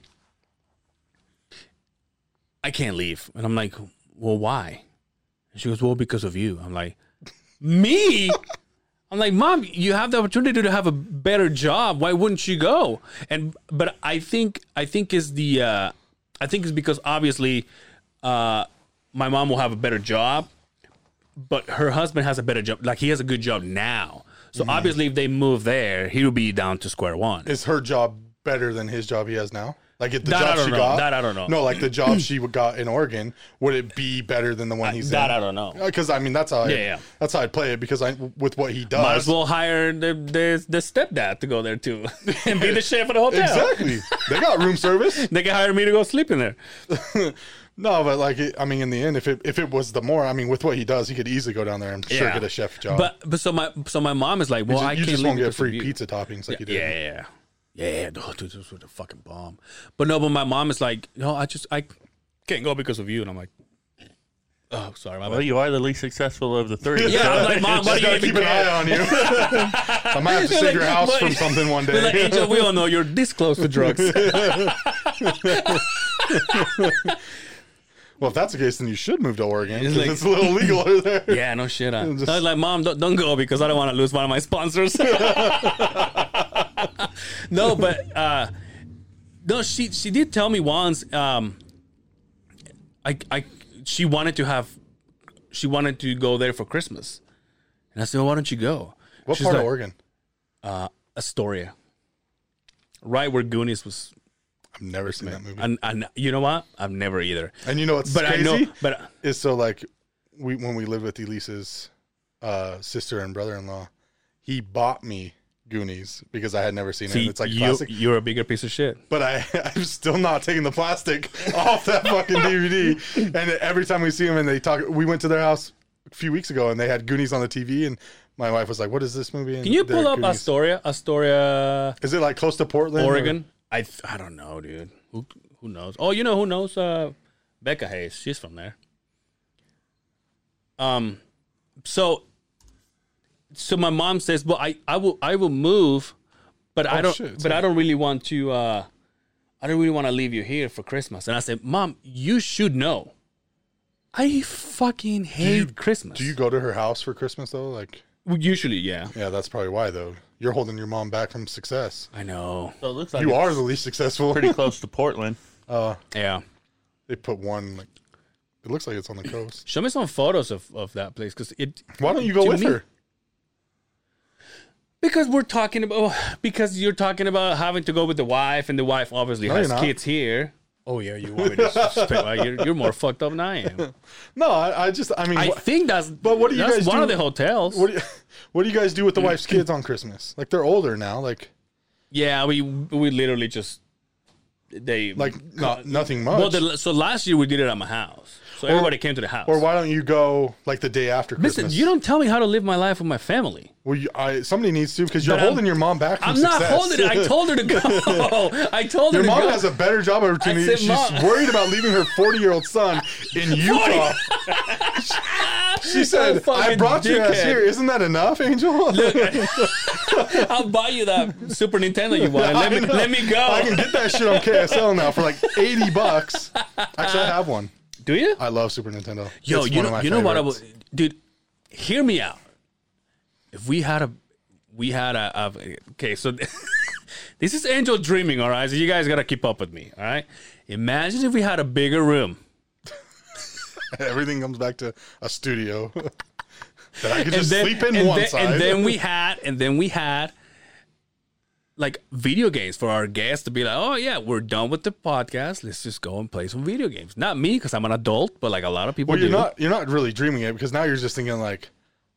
Speaker 3: I can't leave. And I'm like, well, why? And she goes, well, because of you. I'm like, me? I'm like, mom, you have the opportunity to have a better job. Why wouldn't you go? And but I think I think is the uh, I think it's because obviously uh, my mom will have a better job, but her husband has a better job. Like he has a good job now. So obviously, if they move there, he'll be down to square one.
Speaker 4: Is her job better than his job he has now? Like if the
Speaker 3: That I
Speaker 4: job
Speaker 3: don't
Speaker 4: she
Speaker 3: know.
Speaker 4: got,
Speaker 3: That I don't know.
Speaker 4: No, like
Speaker 3: (clears throat)
Speaker 4: the job she got in Oregon, would it be better than the one he's
Speaker 3: Uh, that
Speaker 4: in?
Speaker 3: I don't know.
Speaker 4: Because I mean, that's how I,
Speaker 3: Yeah, yeah.
Speaker 4: that's how I play it. Because I with what he does,
Speaker 3: Might as well hire the, the, the stepdad to go there too (laughs) and be the chef at the hotel.
Speaker 4: exactly. they got
Speaker 3: (laughs)
Speaker 4: room service.
Speaker 3: They can hire me to go sleep in there.
Speaker 4: No, but like it, I mean, in the end, if it if it was the more, I mean, with what he does, he could easily go down there and sure
Speaker 3: Yeah.
Speaker 4: get a chef job.
Speaker 3: But but so my so my mom is like, well,
Speaker 4: you just,
Speaker 3: I
Speaker 4: you
Speaker 3: can't
Speaker 4: just
Speaker 3: leave
Speaker 4: won't get
Speaker 3: because of
Speaker 4: free
Speaker 3: you.
Speaker 4: pizza toppings like you did.
Speaker 3: Yeah, yeah, yeah, yeah. dude, dude, this was a fucking bomb. But no, but my mom is like, no, I just I can't go because of you, and I'm like, oh, sorry, my
Speaker 5: Well,
Speaker 3: bad.
Speaker 5: you are the least successful of the three.
Speaker 3: Yeah, I'm like,
Speaker 4: (laughs)
Speaker 3: mom, why do
Speaker 4: Just
Speaker 3: you
Speaker 4: gotta
Speaker 3: even
Speaker 4: keep an
Speaker 3: care?
Speaker 4: eye on you. I
Speaker 3: (laughs)
Speaker 4: might have to
Speaker 3: Like,
Speaker 4: save your house
Speaker 3: what-
Speaker 4: from something one
Speaker 3: We're like,
Speaker 4: day.
Speaker 3: Angel, we all know you're this close to drugs.
Speaker 4: (laughs) Well, if that's the case, then you should move to Oregon because
Speaker 3: like-
Speaker 4: it's a little legal over there.
Speaker 3: yeah, no shit. I,
Speaker 4: (laughs) Just-
Speaker 3: I was like, mom, don't, don't go because I don't want to lose one of my sponsors. (laughs) no, but uh, no, she she did tell me once. Um, I I she wanted to have, she wanted to go there for Christmas, and I said, well, "Why don't you go?"
Speaker 4: What
Speaker 3: She's
Speaker 4: part
Speaker 3: like,
Speaker 4: of Oregon?
Speaker 3: Astoria, right where Goonies was.
Speaker 4: I've never seen that movie.
Speaker 3: And, and you know what? I've never either.
Speaker 4: and you know what's
Speaker 3: But
Speaker 4: crazy?
Speaker 3: I know, but
Speaker 4: is so like we when we lived with Elise's uh, sister and brother in law, he bought me Goonies because I had never seen it.
Speaker 3: see,
Speaker 4: it's like
Speaker 3: you,
Speaker 4: plastic,
Speaker 3: you're a bigger piece of shit.
Speaker 4: but I (laughs) I'm still not taking the plastic (laughs) off that fucking DVD. And every time we see him and they talk, we went to their house a few weeks ago and they had Goonies on the TV and. My wife was like, "What is this movie?" And
Speaker 3: Can you
Speaker 4: they're
Speaker 3: pull up
Speaker 4: Goonies.
Speaker 3: Astoria, Astoria,
Speaker 4: Is it like close to Portland, or-
Speaker 3: Oregon? I th- I don't know, dude. Who who knows? Oh, you know who knows? Uh, Becca Hayes. She's from there. Um, so so my mom says, "Well, I I will I will move, but I
Speaker 4: Oh,
Speaker 3: don't
Speaker 4: shit.
Speaker 3: but I don't really want to uh I don't really want to leave you here for Christmas." And I said, "Mom, you should know. I fucking hate Christmas.
Speaker 4: Do you go to her house for Christmas though? Like,
Speaker 3: Well, Usually, yeah.
Speaker 4: yeah, that's probably why though. You're holding your mom back from success.
Speaker 3: I know.
Speaker 5: So it looks like
Speaker 4: You
Speaker 5: it's
Speaker 4: are the least successful.
Speaker 5: pretty close to Portland.
Speaker 4: Uh,
Speaker 3: Yeah.
Speaker 4: (laughs) They put one like it looks like it's on the coast.
Speaker 3: Show me some photos of, of that place because it.
Speaker 4: Why don't you go
Speaker 3: to
Speaker 4: with
Speaker 3: me-
Speaker 4: her?
Speaker 3: Because we're talking about oh, because you're talking about having to go with the wife, and the wife obviously
Speaker 4: No,
Speaker 3: has
Speaker 4: you're not.
Speaker 3: kids here.
Speaker 2: Oh yeah, you want me
Speaker 4: (laughs)
Speaker 2: to
Speaker 3: you're, you're more fucked up than I am.
Speaker 4: No, I, I just I mean
Speaker 3: I
Speaker 4: what,
Speaker 3: think that's but
Speaker 4: what do you
Speaker 3: that's
Speaker 4: guys
Speaker 3: one
Speaker 4: do-
Speaker 3: of the hotels.
Speaker 4: what do you, (laughs) what do you guys do with the wife's kids on Christmas? Like they're older now, like
Speaker 3: yeah, we we literally just they
Speaker 4: like not nothing much.
Speaker 3: Mm, uh, well the, so last year we did it at my house, so everybody came to the house.
Speaker 4: or why don't you go like the day after
Speaker 3: Listen,
Speaker 4: Christmas?
Speaker 3: you don't tell me how to live my life with my family.
Speaker 4: Well, you, I, somebody needs to because you're
Speaker 3: But I'm-
Speaker 4: holding your mom back. From
Speaker 3: I'm not
Speaker 4: success.
Speaker 3: holding it.
Speaker 4: (laughs)
Speaker 3: I told her to go. I told her
Speaker 4: your
Speaker 3: to
Speaker 4: mom
Speaker 3: go.
Speaker 4: has a better job opportunity.
Speaker 3: said,
Speaker 4: She's
Speaker 3: "Mom."
Speaker 4: worried about leaving her 40 year old son
Speaker 3: (laughs)
Speaker 4: in Utah. she said, "I
Speaker 3: fucking
Speaker 4: brought your ass
Speaker 3: dickhead.
Speaker 4: here. Isn't that enough, Angel? (laughs)
Speaker 3: I'll buy you that Super Nintendo you want. Let me
Speaker 4: (laughs) I know.
Speaker 3: let me go.
Speaker 4: I can get that shit on KSL now for like 80 bucks. Actually, I have one.
Speaker 3: Do you?
Speaker 4: I love Super Nintendo.
Speaker 3: Yo,
Speaker 4: It's
Speaker 3: you
Speaker 4: one of
Speaker 3: know,
Speaker 4: my
Speaker 3: you know what I
Speaker 4: favorites.
Speaker 3: was, dude. Hear me out. If we had a, we had a, a okay. So (laughs) this is Angel dreaming. All right, so you guys gotta keep up with me. All right. Imagine if we had a bigger room.
Speaker 4: (laughs) Everything comes back to a studio (laughs) that I could just sleep in
Speaker 3: and
Speaker 4: one
Speaker 3: then,
Speaker 4: side.
Speaker 3: and then we had, and then we had like video games for our guests to be like, oh yeah, we're done with the podcast. Let's just go and play some video games. Not me because I'm an adult, but like a lot of people
Speaker 4: (laughs) well, you're
Speaker 3: do.
Speaker 4: not you're not really dreaming it because now you're just thinking like,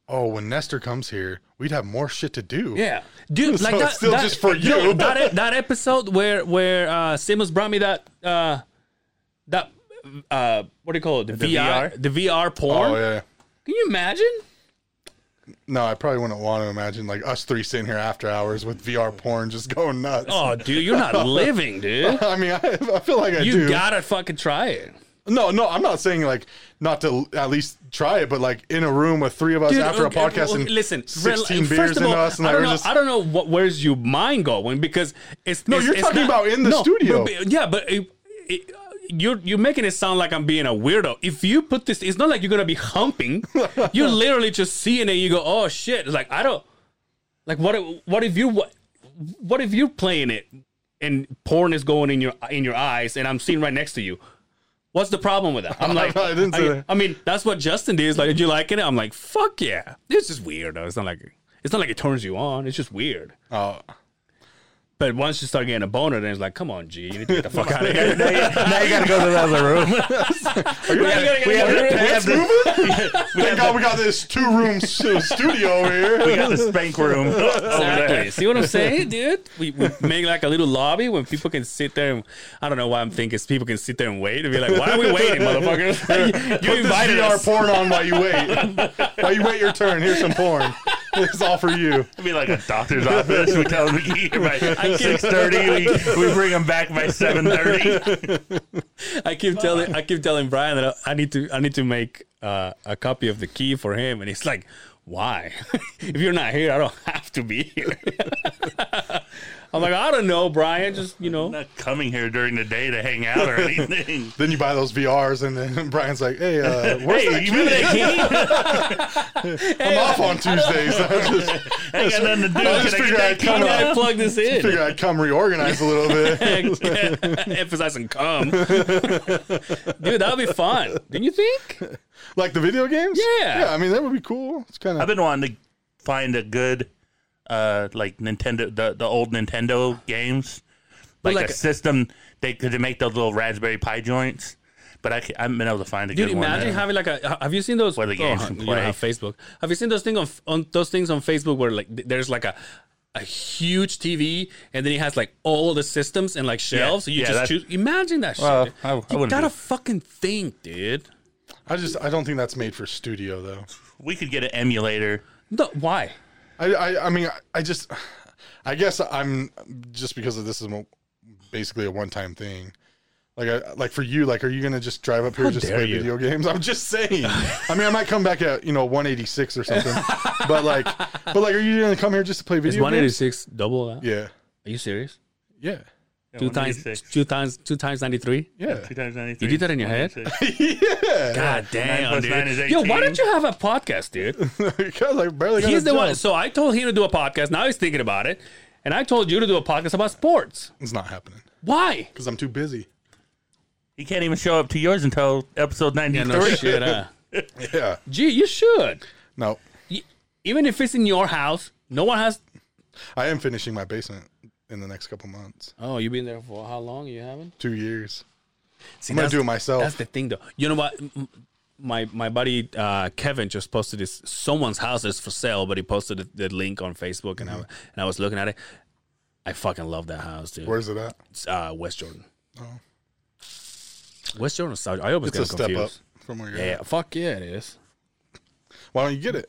Speaker 4: oh, when Nestor comes here, we'd have more shit to do.
Speaker 3: Yeah, dude,
Speaker 4: So
Speaker 3: like
Speaker 4: it's
Speaker 3: that,
Speaker 4: still
Speaker 3: that-
Speaker 4: just for you.
Speaker 3: know, that e- that episode where where uh, Simmons brought me that uh, that uh, what do you call it? The, VR,
Speaker 5: VR?
Speaker 3: the VR porn.
Speaker 4: Oh yeah.
Speaker 3: Can you imagine?
Speaker 4: No, I probably wouldn't want to imagine like us three sitting here after hours with VR porn just going nuts.
Speaker 3: Oh, dude, you're not living, dude.
Speaker 4: (laughs) I mean, I, I feel like I
Speaker 3: You
Speaker 4: do.
Speaker 3: gotta fucking try it.
Speaker 4: No, no, I'm not saying like not to l- at least try it, but like in a room with three of us
Speaker 3: Dude,
Speaker 4: after
Speaker 3: okay,
Speaker 4: a podcast
Speaker 3: okay,
Speaker 4: and
Speaker 3: listen,
Speaker 4: 16
Speaker 3: rela-
Speaker 4: beers
Speaker 3: first of all,
Speaker 4: into us, and
Speaker 3: I
Speaker 4: like
Speaker 3: don't
Speaker 4: we're
Speaker 3: know.
Speaker 4: just
Speaker 3: I don't know what, where's your mind going because it's no.
Speaker 4: you're talking about in the studio.
Speaker 3: yeah, but it, it, you're you're making it sound like I'm being a weirdo. If you put this, it's not like you're gonna be
Speaker 4: (laughs)
Speaker 3: humping. you're literally just seeing it. and You go, oh shit! It's like I don't like what. if- What if you what, what if you're playing it and porn is going in your in your eyes and I'm sitting right next to you. What's the problem with that? I'm like,
Speaker 4: (laughs) I didn't say that.
Speaker 3: I mean, that's what Justin did. Is like, did you like it? I'm like, fuck yeah. It's just weird though. It's not like it's not like it turns you on. It's just weird.
Speaker 4: oh,
Speaker 3: But once you start getting a boner, then it's like, come on, G, you need to get the fuck out of here. (laughs)
Speaker 5: (laughs) now, you, now you gotta go (laughs) to the other room.
Speaker 3: Now you gotta get
Speaker 5: we
Speaker 3: your
Speaker 5: have-
Speaker 3: boner
Speaker 5: (laughs) we
Speaker 3: out.
Speaker 5: have the-
Speaker 4: thank God we got this two room studio over
Speaker 5: we
Speaker 4: here.
Speaker 5: got the spank room over
Speaker 3: Exactly.
Speaker 5: there.
Speaker 3: See what I'm saying, dude? We, we make like a little lobby when people can sit there. And, I don't know why I'm thinking is people can sit there and wait and be like, why are we waiting, motherfuckers? (laughs) you
Speaker 4: Put this
Speaker 3: invited
Speaker 4: VR
Speaker 3: us.
Speaker 4: porn on while you wait. while you wait your turn, here's some porn. It's all for you.
Speaker 5: It'd be like a doctor's office. We tell them to get here by six thirty. We, we bring them back by seven thirty.
Speaker 3: I keep telling I keep telling Brian that I I need to I need to make uh, a copy of the key for him, and he's like, why? (laughs) if you're not here, I don't (laughs) have to be here. (laughs) I'm like, I don't know, Brian. Just you know,
Speaker 5: not coming here during the day to hang out or anything.
Speaker 4: Then you buy those VRs, and then (laughs) Brian's like, "Hey, uh, where's
Speaker 5: hey,
Speaker 4: that
Speaker 5: you remember that key?
Speaker 4: I'm off on Tuesdays. (laughs) I just
Speaker 5: I got nothing to do. Can
Speaker 4: I
Speaker 5: I
Speaker 4: just
Speaker 5: get
Speaker 4: figured
Speaker 5: that
Speaker 4: I'd
Speaker 5: key
Speaker 4: come
Speaker 3: how do
Speaker 5: now?
Speaker 3: I plug this in?
Speaker 4: figured I'd come reorganize a little
Speaker 5: (laughs)
Speaker 3: (laughs)
Speaker 4: bit.
Speaker 3: Emphasize and come, dude. That'd be fun, didn't you think?
Speaker 4: like the video games?
Speaker 3: Yeah.
Speaker 4: I mean, that would be cool. It's kind
Speaker 5: I've
Speaker 4: of.
Speaker 5: been wanting to find a good, uh, like Nintendo, the, the old Nintendo games, like,
Speaker 3: like
Speaker 5: a,
Speaker 3: a-
Speaker 5: system they could they make those little Raspberry Pi joints, but I, ca- I haven't been able to find a
Speaker 3: Dude,
Speaker 5: good
Speaker 3: imagine
Speaker 5: one.
Speaker 3: having like a. uh, Have you seen those?
Speaker 5: Where the games
Speaker 3: oh,
Speaker 5: can
Speaker 3: you don't
Speaker 5: play.
Speaker 3: have Facebook. Have you seen those things on, on those things on Facebook where like th- there's like a a huge TV and then it has like all the systems and like shelves.
Speaker 5: yeah,
Speaker 3: you just
Speaker 5: that-
Speaker 3: choose. Imagine that shit.
Speaker 5: Well,
Speaker 3: dude.
Speaker 5: I- I
Speaker 3: you
Speaker 5: wouldn't
Speaker 3: gotta
Speaker 5: do-
Speaker 3: fucking think, dude.
Speaker 4: I just. I don't think that's made for studio though.
Speaker 5: we could get an emulator.
Speaker 3: No, why?
Speaker 4: I. I, I mean, I, I just. I guess I'm just because of this is mo- basically a one-time thing. Like, I, like for you, like, are you gonna just drive up here just to
Speaker 3: dare
Speaker 4: play
Speaker 3: you.
Speaker 4: video games? I'm just saying. I mean, I might come back at you know 186 or something, but like, but like, are you gonna come here just to play
Speaker 3: It's
Speaker 4: video
Speaker 3: one eighty
Speaker 4: games?
Speaker 3: six double. That?
Speaker 4: Yeah,
Speaker 3: Are you serious?
Speaker 4: yeah,
Speaker 3: Two times,
Speaker 5: 186.
Speaker 3: two times, two times ninety three.
Speaker 4: yeah. (laughs)
Speaker 5: Two times ninety-three.
Speaker 3: You did that in your head?
Speaker 5: 186.
Speaker 3: God
Speaker 5: Nine
Speaker 3: damn,
Speaker 5: plus nine
Speaker 3: dude.
Speaker 5: is
Speaker 3: Yo, why
Speaker 5: 18.
Speaker 3: don't you have a podcast, dude?
Speaker 5: (laughs)
Speaker 4: Because I barely. got
Speaker 3: He's
Speaker 4: a
Speaker 3: the one.
Speaker 4: job.
Speaker 3: So I told him to do a podcast. Now he's thinking about it, and I told you to do a podcast about sports.
Speaker 4: It's not happening
Speaker 3: Why?
Speaker 4: because I'm too busy.
Speaker 5: (laughs) He can't even show up to yours until episode ninety-three.
Speaker 3: shit.
Speaker 4: Yeah.
Speaker 3: (laughs) Gee, you should.
Speaker 4: No,
Speaker 3: Y- Even if it's in your house, no one has.
Speaker 4: I am finishing my basement in the next couple months.
Speaker 3: Oh, you've been there for how long? You haven't.
Speaker 4: Two years.
Speaker 3: See,
Speaker 4: I'm gonna
Speaker 3: that's-
Speaker 4: do it myself.
Speaker 3: That's the thing, though. You know what? M- My my buddy uh, Kevin just posted this. Someone's house is for sale, but he posted the, the link on Facebook, and I
Speaker 4: Mm-hmm.
Speaker 3: and I was looking at it. I fucking love that house, dude.
Speaker 4: Where's it at?
Speaker 3: It's, uh, West Jordan.
Speaker 4: Oh.
Speaker 3: West Jordan. or South- I always
Speaker 4: It's
Speaker 3: get
Speaker 4: a step
Speaker 3: confused.
Speaker 4: up from where you're
Speaker 3: Yeah,
Speaker 4: at.
Speaker 3: fuck yeah, it is.
Speaker 4: Why don't you get it?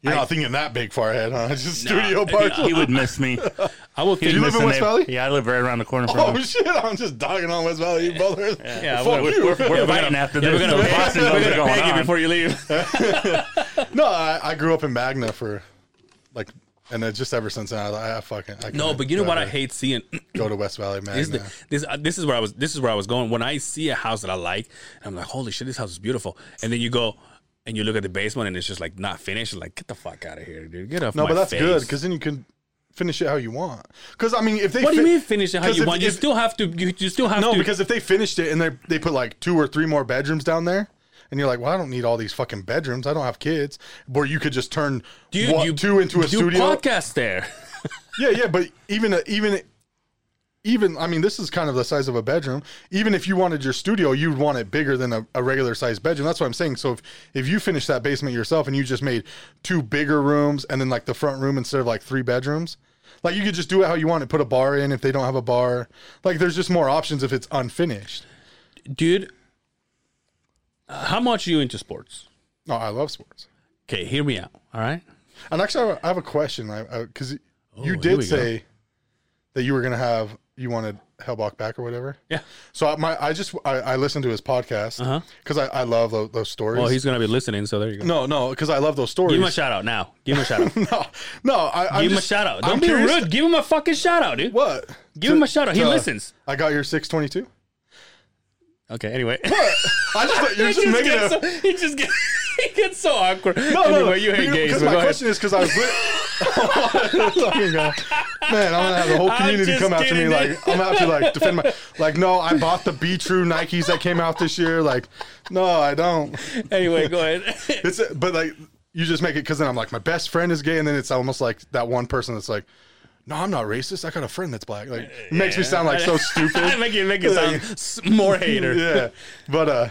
Speaker 4: You're not thinking that big far ahead, huh? (laughs) It's just studio
Speaker 3: I
Speaker 4: park.
Speaker 5: He would
Speaker 3: (laughs)
Speaker 5: miss me.
Speaker 3: I will
Speaker 5: He'd
Speaker 3: keep.
Speaker 4: you live
Speaker 5: miss
Speaker 4: in
Speaker 5: the
Speaker 4: West
Speaker 5: neigh-
Speaker 4: Valley?
Speaker 5: Yeah, I live right around the corner
Speaker 4: (laughs)
Speaker 5: from
Speaker 4: Oh
Speaker 5: him.
Speaker 4: shit! I'm just dogging on West Valley, you brothers.
Speaker 3: Yeah,
Speaker 4: Fuck
Speaker 3: we're-
Speaker 4: you. (laughs)
Speaker 5: We're fighting after this. (laughs)
Speaker 3: we're gonna
Speaker 5: so Boston knows what's going
Speaker 3: Thank you
Speaker 5: on.
Speaker 3: before you leave.
Speaker 4: no, I, I grew up in Magna for like, and then just ever since then, I, was like, I fucking I
Speaker 3: No,
Speaker 4: can't
Speaker 3: but you know
Speaker 4: go
Speaker 3: what
Speaker 4: to-
Speaker 3: I hate seeing (clears throat)
Speaker 4: Go to West Valley, Magna.
Speaker 3: is the, this. Uh, this is where I was. This is where I was going. When I see a house that I like, and I'm like, "Holy shit, this house is beautiful!" And then you go and you look at the basement, and it's just like not finished. You're like, get the fuck out of here, dude. Get off.
Speaker 4: no,
Speaker 3: my
Speaker 4: but that's
Speaker 3: face.
Speaker 4: good because then you can finish it how you want. Because I mean, if they
Speaker 3: What do you
Speaker 4: fi-
Speaker 3: mean finish it how
Speaker 4: 'cause
Speaker 3: you
Speaker 4: if-
Speaker 3: want? You
Speaker 4: if-
Speaker 3: still have to. You, you still have
Speaker 4: No,
Speaker 3: to.
Speaker 4: because if they finished it and they they put like two or three more bedrooms down there, and you're like, well, I don't need all these fucking bedrooms. I don't have kids. Where you could just turn
Speaker 3: Dude,
Speaker 4: one- two into a
Speaker 3: do
Speaker 4: studio.
Speaker 3: podcast there.
Speaker 4: Yeah, yeah, but even a, even even I mean, this is kind of the size of a bedroom. Even if you wanted your studio, you'd want it bigger than a, a regular sized bedroom. That's what I'm saying. So if if you finish that basement yourself and you just made two bigger rooms and then like the front room instead of like three bedrooms. Like you could just do it how you want it. Put a bar in if they don't have a bar. Like there's just more options if it's unfinished.
Speaker 3: dude. uh, How much are you into sports?
Speaker 4: No, I love sports.
Speaker 3: Okay, hear me out. All right.
Speaker 4: And actually, I have a- I have a question. I because
Speaker 3: Oh, here
Speaker 4: you
Speaker 3: we go.
Speaker 4: did say that you were gonna have you wanted Hellbach back or whatever.
Speaker 3: Yeah.
Speaker 4: So I, my I just I, I listened to his podcast because I, I love those, those stories.
Speaker 3: Uh-huh. Well, he's gonna be listening, so there you go.
Speaker 4: no no because I love those stories.
Speaker 3: Give him a shout out now. Give him a shout out.
Speaker 4: no no I, (laughs) I'm
Speaker 3: Give him a
Speaker 4: just-
Speaker 3: shout out.
Speaker 4: I'm
Speaker 3: Don't be
Speaker 4: curious-
Speaker 3: rude. Give him a fucking shout out, dude.
Speaker 4: What?
Speaker 3: Give him a shout out. He listens.
Speaker 4: I got
Speaker 3: (laughs)
Speaker 4: your 622.
Speaker 3: Okay. Anyway,
Speaker 4: I just you're
Speaker 3: he,
Speaker 4: (laughs) just
Speaker 3: just
Speaker 4: making
Speaker 3: gets
Speaker 4: it.
Speaker 3: so,
Speaker 4: a-
Speaker 3: he just gets (laughs) he gets so awkward. No,
Speaker 4: No, no,
Speaker 3: anyway,
Speaker 4: no.
Speaker 3: you hate gays.
Speaker 4: Because
Speaker 3: but
Speaker 4: my
Speaker 3: go ahead.
Speaker 4: question is because I was. Li- Fucking guy. (laughs) Man, I'm gonna have the whole
Speaker 3: I'm
Speaker 4: community
Speaker 3: just
Speaker 4: come after me.
Speaker 3: kidding,
Speaker 4: Like
Speaker 3: dude.
Speaker 4: I'm gonna have to like defend my. Like no, I bought the Be True Nikes that came out this year. Like no, I don't.
Speaker 3: Anyway, go
Speaker 4: (laughs)
Speaker 3: ahead.
Speaker 4: It's but like you just make it because then I'm like my best friend is gay, and then it's almost like that one person that's like, no, I'm not racist. I got a friend that's black. Like it makes me sound like
Speaker 3: (laughs)
Speaker 4: so stupid.
Speaker 3: make it make it sound s- more (laughs) hater.
Speaker 4: yeah, but uh.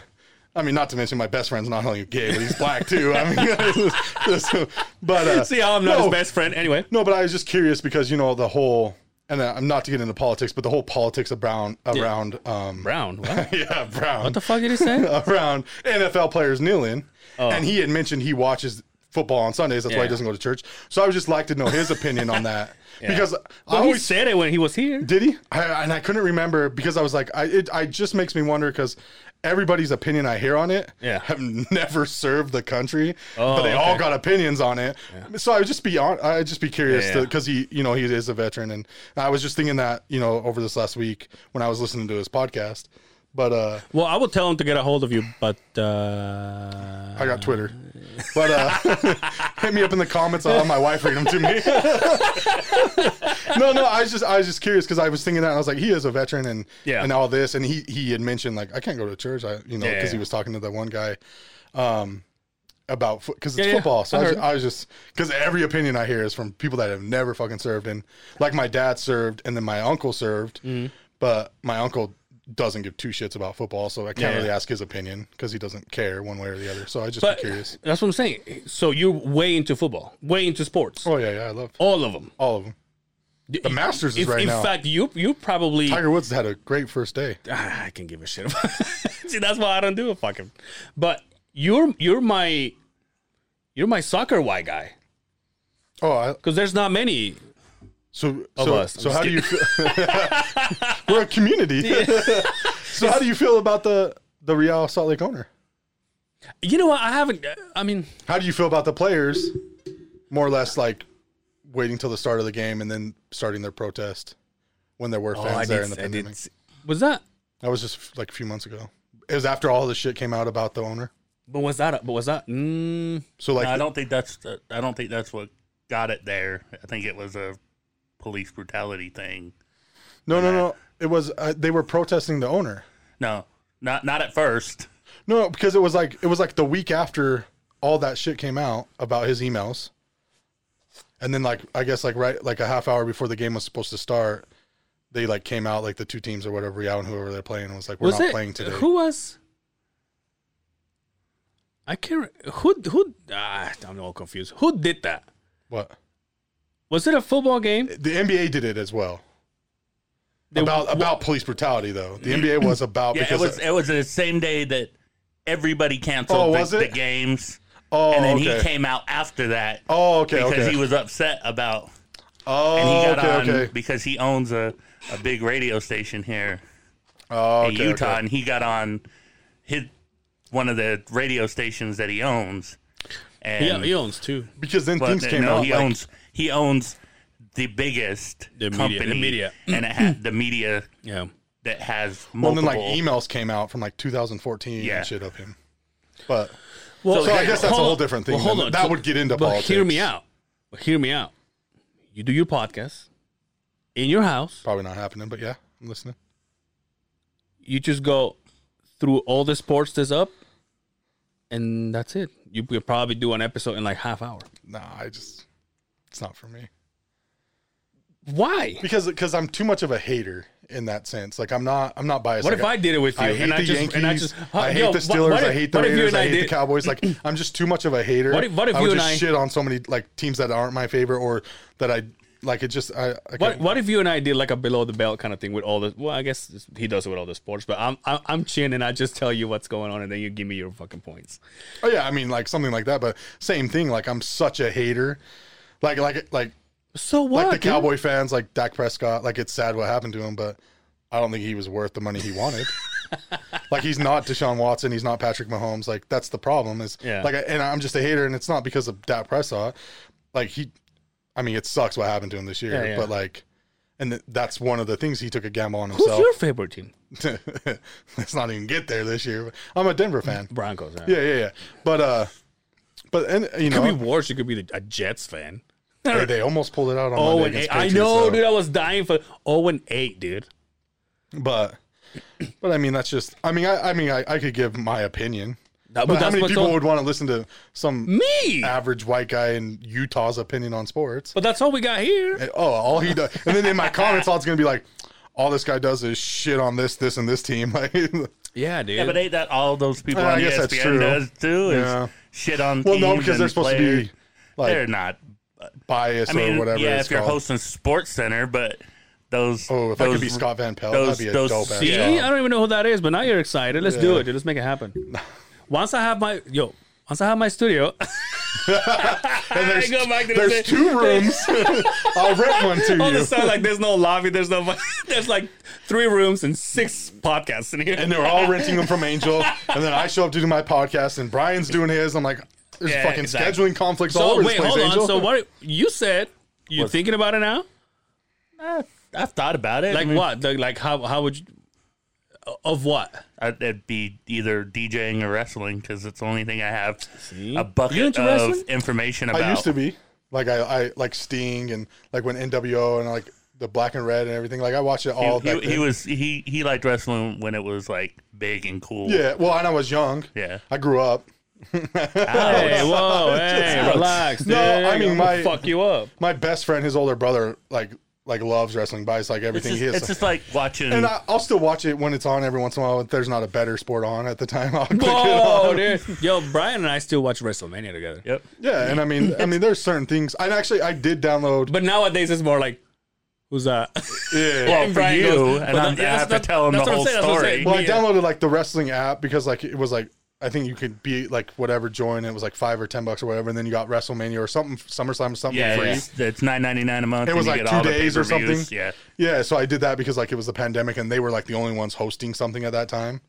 Speaker 4: I mean, not to mention my best friend's not only gay, but he's black too. I mean, (laughs) but uh,
Speaker 3: See how I'm not
Speaker 4: no,
Speaker 3: his best friend. Anyway,
Speaker 4: no, but I was just curious because you know the whole, and I'm not to get into politics, but the whole politics of Brown around, um,
Speaker 3: Brown. (laughs) What
Speaker 4: (laughs) yeah, Brown,
Speaker 3: the fuck did he
Speaker 4: (laughs)
Speaker 3: say?
Speaker 4: around NFL players kneeling, and he had mentioned he watches football on Sundays. That's why
Speaker 3: Yeah.
Speaker 4: he doesn't go to church. So I would just like to know his opinion
Speaker 3: (laughs)
Speaker 4: on that because I
Speaker 3: Well, he
Speaker 4: always
Speaker 3: said it when he was here.
Speaker 4: did he? I, and I couldn't remember because I was like, I it, I just makes me wonder because everybody's opinion I hear on it
Speaker 3: Yeah.
Speaker 4: have (laughs) never served the country,
Speaker 3: Oh,
Speaker 4: but they all
Speaker 3: okay.
Speaker 4: got opinions on it. So I would just be on, I'd just be curious
Speaker 3: Yeah, yeah.
Speaker 4: because he, you know, he is a veteran, and I was just thinking that you know over this last week when I was listening to his podcast, but uh,
Speaker 3: Well, I will tell him to get a hold of you, but uh,
Speaker 4: I got Twitter. But uh, (laughs) hit me up in the comments. I'll have my wife read them to me. (laughs) no, no, I was just I was just curious because I was thinking that and I was like, he is a veteran and
Speaker 3: Yeah.
Speaker 4: and all this, and he he had mentioned like I can't go to church. I you know
Speaker 3: Yeah,
Speaker 4: because he
Speaker 3: yeah.
Speaker 4: was talking to that one guy. Um, about because it's
Speaker 3: Yeah, yeah.
Speaker 4: football, so
Speaker 3: I
Speaker 4: I, was,
Speaker 3: heard.
Speaker 4: I was just because every opinion I hear is from people that have never fucking served, and like my dad served, and then my uncle served,
Speaker 3: Mm-hmm.
Speaker 4: but my uncle doesn't give two shits about football, so I can't
Speaker 3: Yeah.
Speaker 4: really ask his opinion because he doesn't care one way or the other. So I just
Speaker 3: but
Speaker 4: be curious.
Speaker 3: that's what I'm saying. So you're way into football, way into sports,
Speaker 4: Oh yeah, yeah, I love
Speaker 3: all of them.
Speaker 4: all of them. The Masters is
Speaker 3: If-
Speaker 4: right
Speaker 3: in
Speaker 4: now.
Speaker 3: fact, you you probably
Speaker 4: Tiger Woods had a great first day.
Speaker 3: Ah, I can give a shit. About (laughs) See, that's why I don't do a fucking. But you're you're my you're my soccer why guy
Speaker 4: Oh, I,
Speaker 3: because there's not many.
Speaker 4: so
Speaker 3: Of
Speaker 4: so,
Speaker 3: us.
Speaker 4: so
Speaker 3: I'm
Speaker 4: how do
Speaker 3: (laughs)
Speaker 4: you? Feel, (laughs) we're a community. (laughs) so how do you feel about the the Real Salt Lake owner?
Speaker 3: You know what? I haven't. I mean,
Speaker 4: How do you feel about the players? More or less, like waiting till the start of the game and then starting their protest when there were
Speaker 3: oh,
Speaker 4: fans
Speaker 3: I
Speaker 4: there in
Speaker 3: did,
Speaker 4: the
Speaker 3: I did
Speaker 4: pandemic.
Speaker 3: s- Was that?
Speaker 4: That was just like a few months ago. It was after all the shit came out about the owner.
Speaker 3: But was that? But was that? Mm,
Speaker 4: So like,
Speaker 5: No, I don't think that's the, I don't think that's what got it there. I think it was a police brutality thing.
Speaker 4: no, no, no. It was uh, they were protesting the owner.
Speaker 5: No, not not at first.
Speaker 4: No, no, because it was like it was like the week after all that shit came out about his emails, and then like I guess like right like a half hour before the game was supposed to start, they like came out like the two teams or whatever, Real and whoever they're playing was like we're
Speaker 3: was
Speaker 4: not
Speaker 3: it?
Speaker 4: playing today.
Speaker 3: Who was? I can't. re- Who who? Ah, I'm all confused. Who did that?
Speaker 4: What
Speaker 3: Was it a football game?
Speaker 4: the NBA did it as well
Speaker 3: They-
Speaker 4: about about police brutality though. The NBA was about
Speaker 5: Mm-hmm. Yeah, it
Speaker 4: because
Speaker 5: was it was the same day that everybody canceled
Speaker 4: Oh,
Speaker 5: the,
Speaker 4: was
Speaker 5: the
Speaker 4: it?
Speaker 5: games,
Speaker 4: oh
Speaker 5: and then
Speaker 4: okay
Speaker 5: he came out after that
Speaker 4: oh okay
Speaker 5: because
Speaker 4: okay
Speaker 5: he was upset about
Speaker 4: oh
Speaker 5: and he got
Speaker 4: okay
Speaker 5: on
Speaker 4: okay
Speaker 5: because he owns a, a big radio station here
Speaker 4: oh
Speaker 5: in
Speaker 4: okay,
Speaker 5: Utah,
Speaker 4: okay.
Speaker 5: and he got on his one of the radio stations that he owns. And
Speaker 3: Yeah, he owns too.
Speaker 4: because then
Speaker 5: But
Speaker 4: things came
Speaker 5: no,
Speaker 4: out
Speaker 5: he
Speaker 4: like,
Speaker 5: owns he owns the biggest
Speaker 3: The media- the
Speaker 5: company,
Speaker 3: media.
Speaker 5: and it had the media
Speaker 3: Yeah.
Speaker 5: that has
Speaker 4: well
Speaker 5: multiple.
Speaker 4: then like emails came out from like 2014
Speaker 5: Yeah.
Speaker 4: and shit of him, but.
Speaker 3: Well,
Speaker 4: So I guess that's a
Speaker 3: hold
Speaker 4: whole
Speaker 3: on.
Speaker 4: different thing
Speaker 3: Well, hold
Speaker 4: then.
Speaker 3: on.
Speaker 4: That
Speaker 3: So-
Speaker 4: would get into
Speaker 3: but Hear
Speaker 4: politics.
Speaker 3: me out. But hear me out. You do your podcast in your house.
Speaker 4: Probably not happening, but yeah, I'm listening.
Speaker 3: You just go through all the sports that's up, and that's it. You could probably do an episode in like half hour.
Speaker 4: Nah, I just it's not for me
Speaker 3: Why?
Speaker 4: because because I'm too much of a hater in that sense. Like I'm not I'm not biased.
Speaker 3: What
Speaker 4: Like,
Speaker 3: if I did it with you?
Speaker 4: I hate the Yankees. I, hate
Speaker 3: yo,
Speaker 4: the
Speaker 3: what-
Speaker 4: Steelers.
Speaker 3: what if-
Speaker 4: I hate the
Speaker 3: what if you
Speaker 4: Raiders.
Speaker 3: and
Speaker 4: I hate the
Speaker 3: did- (laughs)
Speaker 4: Cowboys. Like I'm just too much of a hater.
Speaker 3: What if- what if
Speaker 4: I would
Speaker 3: you and
Speaker 4: just
Speaker 3: I-
Speaker 4: shit on so many like teams that aren't my favorite or that I like? It just I, I
Speaker 3: What,
Speaker 4: can't-
Speaker 3: what if you and I did like a below the belt kind of thing with all the? Well, I guess this- he does it with all the sports, but I'm I'm, I'm chin and I just tell you what's going on, and then you give me your fucking points.
Speaker 4: Oh yeah, I mean like something like that. But same thing. Like I'm such a hater. Like like like
Speaker 3: So what?
Speaker 4: like the
Speaker 3: dude?
Speaker 4: Cowboy fans, like Dak Prescott, like it's sad what happened to him, but I don't think he was worth the money
Speaker 3: (laughs)
Speaker 4: he wanted. like he's not Deshaun Watson, he's not Patrick Mahomes. Like that's the problem is
Speaker 3: Yeah.
Speaker 4: like, I- and I'm just a hater, and it's not because of Dak Prescott. Like he, I mean, it sucks what happened to him this year,
Speaker 3: Yeah, yeah.
Speaker 4: but like, and th- that's one of the things he took a gamble on
Speaker 3: Who's
Speaker 4: himself.
Speaker 3: your favorite team?
Speaker 4: (laughs) Let's not even get there this year. I'm a Denver fan.
Speaker 3: Broncos. huh?
Speaker 4: Yeah, Uh-huh. yeah, yeah. But uh, but and you
Speaker 3: It could
Speaker 4: know,
Speaker 3: be worse. You could be the- a Jets fan.
Speaker 4: hey, they almost pulled it out on.
Speaker 3: Oh and
Speaker 4: Monday against
Speaker 3: eight. I
Speaker 4: Patriots,
Speaker 3: know,
Speaker 4: though.
Speaker 3: dude. I was dying for oh and eight, dude.
Speaker 4: but but I mean that's just I mean I, I mean I, I could give my opinion.
Speaker 3: That-
Speaker 4: But how
Speaker 3: that's
Speaker 4: many
Speaker 3: what's
Speaker 4: people
Speaker 3: on-
Speaker 4: would want to listen to some
Speaker 3: me?
Speaker 4: average white guy in Utah's opinion on sports?
Speaker 3: But that's all we got here.
Speaker 4: And, oh, all he does, and then in my comments, all it's gonna be like, all this guy does is shit on this, this, and this team. (laughs) Like,
Speaker 3: Yeah, dude.
Speaker 5: yeah, but ain't that all those people
Speaker 4: Uh, I
Speaker 5: on E
Speaker 4: guess that's
Speaker 5: ESPN
Speaker 4: true.
Speaker 5: does too? Is
Speaker 4: Yeah.
Speaker 5: shit on
Speaker 4: well,
Speaker 5: teams
Speaker 4: no, because
Speaker 5: and
Speaker 4: they're supposed
Speaker 5: players.
Speaker 4: to be like
Speaker 5: they're not.
Speaker 4: biased
Speaker 5: I mean,
Speaker 4: or whatever.
Speaker 5: yeah,
Speaker 4: it's
Speaker 5: if you're
Speaker 4: called.
Speaker 5: hosting Sports Center, but those
Speaker 4: oh, if
Speaker 5: those,
Speaker 4: I could be Scott Van Pelt,
Speaker 5: those-
Speaker 4: that'd be a
Speaker 5: those
Speaker 4: dope ass
Speaker 5: see-
Speaker 3: See,
Speaker 4: job.
Speaker 3: I don't even know who that is, but now you're excited. Let's do it, dude. (laughs)
Speaker 4: (laughs)
Speaker 3: Let's make it happen. Once I have my yo, once I have my studio,
Speaker 4: And
Speaker 3: I
Speaker 4: there's
Speaker 3: go back to the
Speaker 4: there's
Speaker 3: same-
Speaker 4: two
Speaker 5: (laughs)
Speaker 4: rooms. I'll rent one to
Speaker 3: All
Speaker 4: you.
Speaker 3: this time, like there's no lobby, there's no, (laughs) there's like three rooms and six podcasts in here.
Speaker 4: and they're all renting them from Angel. And then I show up to do my podcast, and Brian's doing his. I'm like, there's
Speaker 3: Yeah,
Speaker 4: fucking
Speaker 3: exactly.
Speaker 4: scheduling conflicts all
Speaker 3: so
Speaker 4: over
Speaker 3: wait,
Speaker 4: the place.
Speaker 3: hold on.
Speaker 4: Angel.
Speaker 3: So what you said? You thinking about it now?
Speaker 5: Uh, I've thought about it.
Speaker 3: Like
Speaker 5: I mean,
Speaker 3: what? Like, like how? How would you? Of what?
Speaker 5: I- uh, It'd be either DJing or wrestling because it's the only thing I have a bucket
Speaker 3: You into
Speaker 5: of
Speaker 3: wrestling?
Speaker 5: information about.
Speaker 4: I used to be like I, I like Sting and like when NWO and like the Black and Red and everything. Like I watched it all.
Speaker 5: He,
Speaker 4: back
Speaker 5: he,
Speaker 4: then.
Speaker 5: he was he he liked wrestling when it was like big and cool.
Speaker 4: yeah. Well, and I was young.
Speaker 5: yeah.
Speaker 4: I grew up.
Speaker 3: Hey, (laughs) whoa, hey, relax. Dude.
Speaker 4: No, I mean,
Speaker 3: I'm gonna
Speaker 4: my-
Speaker 3: fuck you up.
Speaker 4: My best friend, his older brother, like like loves wrestling. Buys like
Speaker 5: It's
Speaker 4: everything
Speaker 5: just,
Speaker 4: he is.
Speaker 5: it's just like watching.
Speaker 4: and I, I'll still watch it when it's on every once in a while. If there's not a better sport on at the time, (laughs) I'll click it
Speaker 3: (laughs)
Speaker 4: on.
Speaker 5: (laughs)
Speaker 3: Whoa, dude. Yo, Brian and I still watch WrestleMania together.
Speaker 5: yep.
Speaker 4: Yeah, and I mean, I mean, there's certain things. And actually, I did download.
Speaker 3: But nowadays it's more like, who's that?
Speaker 4: yeah.
Speaker 5: Well,
Speaker 3: (laughs)
Speaker 5: for
Speaker 3: Brian
Speaker 5: you,
Speaker 3: goes,
Speaker 5: and
Speaker 3: "Well,
Speaker 5: I'm,
Speaker 3: yeah,
Speaker 5: I have
Speaker 3: that's-
Speaker 5: to tell him the
Speaker 3: that's what I'm
Speaker 5: whole
Speaker 3: saying, that's what I'm
Speaker 5: story.
Speaker 3: saying.
Speaker 4: Well, I
Speaker 3: Yeah.
Speaker 4: downloaded like the wrestling app because like it was like I think you could be like whatever join. It was like five or ten bucks or whatever, and then you got WrestleMania or something, SummerSlam or something
Speaker 5: yeah,
Speaker 4: free.
Speaker 5: it's, it's nine ninety nine a month.
Speaker 4: It was
Speaker 5: and you
Speaker 4: like
Speaker 5: get
Speaker 4: two
Speaker 5: all the
Speaker 4: days or
Speaker 5: pay-per-views.
Speaker 4: something.
Speaker 5: Yeah,
Speaker 4: Yeah, so I did that because like it was the pandemic and they were like the only ones hosting something at that time.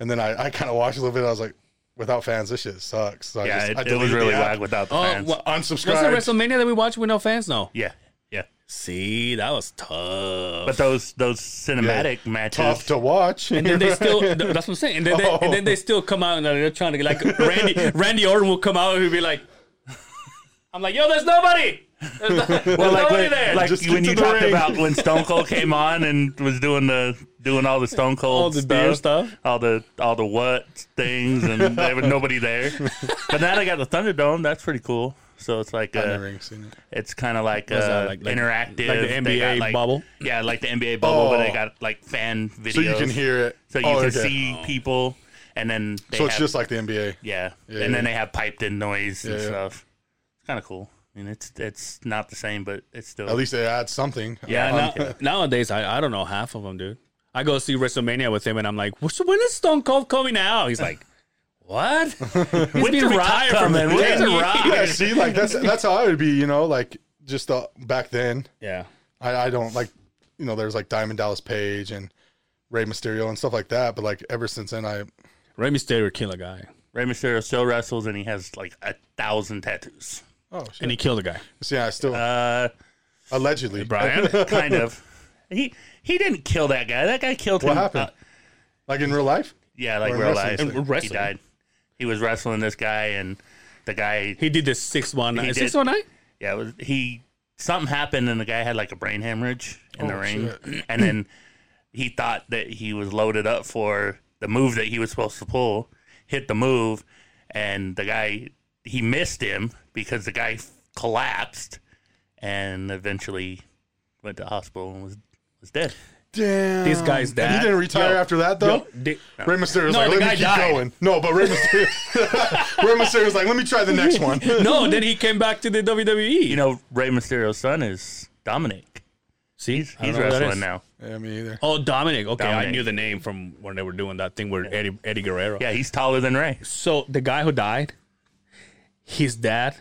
Speaker 4: And then I, I kind of watched a little bit. I was like, without fans, this shit sucks. So I
Speaker 5: yeah,
Speaker 4: just, I
Speaker 5: it, it was
Speaker 4: deleted
Speaker 5: really
Speaker 4: the app.
Speaker 5: whack without the
Speaker 3: Oh,
Speaker 5: fans.
Speaker 3: well, What's the
Speaker 4: Unsubscribed.
Speaker 3: WrestleMania that we watched with no fans? No.
Speaker 5: yeah, yeah.
Speaker 3: See, that was tough.
Speaker 5: But those those cinematic matches,
Speaker 4: Tough to watch.
Speaker 3: and
Speaker 4: (laughs)
Speaker 3: then they still
Speaker 5: (laughs)
Speaker 3: th- that's what I'm saying. And then, they, and then they still come out and they're trying to get like
Speaker 5: (laughs)
Speaker 3: Randy Randy Orton will come out and he'll be like I'm like, yo, there's nobody. There's, no- there's
Speaker 5: well, like
Speaker 3: nobody
Speaker 5: when,
Speaker 3: there.
Speaker 5: like
Speaker 4: Just
Speaker 5: when
Speaker 4: get to
Speaker 5: you
Speaker 4: the
Speaker 5: talked
Speaker 4: ring.
Speaker 5: about when Stone
Speaker 4: (laughs)
Speaker 5: Cold came on and was doing the doing all the Stone Cold
Speaker 3: All the
Speaker 5: stuff,
Speaker 3: beer stuff.
Speaker 5: all the all the what things, and there was
Speaker 4: (laughs)
Speaker 5: nobody there. But now they got the Thunderdome. That's pretty cool. So it's like
Speaker 4: I
Speaker 5: uh,
Speaker 4: never even seen it.
Speaker 5: it's kind of like,
Speaker 3: What's that,
Speaker 5: uh,
Speaker 3: like- like-
Speaker 5: interactive,
Speaker 3: like the
Speaker 5: They
Speaker 3: NBA
Speaker 5: got,
Speaker 3: bubble?
Speaker 5: Yeah, like the NBA bubble, but they
Speaker 4: Oh.
Speaker 5: got like fan videos,
Speaker 4: So you can hear it.
Speaker 5: so you
Speaker 4: Oh,
Speaker 5: can
Speaker 4: okay.
Speaker 5: see people, and then they
Speaker 4: So it's
Speaker 5: have-
Speaker 4: just like the NBA.
Speaker 5: yeah.
Speaker 4: Yeah,
Speaker 5: and then
Speaker 4: yeah.
Speaker 5: they have piped in noise and
Speaker 4: Yeah, yeah.
Speaker 5: stuff. It's kind of cool. I mean, it's it's not the same, but it's still
Speaker 4: At least they add something.
Speaker 3: yeah,
Speaker 5: I'm-
Speaker 3: now- (laughs)
Speaker 4: (laughs)
Speaker 3: nowadays I, I don't know half of them, dude. I go see WrestleMania with him and I'm like, "What's- when is Stone Cold coming out? He's like, what? He's been
Speaker 5: Rock
Speaker 3: retired from
Speaker 5: coming? When's
Speaker 3: 10
Speaker 5: the
Speaker 3: (laughs)
Speaker 5: Rock?
Speaker 3: years."
Speaker 4: yeah, (laughs) see, like that's that's how I would be, you know, like just uh, back then.
Speaker 3: Yeah.
Speaker 4: I, I don't like, you know, there's like Diamond Dallas Page and Ray Mysterio and stuff like that. But like ever since then, I
Speaker 3: Rey Mysterio killed a guy.
Speaker 5: Rey Mysterio still wrestles and he has like a thousand tattoos.
Speaker 4: oh
Speaker 3: And
Speaker 4: shit.
Speaker 3: he killed a guy.
Speaker 4: So, yeah, I still
Speaker 5: Uh,
Speaker 4: allegedly.
Speaker 3: Brian?
Speaker 5: (laughs) kind of. He he didn't kill that guy. That guy killed
Speaker 4: What
Speaker 5: him.
Speaker 4: happened?
Speaker 5: Uh,
Speaker 4: (laughs) Like in real life,
Speaker 5: yeah, like
Speaker 4: Or in
Speaker 5: real
Speaker 4: wrestling.
Speaker 5: life.
Speaker 3: In wrestling.
Speaker 5: He died. He was wrestling this guy, and the guy
Speaker 3: He did the 619.
Speaker 5: He did.
Speaker 3: 619?
Speaker 5: Yeah, it was, he something happened and the guy had like a brain hemorrhage in the
Speaker 4: Oh,
Speaker 5: ring, (clears throat) and then he thought that he was loaded up for the move that he was supposed to pull, hit the move, and the guy he missed him because the guy f- collapsed, and eventually went to hospital and was was dead.
Speaker 4: damn,
Speaker 3: This guy's
Speaker 4: Oh. And he
Speaker 3: dad-
Speaker 4: didn't retire
Speaker 3: Yo,
Speaker 4: after that though.
Speaker 3: Yo, did-
Speaker 4: Ray Mysterio's
Speaker 3: No,
Speaker 4: like,
Speaker 3: the
Speaker 4: let me
Speaker 3: guy
Speaker 4: keep
Speaker 3: died.
Speaker 4: going. No, but Ray Mysterio, (laughs) Ray Mysterio's like, let me try the next one. (laughs)
Speaker 3: no, then he came back to the E. WWE.
Speaker 5: You know, Rey Mysterio's son is Dominic.
Speaker 3: see,
Speaker 5: He's,
Speaker 3: I don't
Speaker 5: he's
Speaker 3: know who that
Speaker 5: wrestling
Speaker 3: is.
Speaker 5: now.
Speaker 4: yeah, me either.
Speaker 3: Oh, Dominic. Okay, I
Speaker 5: Dominic.
Speaker 3: knew the name from when they were doing that thing with Eddie, Eddie Guerrero.
Speaker 5: Yeah, he's taller than Ray.
Speaker 3: So the guy who died, his dad,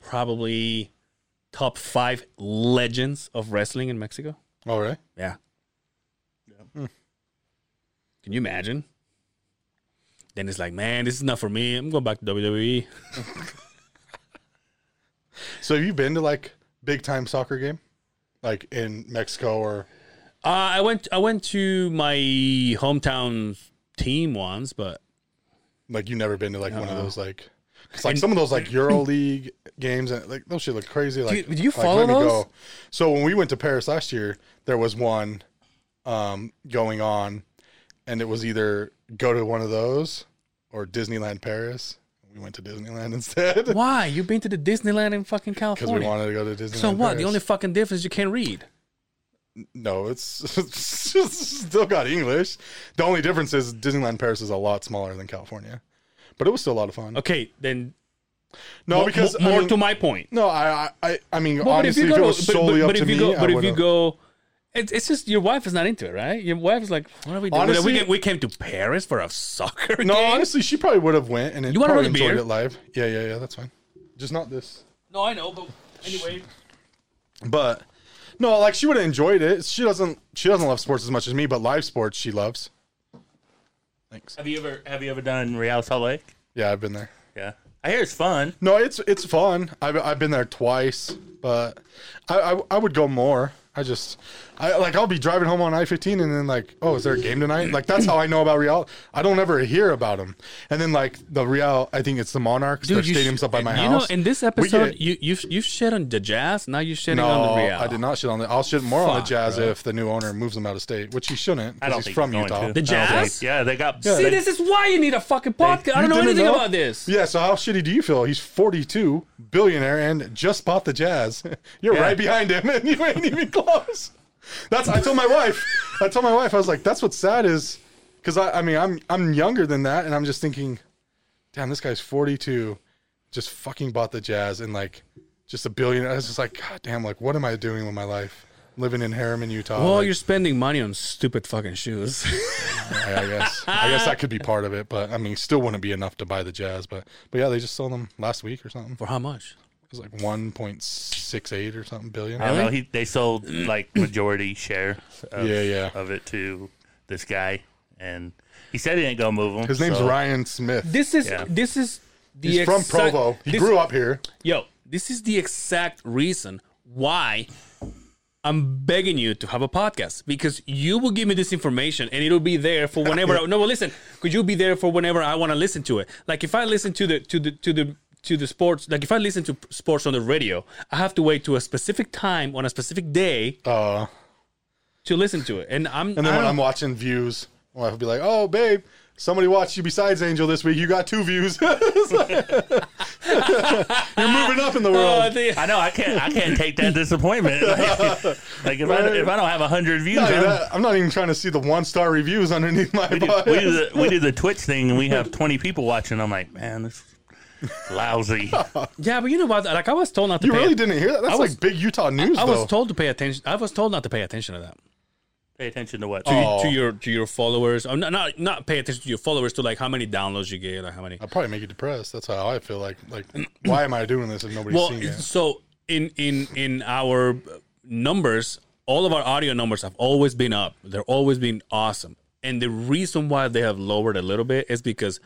Speaker 3: probably top five legends of wrestling in Mexico.
Speaker 4: All right.
Speaker 3: Yeah. Hmm. Can you imagine? Then it's like, man, this is not for me. I'm going back to E. WWE.
Speaker 4: So have you been to like big time soccer game, like in Mexico or?
Speaker 3: Uh, I went. I went to my hometown team once, but
Speaker 4: Like you never been to like one
Speaker 3: Uh-huh.
Speaker 4: of those like, 'cause, like some of those like Euro League games and like those shit look crazy. Like,
Speaker 3: do you
Speaker 4: like, let
Speaker 3: follow
Speaker 4: me
Speaker 3: those?
Speaker 4: So when we went to Paris last year, there was one um, going on, and it was either go to one of those or Disneyland Paris. We went to Disneyland (laughs) instead
Speaker 3: (laughs)
Speaker 4: because
Speaker 3: why? You've been to the Disneyland in fucking
Speaker 4: we
Speaker 3: California.
Speaker 4: wanted to go to Disneyland.
Speaker 3: so what?
Speaker 4: Paris.
Speaker 3: The only fucking difference is you can't read.
Speaker 4: no, it's, (laughs) it's just still got English. The only difference is Disneyland Paris is a lot smaller than California, but it was still a lot of fun.
Speaker 3: Okay, then
Speaker 4: No,
Speaker 3: mo-
Speaker 4: because
Speaker 3: mo- more
Speaker 4: I mean-
Speaker 3: to my point.
Speaker 4: No, I, I- I, I mean,
Speaker 3: Well,
Speaker 4: honestly, if, it was solely up to
Speaker 3: if you
Speaker 4: me,
Speaker 3: go,
Speaker 4: I
Speaker 3: but if you
Speaker 4: would've-
Speaker 3: go, it's it's just your wife is not into it, right? Your wife is like, what are we doing?
Speaker 4: Honestly-
Speaker 3: we, came, we came to Paris for a soccer
Speaker 4: no,
Speaker 3: game.
Speaker 4: honestly, she probably would have went and it
Speaker 3: You wanna
Speaker 4: probably
Speaker 3: run a
Speaker 4: enjoyed
Speaker 3: beer?
Speaker 4: it live. Yeah, yeah, yeah, that's fine. just not this.
Speaker 3: No, I know, but anyway.
Speaker 4: But no, like she would have enjoyed it. She doesn't. She doesn't love sports as much as me, but live sports she loves. Thanks.
Speaker 5: Have you ever have you ever done Real Salt Lake?
Speaker 4: Yeah, I've been there.
Speaker 5: Yeah, I hear it's fun.
Speaker 4: No, it's it's fun. I've I've been there twice, but I I, I would go more. I just I like I'll be driving home on I fifteen and then like oh is there a game tonight? Like that's how I know about Real. I don't ever hear about them. And then like the Real, I think it's the Monarchs. their
Speaker 3: you
Speaker 4: stadium's
Speaker 3: sh-
Speaker 4: up by my
Speaker 3: you
Speaker 4: house.
Speaker 3: know, in this
Speaker 4: We get-
Speaker 3: episode, you you you shit on the Jazz. Now you're shitting
Speaker 4: no,
Speaker 3: on the Real.
Speaker 4: I did not shit on the. I'll shit more on the
Speaker 3: Fuck,
Speaker 4: Jazz if the new owner moves them out of state, which he shouldn't.
Speaker 5: I
Speaker 4: 'cause
Speaker 5: don't
Speaker 4: he's
Speaker 5: think
Speaker 4: from
Speaker 5: he's
Speaker 4: Utah.
Speaker 5: going
Speaker 3: The
Speaker 5: to. I don't
Speaker 3: Jazz?
Speaker 5: think- Yeah, they got.
Speaker 4: Yeah,
Speaker 5: Yeah,
Speaker 3: See, this is why you need a fucking podcast. I don't
Speaker 4: You
Speaker 3: know
Speaker 4: didn't
Speaker 3: anything about this.
Speaker 4: Yeah, so how shitty do you feel? He's 42, billionaire, and just bought the Jazz. (laughs) You're
Speaker 5: Yeah.
Speaker 4: right behind him, (laughs) and you ain't even close. That's. I told my wife. I told my wife. I was like, "That's what's sad is, because I, I mean, I'm I'm younger than that, and I'm just thinking, damn, this guy's 42, just fucking bought the Jazz, and like, just a billionaire. I was just like, God damn, like, what am I doing with my life? Living in Harriman, Utah.
Speaker 3: Well,
Speaker 4: like,
Speaker 3: you're spending money on stupid fucking shoes. (laughs)
Speaker 4: I, I guess. I guess that could be part of it, but I mean, still wouldn't be enough to buy the Jazz. But but yeah, they just sold them last week or something.
Speaker 3: For how much?
Speaker 4: It was like one point six eight or something billion.
Speaker 5: I don't know. He, they sold like majority share. Of,
Speaker 4: Yeah, (clears throat) yeah.
Speaker 5: Of it to this guy, and he said he ain't gonna move him.
Speaker 4: His name's
Speaker 5: so-
Speaker 4: Ryan Smith.
Speaker 3: This is
Speaker 5: Yeah.
Speaker 3: this is the
Speaker 4: He's from
Speaker 3: exact-
Speaker 4: Provo. He
Speaker 3: this-
Speaker 4: grew up here.
Speaker 3: Yo, this is the exact reason why I'm begging you to have a podcast because you will give me this information and it'll be there for whenever.
Speaker 4: (laughs)
Speaker 3: I, no, well, listen, because you'll be there for whenever I want to listen to it. Like if I listen to the to the to the to the sports, like if I listen to sports on the radio, I have to wait to a specific time on a specific day
Speaker 4: Uh,
Speaker 3: to listen to it, and I'm
Speaker 4: and then
Speaker 3: I
Speaker 4: when
Speaker 3: don't-
Speaker 4: I'm watching views, my wife will be like, "Oh, babe, somebody watched you besides Angel this week. You got two views. (laughs) It's like- You're moving up in the
Speaker 3: Oh, I
Speaker 4: world."
Speaker 3: think-
Speaker 5: I know. I can't. I can't take that disappointment. (laughs) Like, like, if I if I don't have hundred views,
Speaker 4: Not even
Speaker 5: I'm,
Speaker 4: that- I'm not even trying to see the one star reviews underneath my
Speaker 5: we, do, we do
Speaker 4: body.
Speaker 5: the we do the Twitch thing, and we have twenty people watching. I'm like, man, this is
Speaker 4: (laughs)
Speaker 5: lousy.
Speaker 3: yeah, but you know what? Like I was told not to.
Speaker 4: (laughs) You
Speaker 3: pay
Speaker 4: really
Speaker 3: it-
Speaker 4: didn't hear that? That's
Speaker 3: I was-
Speaker 4: like big Utah news.
Speaker 3: I
Speaker 4: though.
Speaker 3: was told to pay attention. I was told not to pay attention to that.
Speaker 5: Pay attention to what?
Speaker 3: to,
Speaker 4: Oh.
Speaker 3: to your to your followers. I'm not, not not pay attention to your followers to like how many downloads you get or how many.
Speaker 4: I'll probably make you depressed. That's how I feel like. Like, (clears throat) why am I doing this if nobody's
Speaker 3: Well,
Speaker 4: seeing it?
Speaker 3: so in in in our numbers, all of our audio numbers have always been up. They're always been awesome. And the reason why they have lowered a little bit is because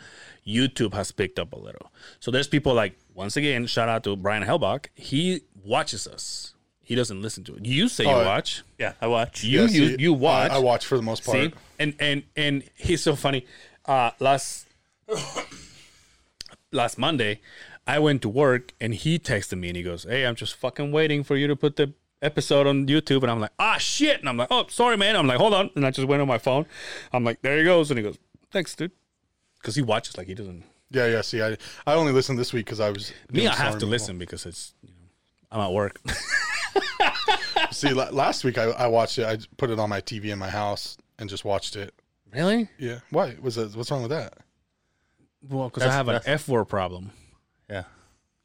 Speaker 3: YouTube has picked up a little. So there's people like once again, shout out to Brian Hellbach. He watches us. He doesn't listen to it. You say you
Speaker 4: Oh, yeah.
Speaker 3: watch.
Speaker 5: Yeah, I watch.
Speaker 3: You
Speaker 4: Yeah,
Speaker 3: you,
Speaker 4: see,
Speaker 3: you watch.
Speaker 4: I, I watch for the most part.
Speaker 3: See, and and and he's so funny. Uh, last (coughs) last Monday, I went to work and he texted me and he goes, "Hey, I'm just fucking waiting for you to put the episode on YouTube." And I'm like, "Ah, shit!" And I'm like, "Oh, sorry, man." I'm like, "Hold on," and I just went on my phone. I'm like, "There he goes," and he goes, "Thanks, dude," because he watches like he doesn't.
Speaker 4: Yeah, yeah. See, I I only listened this week because I was
Speaker 3: Me,
Speaker 4: doing
Speaker 3: I have
Speaker 4: summer
Speaker 3: to
Speaker 4: movie.
Speaker 3: listen because it's you know I'm at work. (laughs)
Speaker 4: See, la- last week I, I watched it. I j- put it on my TV in my house and just watched it.
Speaker 3: really?
Speaker 4: Yeah. Why? Was that, what's wrong with that?
Speaker 3: Well, because I have an F word problem.
Speaker 5: Yeah.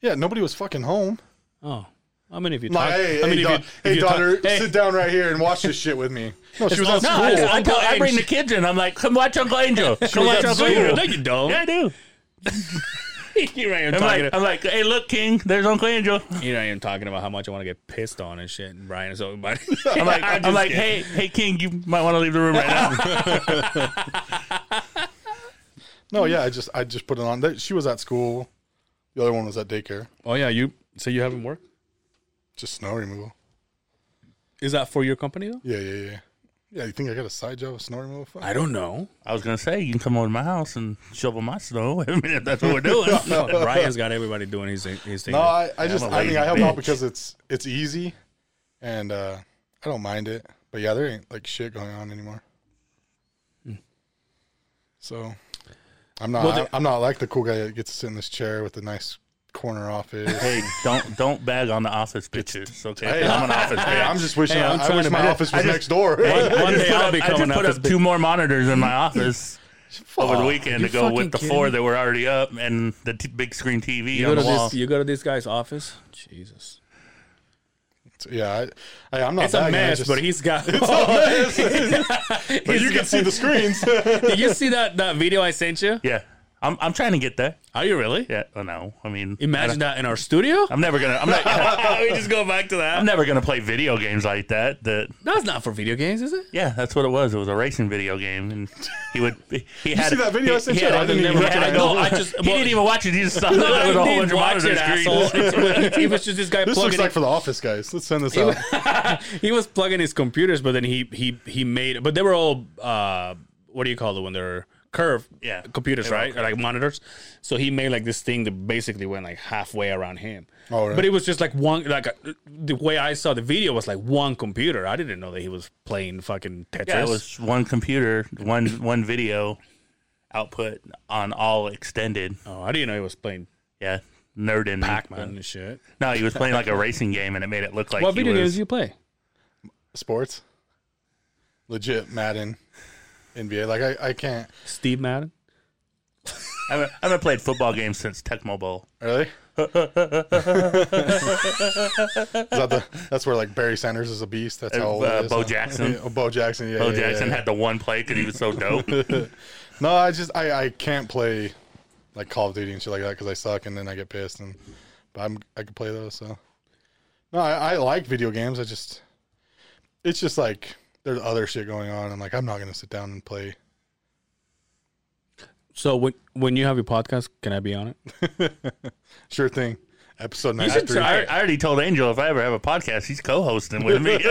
Speaker 4: Yeah, nobody was fucking home.
Speaker 3: Oh, I mean, if you
Speaker 4: Like,
Speaker 3: talk,
Speaker 4: hey,
Speaker 3: I mean,
Speaker 4: hey,
Speaker 3: if
Speaker 4: da-
Speaker 3: you, if
Speaker 4: hey
Speaker 3: you talk-
Speaker 4: daughter,
Speaker 3: hey.
Speaker 4: sit down right here and watch this shit with me. No, she was at
Speaker 3: no,
Speaker 4: school.
Speaker 5: I,
Speaker 3: Uncle
Speaker 5: tell- I bring
Speaker 3: Ang-
Speaker 5: the kids in. I'm like, come watch Uncle
Speaker 3: (laughs)
Speaker 5: Angel. Come watch Uncle Angel.
Speaker 3: No, you don't.
Speaker 5: Yeah, I do.
Speaker 3: Here I am
Speaker 5: I'm
Speaker 3: talking.
Speaker 5: like, I'm like, hey, look, King, there's
Speaker 3: (laughs)
Speaker 5: Uncle Angel.
Speaker 3: here I am talking about how much I want to get pissed on and shit. And Brian is (laughs) talking about.
Speaker 5: I'm like, I'm, like, hey, hey, King, you might want to leave the room right
Speaker 3: (laughs)
Speaker 5: now.
Speaker 4: No, yeah, I just I just put it on. They- She was at school. The other one was at daycare.
Speaker 3: oh yeah, you so you haven't worked?
Speaker 4: Just snow removal.
Speaker 3: Is that for your company though?
Speaker 4: Yeah, yeah, yeah. Yeah, you think I got a side job of snow removal? Fuck.
Speaker 3: I don't know.
Speaker 5: I was gonna say you can come over to my house and shovel my snow. (laughs) I mean, if that's what
Speaker 3: (laughs)
Speaker 5: we're doing.
Speaker 3: No, Brian's got everybody doing his his thing.
Speaker 4: No, I, I just
Speaker 5: I'm a
Speaker 4: I mean
Speaker 5: lazy
Speaker 4: I help out
Speaker 5: bitch.
Speaker 4: because it's it's easy, and uh, I don't mind it. But yeah, there ain't like shit going on anymore. So I'm not
Speaker 3: Hmm. Well, the-
Speaker 4: I'm not like the cool guy that gets to sit in this chair with the nice corner office.
Speaker 5: Hey, don't don't bag on the office bitches. Okay,
Speaker 4: Hey,
Speaker 5: I'm an office
Speaker 4: Hey,
Speaker 5: bitch.
Speaker 4: I'm just wishing
Speaker 3: Hey, I'm
Speaker 4: I, I
Speaker 3: trying
Speaker 4: wish
Speaker 3: to
Speaker 4: my
Speaker 3: make it-
Speaker 4: office
Speaker 3: I
Speaker 4: was
Speaker 3: just-
Speaker 4: next door. (laughs)
Speaker 3: Hey,
Speaker 5: (laughs) I
Speaker 3: One
Speaker 5: just
Speaker 3: day
Speaker 5: put
Speaker 3: I'll
Speaker 5: up,
Speaker 3: be
Speaker 5: I just
Speaker 3: coming
Speaker 5: put
Speaker 3: up
Speaker 5: up
Speaker 3: as
Speaker 5: two more monitors in my office
Speaker 3: (laughs)
Speaker 5: over the weekend
Speaker 3: you
Speaker 5: to go
Speaker 3: fucking
Speaker 5: with the
Speaker 3: kidding
Speaker 5: four
Speaker 3: me?
Speaker 5: that were already up and the t- big screen TV
Speaker 3: You go
Speaker 5: on
Speaker 3: to
Speaker 5: the wall.
Speaker 3: this. You go to this guy's office. Jesus,
Speaker 4: yeah, I, I, I'm not.
Speaker 3: it's a
Speaker 4: bagging, I
Speaker 3: mess,
Speaker 4: just-
Speaker 3: but he's got. (laughs)
Speaker 4: but you can see the screens.
Speaker 3: (laughs) Did you see that that video I sent you?
Speaker 5: Yeah. I'm I'm trying to get there.
Speaker 3: Are you really?
Speaker 5: Yeah. Oh no. I mean, I
Speaker 3: Imagine
Speaker 5: don't-
Speaker 3: that in our studio.
Speaker 5: I'm never gonna. I'm not.
Speaker 3: (laughs)
Speaker 4: (laughs)
Speaker 3: we just go back to that.
Speaker 5: I'm never gonna play video games like that. That
Speaker 3: That's not for video games, is it?
Speaker 5: yeah, that's what it was. It was a racing video game, and he would. He had
Speaker 4: see that video I
Speaker 5: He,
Speaker 4: sent
Speaker 5: he
Speaker 4: (laughs) you?
Speaker 5: had
Speaker 4: I
Speaker 5: a-
Speaker 4: didn't
Speaker 5: he
Speaker 4: even look
Speaker 5: had a-
Speaker 4: at it.
Speaker 5: no, I just. (laughs) he didn't even watch it. He
Speaker 4: (laughs)
Speaker 5: just saw no,
Speaker 3: I
Speaker 5: it with a whole
Speaker 3: didn't
Speaker 5: bunch of
Speaker 3: watch
Speaker 5: monitor
Speaker 3: it,
Speaker 5: screens.
Speaker 3: asshole. he was just this guy
Speaker 4: This looks
Speaker 3: plugging.
Speaker 4: like for the office guys. Let's send this out.
Speaker 3: his- he was plugging his computers, but then he he he made. But they were all uh, what do you call it when they're curved?
Speaker 5: Yeah.
Speaker 3: computers, right? Or like monitors. So he made like this thing that basically went like halfway around him.
Speaker 4: All right.
Speaker 3: But it was just like one like uh, the way I saw the video was like one computer. I didn't know that he was playing fucking Tetris.
Speaker 5: Yeah, it was one computer, one one video output on all extended.
Speaker 3: oh, I didn't know he was playing
Speaker 5: Yeah, nerd in me.
Speaker 3: Pac-Man and shit.
Speaker 5: No, he was playing like a racing game, and it made it look like
Speaker 3: what
Speaker 5: he
Speaker 3: video
Speaker 5: was,
Speaker 3: games do you play?
Speaker 4: Sports, legit Madden, NBA. Like I, I can't
Speaker 3: Steve Madden.
Speaker 5: I haven't, I haven't played football games since Tecmo Bowl.
Speaker 4: really. Is that the, that's where like Barry Sanders is a beast. That's how old
Speaker 5: Uh,
Speaker 4: it is,
Speaker 5: Bo
Speaker 4: huh?
Speaker 5: Jackson.
Speaker 4: Yeah, oh, Bo Jackson. Yeah,
Speaker 5: Bo
Speaker 4: yeah, yeah,
Speaker 5: Jackson
Speaker 4: yeah.
Speaker 5: had the one play because he was so dope.
Speaker 4: (laughs) No, I just I, I can't play like Call of Duty and shit like that because I suck and then I get pissed and but I'm I can play those so. No, I, I like video games. I just it's just like there's other shit going on. I'm like I'm not gonna sit down and play.
Speaker 3: So when when you have your podcast, can I be on it?
Speaker 4: Sure thing. Episode
Speaker 5: I,
Speaker 4: ninety three.
Speaker 5: I already told Angel if I ever have a podcast, he's co-hosting with me. (laughs)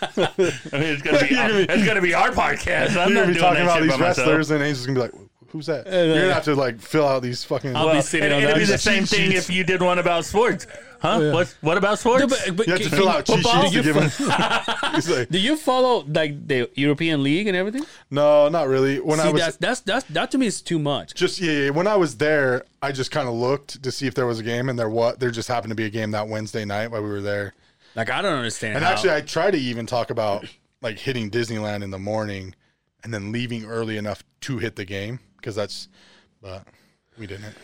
Speaker 5: I mean, I mean, it's gonna
Speaker 4: (laughs)
Speaker 5: be our, it's gonna be our podcast. I'm
Speaker 4: You're gonna
Speaker 5: not doing
Speaker 4: be talking
Speaker 5: that
Speaker 4: about
Speaker 5: shit
Speaker 4: these
Speaker 5: by myself.
Speaker 4: wrestlers and Angel's gonna be like, "Who's that?" You're gonna have to like fill out these fucking.
Speaker 3: I'll be
Speaker 5: Well,
Speaker 3: sitting
Speaker 5: and-
Speaker 3: on
Speaker 5: and it'd
Speaker 3: that
Speaker 5: be the
Speaker 3: cheat
Speaker 5: same thing
Speaker 3: sheets.
Speaker 5: if you did one about sports, huh? What what about sports?
Speaker 4: you have to fill out cheat sheets to give them.
Speaker 3: (laughs)
Speaker 4: (laughs) He's like,
Speaker 3: Do you follow like the European League and everything?
Speaker 4: no, not really. When I
Speaker 3: See,
Speaker 4: was
Speaker 3: that's, that's that's that to me is too much.
Speaker 4: just yeah, yeah, when I was there, I just kind of looked to see if there was a game, and there what there just happened to be a game that Wednesday night while we were there.
Speaker 3: Like I don't understand.
Speaker 4: And
Speaker 3: how-
Speaker 4: actually, I try to even talk about like hitting Disneyland in the morning, and then leaving early enough to hit the game because that's, but we didn't.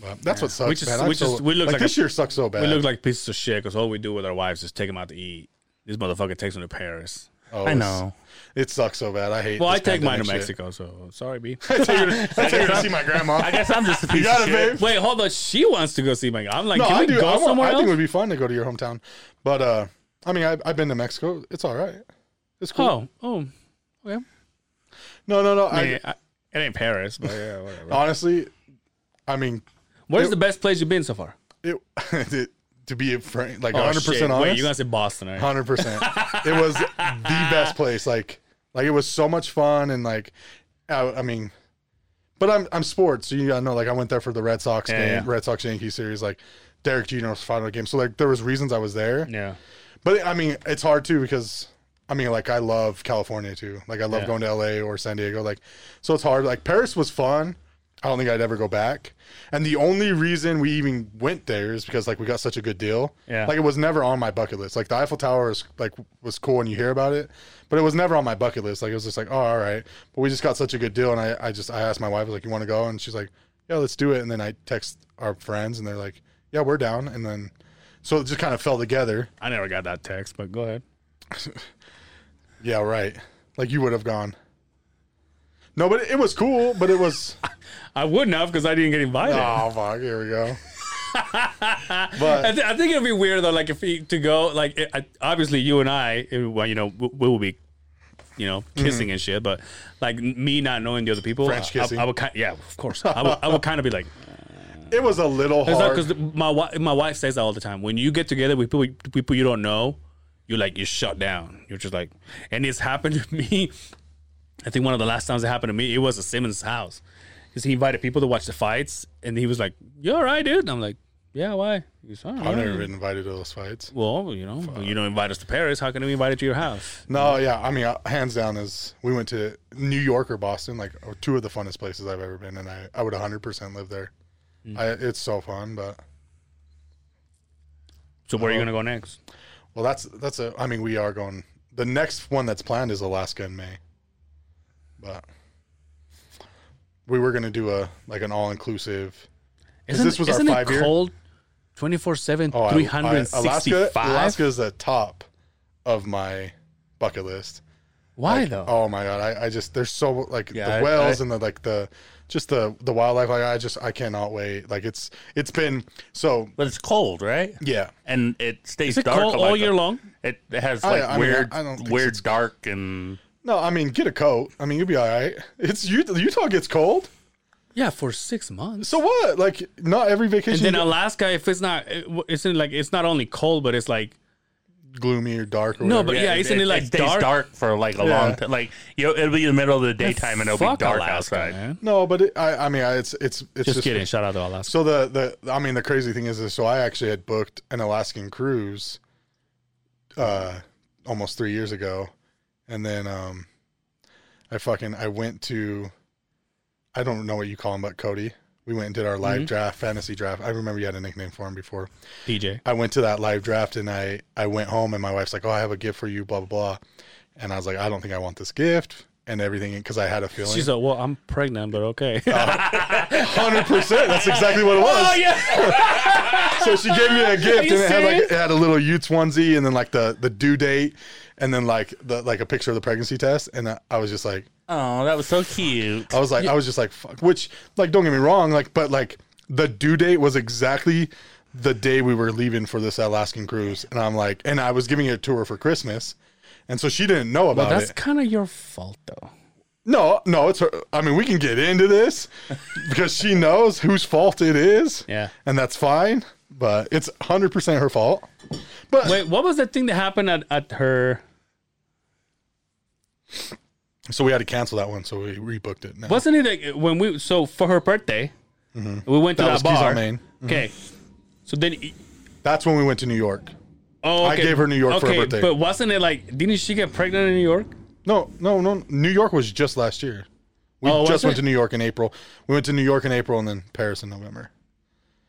Speaker 4: But that's what sucks,
Speaker 3: We just-
Speaker 4: man. I'm
Speaker 3: we just-
Speaker 4: so-
Speaker 3: we look like
Speaker 4: this
Speaker 3: a-
Speaker 4: year sucks so bad.
Speaker 3: we look like pieces of shit because all we do with our wives is take them out to eat. This motherfucker takes them to Paris.
Speaker 4: oh,
Speaker 5: I
Speaker 4: it's-
Speaker 5: know.
Speaker 4: it sucks so bad. I hate.
Speaker 3: Well, I
Speaker 4: this
Speaker 3: take mine to
Speaker 4: pandemic shit.
Speaker 3: Mexico, so sorry, B.
Speaker 4: (laughs) I take her to- I take her to see my grandma.
Speaker 5: I guess I'm just a piece
Speaker 4: got
Speaker 5: of
Speaker 4: it,
Speaker 5: shit.
Speaker 4: babe.
Speaker 3: (laughs) Wait, hold on. She wants to go see my. I'm like,
Speaker 4: (laughs) No,
Speaker 3: can
Speaker 4: I
Speaker 3: we
Speaker 4: do.
Speaker 3: go
Speaker 4: I, want,
Speaker 3: somewhere
Speaker 4: I think it
Speaker 3: else?
Speaker 4: would be fun to go to your hometown, but uh, I mean, I, I've been to Mexico. It's all right. It's cool.
Speaker 3: oh, oh, okay.
Speaker 4: No, no, no.
Speaker 3: I
Speaker 4: I,
Speaker 3: mean, I- it ain't Paris, but
Speaker 4: (laughs)
Speaker 3: yeah, whatever.
Speaker 4: honestly, I mean,
Speaker 3: Where's the best place you've been so far?
Speaker 4: it, (laughs) it to be frank, like
Speaker 3: Oh,
Speaker 4: one hundred
Speaker 3: shit.
Speaker 4: percent
Speaker 3: Wait,
Speaker 4: honest.
Speaker 3: you gonna say Boston?
Speaker 4: (laughs)
Speaker 3: Right?
Speaker 4: Hundred percent. It was the best place. Like, like it was so much fun, and like, I, I mean, but I'm I'm sports. So you gotta know. Like, I went there for the Red Sox
Speaker 3: Yeah,
Speaker 4: game,
Speaker 3: yeah.
Speaker 4: Red Sox Yankees series. Like, Derek Jeter's final game. So like, there was reasons I was there.
Speaker 3: Yeah.
Speaker 4: But I mean, it's hard too because I mean, like I love California too. Like I love
Speaker 3: Yeah.
Speaker 4: going to LA or San Diego. Like so, it's hard. Like Paris was fun. I don't think I'd ever go back. And the only reason we even went there is because like we got such a good deal.
Speaker 3: Yeah.
Speaker 4: Like it was never on my bucket list. Like the Eiffel Tower is like was cool and you hear about it, but it was never on my bucket list. Like it was just like, oh, all right. But we just got such a good deal, and I, I just I asked my wife I was like, you want to go? And she's like, yeah, let's do it. And then I text our friends, and they're like, yeah, we're down. And then so it just kind of fell together.
Speaker 3: I never got that text, but go ahead.
Speaker 4: Yeah, right. Like you would have gone. No, but it was cool, but it was
Speaker 3: I wouldn't have because I didn't get invited.
Speaker 4: Oh fuck, here we go.
Speaker 3: I,
Speaker 4: But
Speaker 3: th- I think it'd be weird though, like if you, to go, like it, I, obviously you and I, it, well, you know, we, we will be, you know, kissing and shit, but like me not knowing the other people,
Speaker 4: Mm-hmm. French
Speaker 3: I- I-
Speaker 4: kissing.
Speaker 3: I, would, kind, yeah, of course, I would, I would kind of be like,
Speaker 4: it was a little (laughs) hard.
Speaker 3: because my wi- my wife says that all the time. When you get together with people, people you don't know, you're like you're shut down. You're just like, and it's happened to me. I think one of the last times it happened to me, it was at Simmons' house, because he invited people to watch the fights, and he was like, "You all right, dude?" And I'm like, "Yeah, why?" He goes, "All
Speaker 4: I've
Speaker 3: right."
Speaker 4: never been invited to those fights.
Speaker 3: Well, you know, you don't invite us to Paris. How can we invite it to your house?
Speaker 4: No, yeah, I mean, uh, hands down is we went to New York or Boston, like are two of the funnest places I've ever been, and I, I would 100% live there. I, it's so fun, but
Speaker 3: So where are you gonna go next?
Speaker 4: well, that's that's a. I mean, we are going. The next one that's planned is Alaska in May, but we were gonna do a like an all inclusive.
Speaker 3: Isn't,
Speaker 4: this was our
Speaker 3: isn't it
Speaker 4: five-year?
Speaker 3: cold 24-7,
Speaker 4: Oh, I- I-
Speaker 3: 365?
Speaker 4: Alaska, Alaska is the top of my bucket list.
Speaker 2: Why
Speaker 4: Like,
Speaker 2: though?
Speaker 4: Oh my god, I, I just there's so like
Speaker 5: Yeah, I-
Speaker 4: the whales
Speaker 5: I-
Speaker 4: and the like the just the the wildlife. Like I just I cannot wait. Like it's it's been so
Speaker 5: But it's cold, right?
Speaker 4: yeah.
Speaker 5: And it stays
Speaker 3: Is it
Speaker 5: dark
Speaker 3: cold
Speaker 5: a lot
Speaker 3: all year
Speaker 5: of-
Speaker 3: long?
Speaker 5: It it has
Speaker 4: Oh, I-
Speaker 5: like
Speaker 4: I mean,
Speaker 5: weird,
Speaker 4: I- I don't think
Speaker 5: weird
Speaker 4: it's-
Speaker 5: dark and
Speaker 4: No, I mean get a coat. I mean you'll be all right. It's Utah, Utah gets cold.
Speaker 3: Yeah, for six months.
Speaker 4: So what? Like not every
Speaker 3: And
Speaker 4: vacation
Speaker 3: then Alaska, if it's not, it w- isn't like it's not only cold, but it's like
Speaker 4: gloomy or dark or
Speaker 3: No,
Speaker 4: whatever.
Speaker 3: but yeah, isn't it, like,
Speaker 5: stays
Speaker 3: dark?
Speaker 5: dark? for like a
Speaker 4: Yeah.
Speaker 5: long time. Like you know, it'll be the middle of the daytime and it'll be
Speaker 3: Fuck
Speaker 5: dark
Speaker 3: Alaska,
Speaker 5: outside.
Speaker 3: man.
Speaker 4: no, but it, I I mean I, it's it's it's
Speaker 3: Just,
Speaker 4: just
Speaker 3: kidding. Shout out to Alaska.
Speaker 4: So the the I mean the crazy thing is, is so I actually had booked an Alaskan cruise, uh, almost three years ago, and then um, I fucking I went to, I don't know what you call him, but Cody. We went and did our live
Speaker 3: Mm-hmm.
Speaker 4: draft, fantasy draft. I remember you had a nickname for him before.
Speaker 3: DJ.
Speaker 4: I went to that live draft and I I went home and my wife's like, "Oh, I have a gift for you," blah blah blah, and I was like, "I don't think I want this gift." And everything because I had a feeling,
Speaker 3: She's like, well, I'm pregnant, but okay.
Speaker 4: hundred percent. That's exactly what it was.
Speaker 3: Oh, yeah.
Speaker 4: (laughs) so she gave me a gift
Speaker 3: you
Speaker 4: and it had like
Speaker 3: serious?
Speaker 4: it had a little Utes onesie and then like the the due date and then like the like a picture of the pregnancy test and I, I was just like
Speaker 5: Oh, that was so cute.
Speaker 4: I was like I was just like fuck which like don't get me wrong like but like the due date was exactly the day we were leaving for this Alaskan cruise and I'm like and I was giving it to her for Christmas and so she didn't know
Speaker 3: (laughs)
Speaker 4: about
Speaker 3: That's
Speaker 4: it.
Speaker 3: kind of your fault, though.
Speaker 4: No, no, it's her. I mean, we can get
Speaker 3: (laughs)
Speaker 4: into this because she knows whose fault it is.
Speaker 3: Yeah.
Speaker 4: And that's fine, but it's 100% her fault. But
Speaker 3: Wait, what was the thing that happened at, at her?
Speaker 4: So we had to cancel that one, so we rebooked it. Now.
Speaker 3: Wasn't it like when we so for her birthday, we went to
Speaker 4: Mm-hmm. That
Speaker 3: that,
Speaker 4: was Keys
Speaker 3: bar.
Speaker 4: on Main. Mm-hmm.
Speaker 3: Okay, so then
Speaker 4: That's when we went to New York.
Speaker 3: oh,
Speaker 4: I
Speaker 3: okay.
Speaker 4: gave her New York for her birthday.
Speaker 3: But wasn't it like didn't she get pregnant in New York?
Speaker 4: No, no, no. New York was just last year. We
Speaker 3: Oh, was
Speaker 4: just went
Speaker 3: it?
Speaker 4: to New York in April. We went to New York in April and then Paris in November.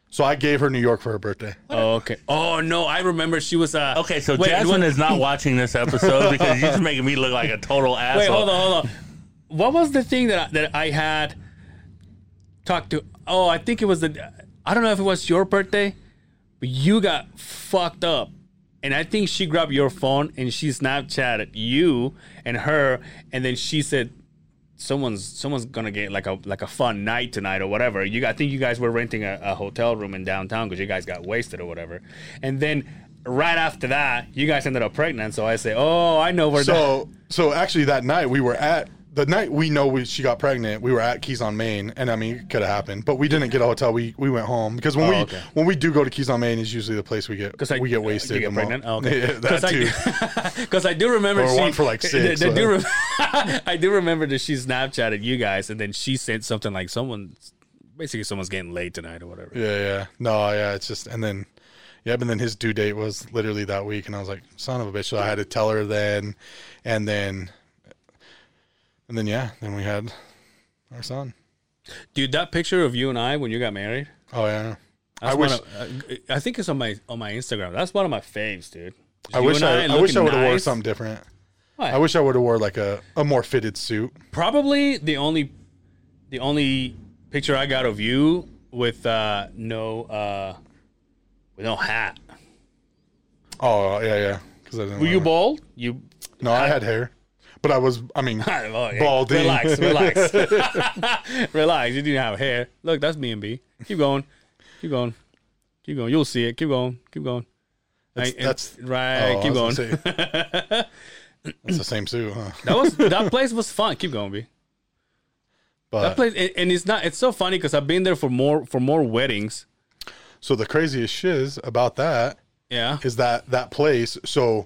Speaker 4: So I gave her New York for her birthday.
Speaker 3: Oh, okay. Oh no, I remember she was. Uh,
Speaker 5: Okay, so
Speaker 3: wait,
Speaker 5: Jasmine
Speaker 3: what-
Speaker 5: is not watching this episode because you're just making me look like a total asshole.
Speaker 3: Wait, hold on, hold on. What was the thing that I, that I had talked to? Oh, I think it was the. I don't know if it was your birthday, but you got fucked up, and I think she grabbed your phone and she Snapchatted you and her, and then she said, "Someone's someone's gonna get like a like a fun night tonight or whatever." You, got- I think you guys were renting a, a hotel room in downtown because you guys got wasted or whatever, and then. Right after that, you guys ended up pregnant, so I say, "Oh, I know where." that.
Speaker 4: (laughs) So, so actually, that night we were at the night we know we, she got pregnant. We were at Keys on Main, and I mean, it could have happened, but we didn't get a hotel. We we went home because when we
Speaker 3: Oh, okay.
Speaker 4: when we do go to Keys on Main is usually the place we get
Speaker 3: 'Cause I-
Speaker 4: we get wasted.
Speaker 3: You get
Speaker 4: the mo-
Speaker 3: pregnant. Oh,
Speaker 4: (laughs) Yeah,
Speaker 3: okay. (laughs)
Speaker 4: that too.
Speaker 3: Because I, do (laughs) remember.
Speaker 4: Or
Speaker 3: she,
Speaker 4: one
Speaker 3: (laughs)
Speaker 4: for, like, six,
Speaker 3: I, do
Speaker 4: whatever.
Speaker 3: rem- I do remember that she Snapchatted you guys, and then she sent something like someone, basically someone's getting laid tonight or whatever.
Speaker 4: Yeah, yeah. No, yeah, it's just and then yeah, but then his due date was literally that week and I was like, son of a bitch. So I had to tell her then and then and then yeah, then we had our son.
Speaker 3: Dude, that picture of you and I when you got married.
Speaker 4: Oh yeah. I
Speaker 3: that's
Speaker 4: wish
Speaker 3: one of- uh, I think it's on my on my Instagram. That's one of my faves, dude.
Speaker 4: I
Speaker 3: You
Speaker 4: wish
Speaker 3: and
Speaker 4: I, I wish I
Speaker 3: looking
Speaker 4: would have wore
Speaker 3: nice.
Speaker 4: something different.
Speaker 3: Why?
Speaker 4: I wish I would have wore like a, a more fitted suit.
Speaker 3: Probably the only, the only picture I got of you with uh, no uh, with no hat.
Speaker 4: Oh yeah, yeah. Because I didn't.
Speaker 3: Were
Speaker 4: wear
Speaker 3: you
Speaker 4: it.
Speaker 3: bald? You
Speaker 4: No, I had hair, but I was.
Speaker 3: (laughs)
Speaker 4: I mean,
Speaker 3: Oh, yeah.
Speaker 4: Balding.
Speaker 3: Relax, relax,
Speaker 4: (laughs)
Speaker 3: relax. (laughs) You didn't have hair. Look, that's me and B. Keep going, keep going, keep going. You'll see it. Keep going, keep going.
Speaker 4: That's-
Speaker 3: Right, and-
Speaker 4: that's-
Speaker 3: right.
Speaker 4: Oh, I
Speaker 3: keep going.
Speaker 4: was gonna say.
Speaker 3: (laughs)
Speaker 4: That's the same suit, huh?
Speaker 3: That was that place was fun. Keep going,
Speaker 4: (laughs)
Speaker 3: B. That
Speaker 4: But
Speaker 3: place, and, and it's not. It's so funny because I've been there for more for more weddings.
Speaker 4: so the craziest shiz about that
Speaker 3: Yeah.
Speaker 4: is that that place. So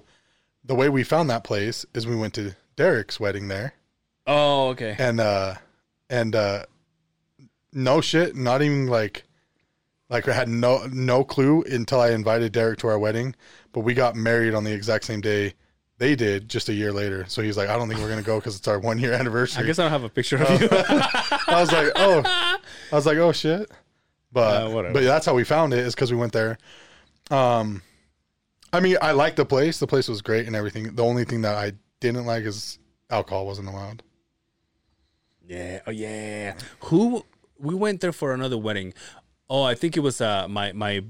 Speaker 4: the way we found that place is we went to Derek's wedding there,
Speaker 3: Oh, okay.
Speaker 4: and uh, and uh, no shit, not even like, like I had no no clue until I invited Derek to our wedding, but we got married on the exact same day they did, just a year later. So he's like, I don't think we're gonna go because it's our one year anniversary.
Speaker 3: I guess I don't have a picture
Speaker 4: Oh.
Speaker 3: of you.
Speaker 4: I was like,
Speaker 3: (laughs)
Speaker 4: oh, I was like, oh shit. But
Speaker 3: Uh, whatever.
Speaker 4: but that's how we found it is because we went there. Um, I mean, I liked the place. The place was great and everything. The only thing that I didn't like is alcohol wasn't allowed.
Speaker 3: Yeah. Oh yeah. Who we went there for another wedding. Oh, I think it was uh my my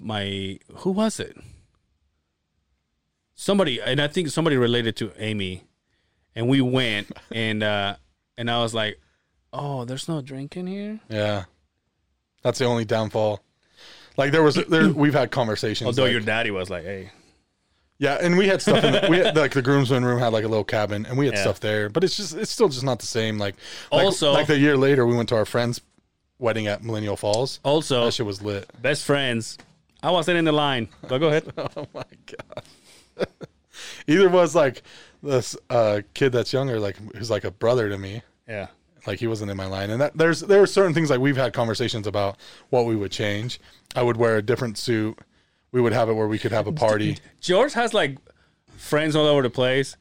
Speaker 3: my who was it? Somebody and I think somebody related to Amy. and we went (laughs) and uh and I was like, oh, there's no drink in here.
Speaker 4: Yeah, that's the only downfall. Like there was,
Speaker 3: (clears throat)
Speaker 4: there we've had conversations.
Speaker 3: Although
Speaker 4: like-
Speaker 3: your daddy was like, hey,
Speaker 4: yeah, and we had stuff. In the, we had, like the groomsmen room had like a little cabin, and we had
Speaker 3: Yeah.
Speaker 4: stuff there. But it's just, it's still just not the same. Like like-
Speaker 3: Also-
Speaker 4: like the year later, we went to our friend's wedding at Millennial Falls.
Speaker 3: also
Speaker 4: That shit was lit.
Speaker 3: best friends. I wasn't in the line, but go (laughs) ahead.
Speaker 4: Oh my god. Either was like this uh, kid that's younger, like who's like a brother to me.
Speaker 3: yeah.
Speaker 4: Like he wasn't in my line, and that there's there were certain things like we've had conversations about what we would change. I would wear a different suit. We would have it where we could have a party.
Speaker 3: George has like friends all over the place.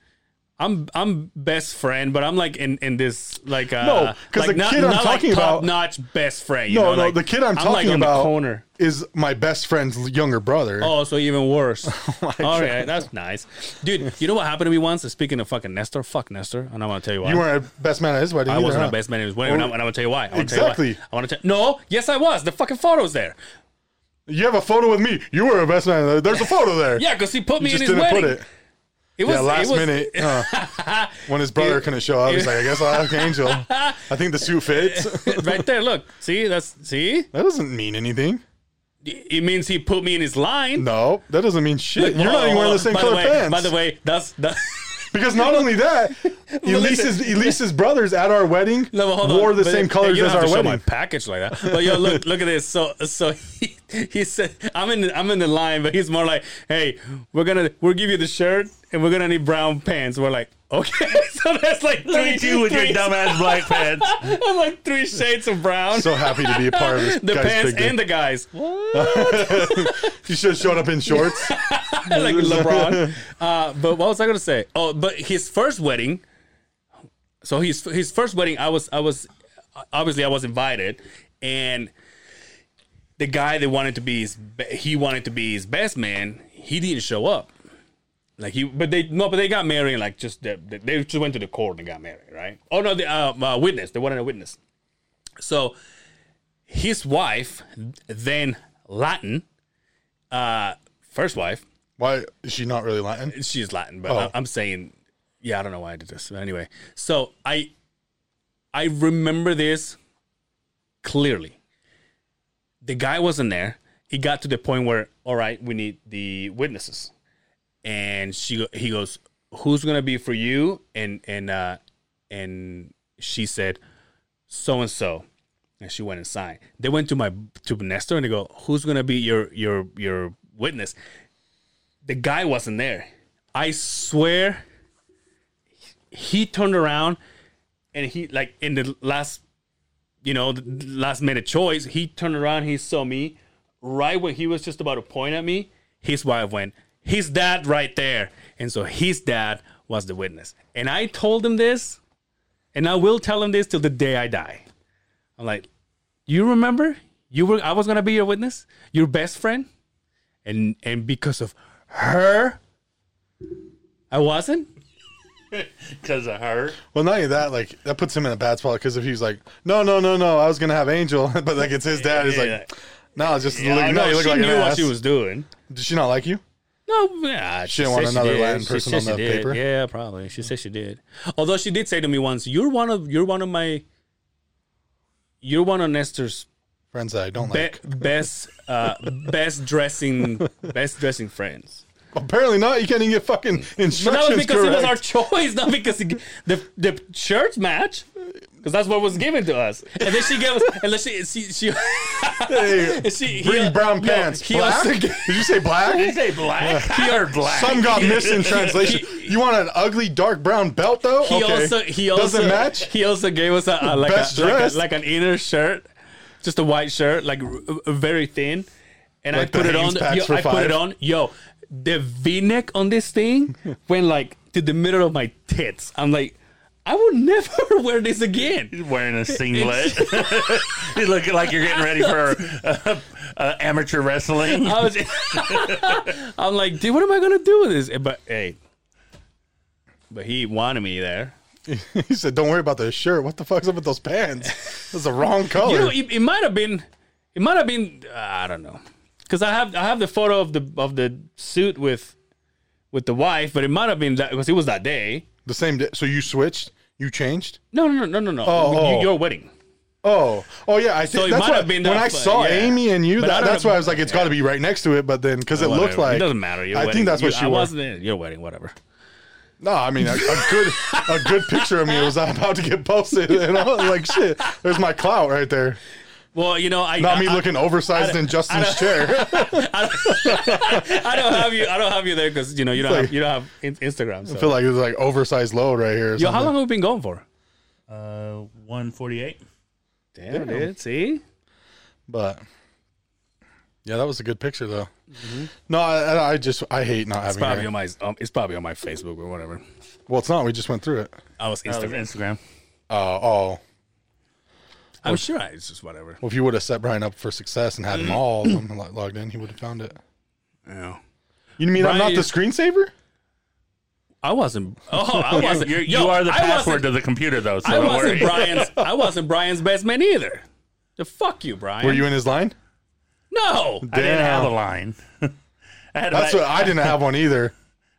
Speaker 3: I'm I'm best friend, but I'm like in, in this like uh,
Speaker 4: No, 'cause
Speaker 3: like
Speaker 4: the kid I'm talking about-
Speaker 3: notch best friend. You
Speaker 4: No,
Speaker 3: know,
Speaker 4: no,
Speaker 3: like,
Speaker 4: the kid I'm
Speaker 3: I'm like
Speaker 4: talking
Speaker 3: on the
Speaker 4: about
Speaker 3: corner.
Speaker 4: is my best friend's younger brother.
Speaker 3: Oh, so even
Speaker 4: (laughs)
Speaker 3: worse. All right,
Speaker 4: Oh God.
Speaker 3: that's nice, dude. You know what happened to me once? Speaking of fucking Nestor, fuck Nestor, and I'm gonna tell you why.
Speaker 4: You weren't a best man at his wedding.
Speaker 3: I
Speaker 4: either,
Speaker 3: wasn't
Speaker 4: huh? Oh,
Speaker 3: a best man in his wedding, and I'm, and I'm gonna tell you why. I wanna Tell you
Speaker 4: Exactly.
Speaker 3: why. I want to tell. No, yes, I was. The fucking photo's there.
Speaker 4: You have a photo with me. You were a best man. There's a photo there.
Speaker 3: Yeah, because he put
Speaker 4: you
Speaker 3: me in
Speaker 4: just
Speaker 3: his
Speaker 4: didn't
Speaker 3: wedding.
Speaker 4: put it.
Speaker 3: It was
Speaker 4: yeah, last
Speaker 3: it was, (laughs)
Speaker 4: minute uh, when his brother couldn't show up. He's like, I guess I'll ask Angel. I think the
Speaker 3: (laughs)
Speaker 4: suit fits.
Speaker 3: right there. Look, see that's see.
Speaker 4: that doesn't mean anything.
Speaker 3: It means he put me in his line.
Speaker 4: No, that doesn't mean shit. You're not even wearing the same
Speaker 3: by
Speaker 4: color
Speaker 3: the way,
Speaker 4: pants.
Speaker 3: By the way, that's that. (laughs)
Speaker 4: because not only that, Elise's, Elise's brothers at our wedding
Speaker 3: No, but hold on.
Speaker 4: wore the
Speaker 3: But
Speaker 4: same
Speaker 3: hey,
Speaker 4: colors
Speaker 3: you don't
Speaker 4: as
Speaker 3: have
Speaker 4: our
Speaker 3: to show my
Speaker 4: wedding.
Speaker 3: package like that. But yo, look, look at this. So, so (laughs) he, he said, "I'm in, I'm in the line," but he's more like, "Hey, we're gonna, we'll give you the shirt, and we're gonna need brown pants." We're like, "Okay." (laughs) so that's like
Speaker 5: Look
Speaker 3: three,
Speaker 5: at you with your
Speaker 3: three- (laughs)
Speaker 5: dumbass black pants.
Speaker 3: I'm like three shades of brown.
Speaker 4: So happy to be a part of this
Speaker 3: (laughs) the
Speaker 4: guy's
Speaker 3: pants
Speaker 4: big day.
Speaker 3: and the guys.
Speaker 4: You should have showed up in shorts.
Speaker 3: (laughs) like LeBron. Uh, but what was I gonna say? Oh, but his first wedding. So his his first wedding, I was I was obviously I was invited, and the guy that wanted to be his be- he wanted to be his best man, he didn't show up. Like he, but they no, but they got married. Like just the, the- they just went to the court and got married, right? Oh no, the uh, uh, witness. They wanted a witness. So his wife, then Latin, uh, first wife,
Speaker 4: Why is she not really Latin?
Speaker 3: she's Latin, but
Speaker 4: Oh.
Speaker 3: I, am saying, yeah, I don't know why I did this. But anyway, so I, I remember this clearly. The guy wasn't there. He got to the point where, all right, we need the witnesses, and she, go- he goes, who's gonna be for you? And and uh, and she said, so and so, and she went and signed. They went to my to Nestor and they go, who's gonna be your your your witness? the guy wasn't there. I swear he turned around and he like in the last you know the last minute choice, he turned around, he saw me right when he was just about to point at me, his wife went, "His dad right there." And so his dad was the witness. And I told him this and I will tell him this till the day I die. I'm like, "You remember? You were I was going to be your witness, your best friend?" and and because of her, I wasn't.
Speaker 5: Because of her.
Speaker 4: Well, not only that, like that puts him in a bad spot because if he's like, no, no, no, no, I was gonna have Angel, (laughs) but like it's his dad. He's
Speaker 3: Yeah.
Speaker 4: like, no, it's just
Speaker 3: I
Speaker 4: look, no,
Speaker 3: know
Speaker 4: you look
Speaker 3: she
Speaker 4: like an
Speaker 3: knew what
Speaker 4: ass.
Speaker 3: she was doing.
Speaker 4: Did she not like you?
Speaker 3: No, yeah,
Speaker 4: She didn't want
Speaker 3: said
Speaker 4: another
Speaker 3: did.
Speaker 4: Latin
Speaker 3: She
Speaker 4: person
Speaker 3: said
Speaker 4: on
Speaker 3: she
Speaker 4: the
Speaker 3: did.
Speaker 4: paper?
Speaker 3: Yeah, probably. She said she did. Although she did say to me once, "You're one of you're one of my you're one of Nestor's
Speaker 4: Friends that I don't
Speaker 3: be-
Speaker 4: like.
Speaker 3: best uh, best
Speaker 4: (laughs)
Speaker 3: dressing best dressing friends."
Speaker 4: Apparently not. You can't even get fucking instructions
Speaker 3: But that was because
Speaker 4: correct.
Speaker 3: it was our choice, (laughs) not because it, the the church match. Because that's what was given to us, and then she gave us, and then she she she. (laughs)
Speaker 4: Hey,
Speaker 3: And she- he-
Speaker 4: Bring brown
Speaker 3: yo,
Speaker 4: pants.
Speaker 3: he
Speaker 4: black?
Speaker 3: also-
Speaker 4: Did you say
Speaker 5: You
Speaker 4: black?
Speaker 5: say black? (laughs)
Speaker 3: He are black.
Speaker 4: Some got
Speaker 3: (laughs)
Speaker 4: missed in translation. You want an ugly dark brown belt though?
Speaker 3: He
Speaker 4: okay.
Speaker 3: also he also
Speaker 4: doesn't match.
Speaker 3: He also gave us a, a- like
Speaker 4: Best
Speaker 3: a, like,
Speaker 4: dressed.
Speaker 3: a, like an inner shirt, just a white shirt, like r- r- very thin. And
Speaker 4: Like
Speaker 3: I
Speaker 4: the
Speaker 3: put it
Speaker 4: Hanes
Speaker 3: on.
Speaker 4: packs
Speaker 3: Yo,
Speaker 4: for
Speaker 3: I put
Speaker 4: five.
Speaker 3: it on. Yo, the V-neck on this
Speaker 4: (laughs)
Speaker 3: thing went like to the middle of my tits. I'm like, I will never (laughs) wear this again.
Speaker 5: He's wearing
Speaker 3: (laughs)
Speaker 5: a singlet. (laughs) you look like you're getting ready for uh, uh, amateur wrestling.
Speaker 3: I was, I'm like, dude, what am I gonna do with this? But hey, but he wanted me there.
Speaker 4: (laughs) he said, "Don't worry about the shirt. What the fuck's up with those pants? That's the wrong color."
Speaker 3: (laughs) You know, it, it might have been, it might have been. Uh, I don't know, because I have I have the photo of the of the suit with, with the wife, but it might have been that because it was that day.
Speaker 4: The same day. So you switched? You changed?
Speaker 3: No, no, no, no, no, no.
Speaker 4: Oh,
Speaker 3: Y-
Speaker 4: oh.
Speaker 3: Your wedding.
Speaker 4: Oh, oh yeah. I think
Speaker 3: it
Speaker 4: that's
Speaker 3: might
Speaker 4: why,
Speaker 3: have been
Speaker 4: when
Speaker 3: up,
Speaker 4: I
Speaker 3: but
Speaker 4: saw
Speaker 3: yeah.
Speaker 4: Amy and you.
Speaker 3: But I
Speaker 4: That,
Speaker 3: don't
Speaker 4: that's
Speaker 3: know-
Speaker 4: why I was like, it's got to be right next to it. But then because it looked
Speaker 3: Whatever.
Speaker 4: like
Speaker 3: it doesn't matter. Your
Speaker 4: I
Speaker 3: wedding.
Speaker 4: think that's what
Speaker 3: You-
Speaker 4: she
Speaker 3: I
Speaker 4: wore.
Speaker 3: wasn't in your wedding. Whatever.
Speaker 4: No, I mean a, a good a good picture of me was about to get posted, and I was (laughs) like, shit. There's my clout right there.
Speaker 3: Well, you know, I
Speaker 4: Not me
Speaker 3: I-
Speaker 4: looking oversized in Justin's
Speaker 3: (laughs)
Speaker 4: chair.
Speaker 3: I don't have you. I don't have you there because you know you don't
Speaker 4: like-
Speaker 3: have you don't have in- Instagram. So.
Speaker 4: I feel like it's like oversized load right here. or
Speaker 3: Yo, how
Speaker 4: something.
Speaker 3: long have we been going for?
Speaker 5: Uh, one forty-eight.
Speaker 3: Damn, dude. See,
Speaker 4: But yeah, that was a good picture though. No, I- I, I just I hate not
Speaker 3: Mm-hmm. it's
Speaker 4: having.
Speaker 3: probably on
Speaker 4: her.
Speaker 3: my um, it's probably on my Facebook or whatever.
Speaker 4: Well, it's not. We just went through it.
Speaker 3: I was
Speaker 5: That
Speaker 3: Instagram.
Speaker 5: was Instagram.
Speaker 4: Uh, oh,
Speaker 3: I'm sure I, it's just whatever.
Speaker 4: well, if you would have set Brian up for success and had
Speaker 5: Mm.
Speaker 4: him all of them lo- logged in, he would have found it.
Speaker 3: Yeah.
Speaker 4: You mean I'm not
Speaker 3: Brian-
Speaker 4: the screensaver?
Speaker 3: I wasn't. Oh, I (laughs) wasn't.
Speaker 5: You're,
Speaker 3: Yo,
Speaker 5: you are the
Speaker 3: I
Speaker 5: password
Speaker 3: wasn't-
Speaker 5: to the computer, though. So
Speaker 3: I
Speaker 5: don't
Speaker 3: wasn't
Speaker 5: worry.
Speaker 3: Brian's. I wasn't Brian's best man either. The fuck you, Brian.
Speaker 4: Were you in his line?
Speaker 3: No.
Speaker 5: I didn't have a
Speaker 4: Damn.
Speaker 5: line. (laughs) I had
Speaker 4: That's
Speaker 5: my,
Speaker 4: what I didn't have one either.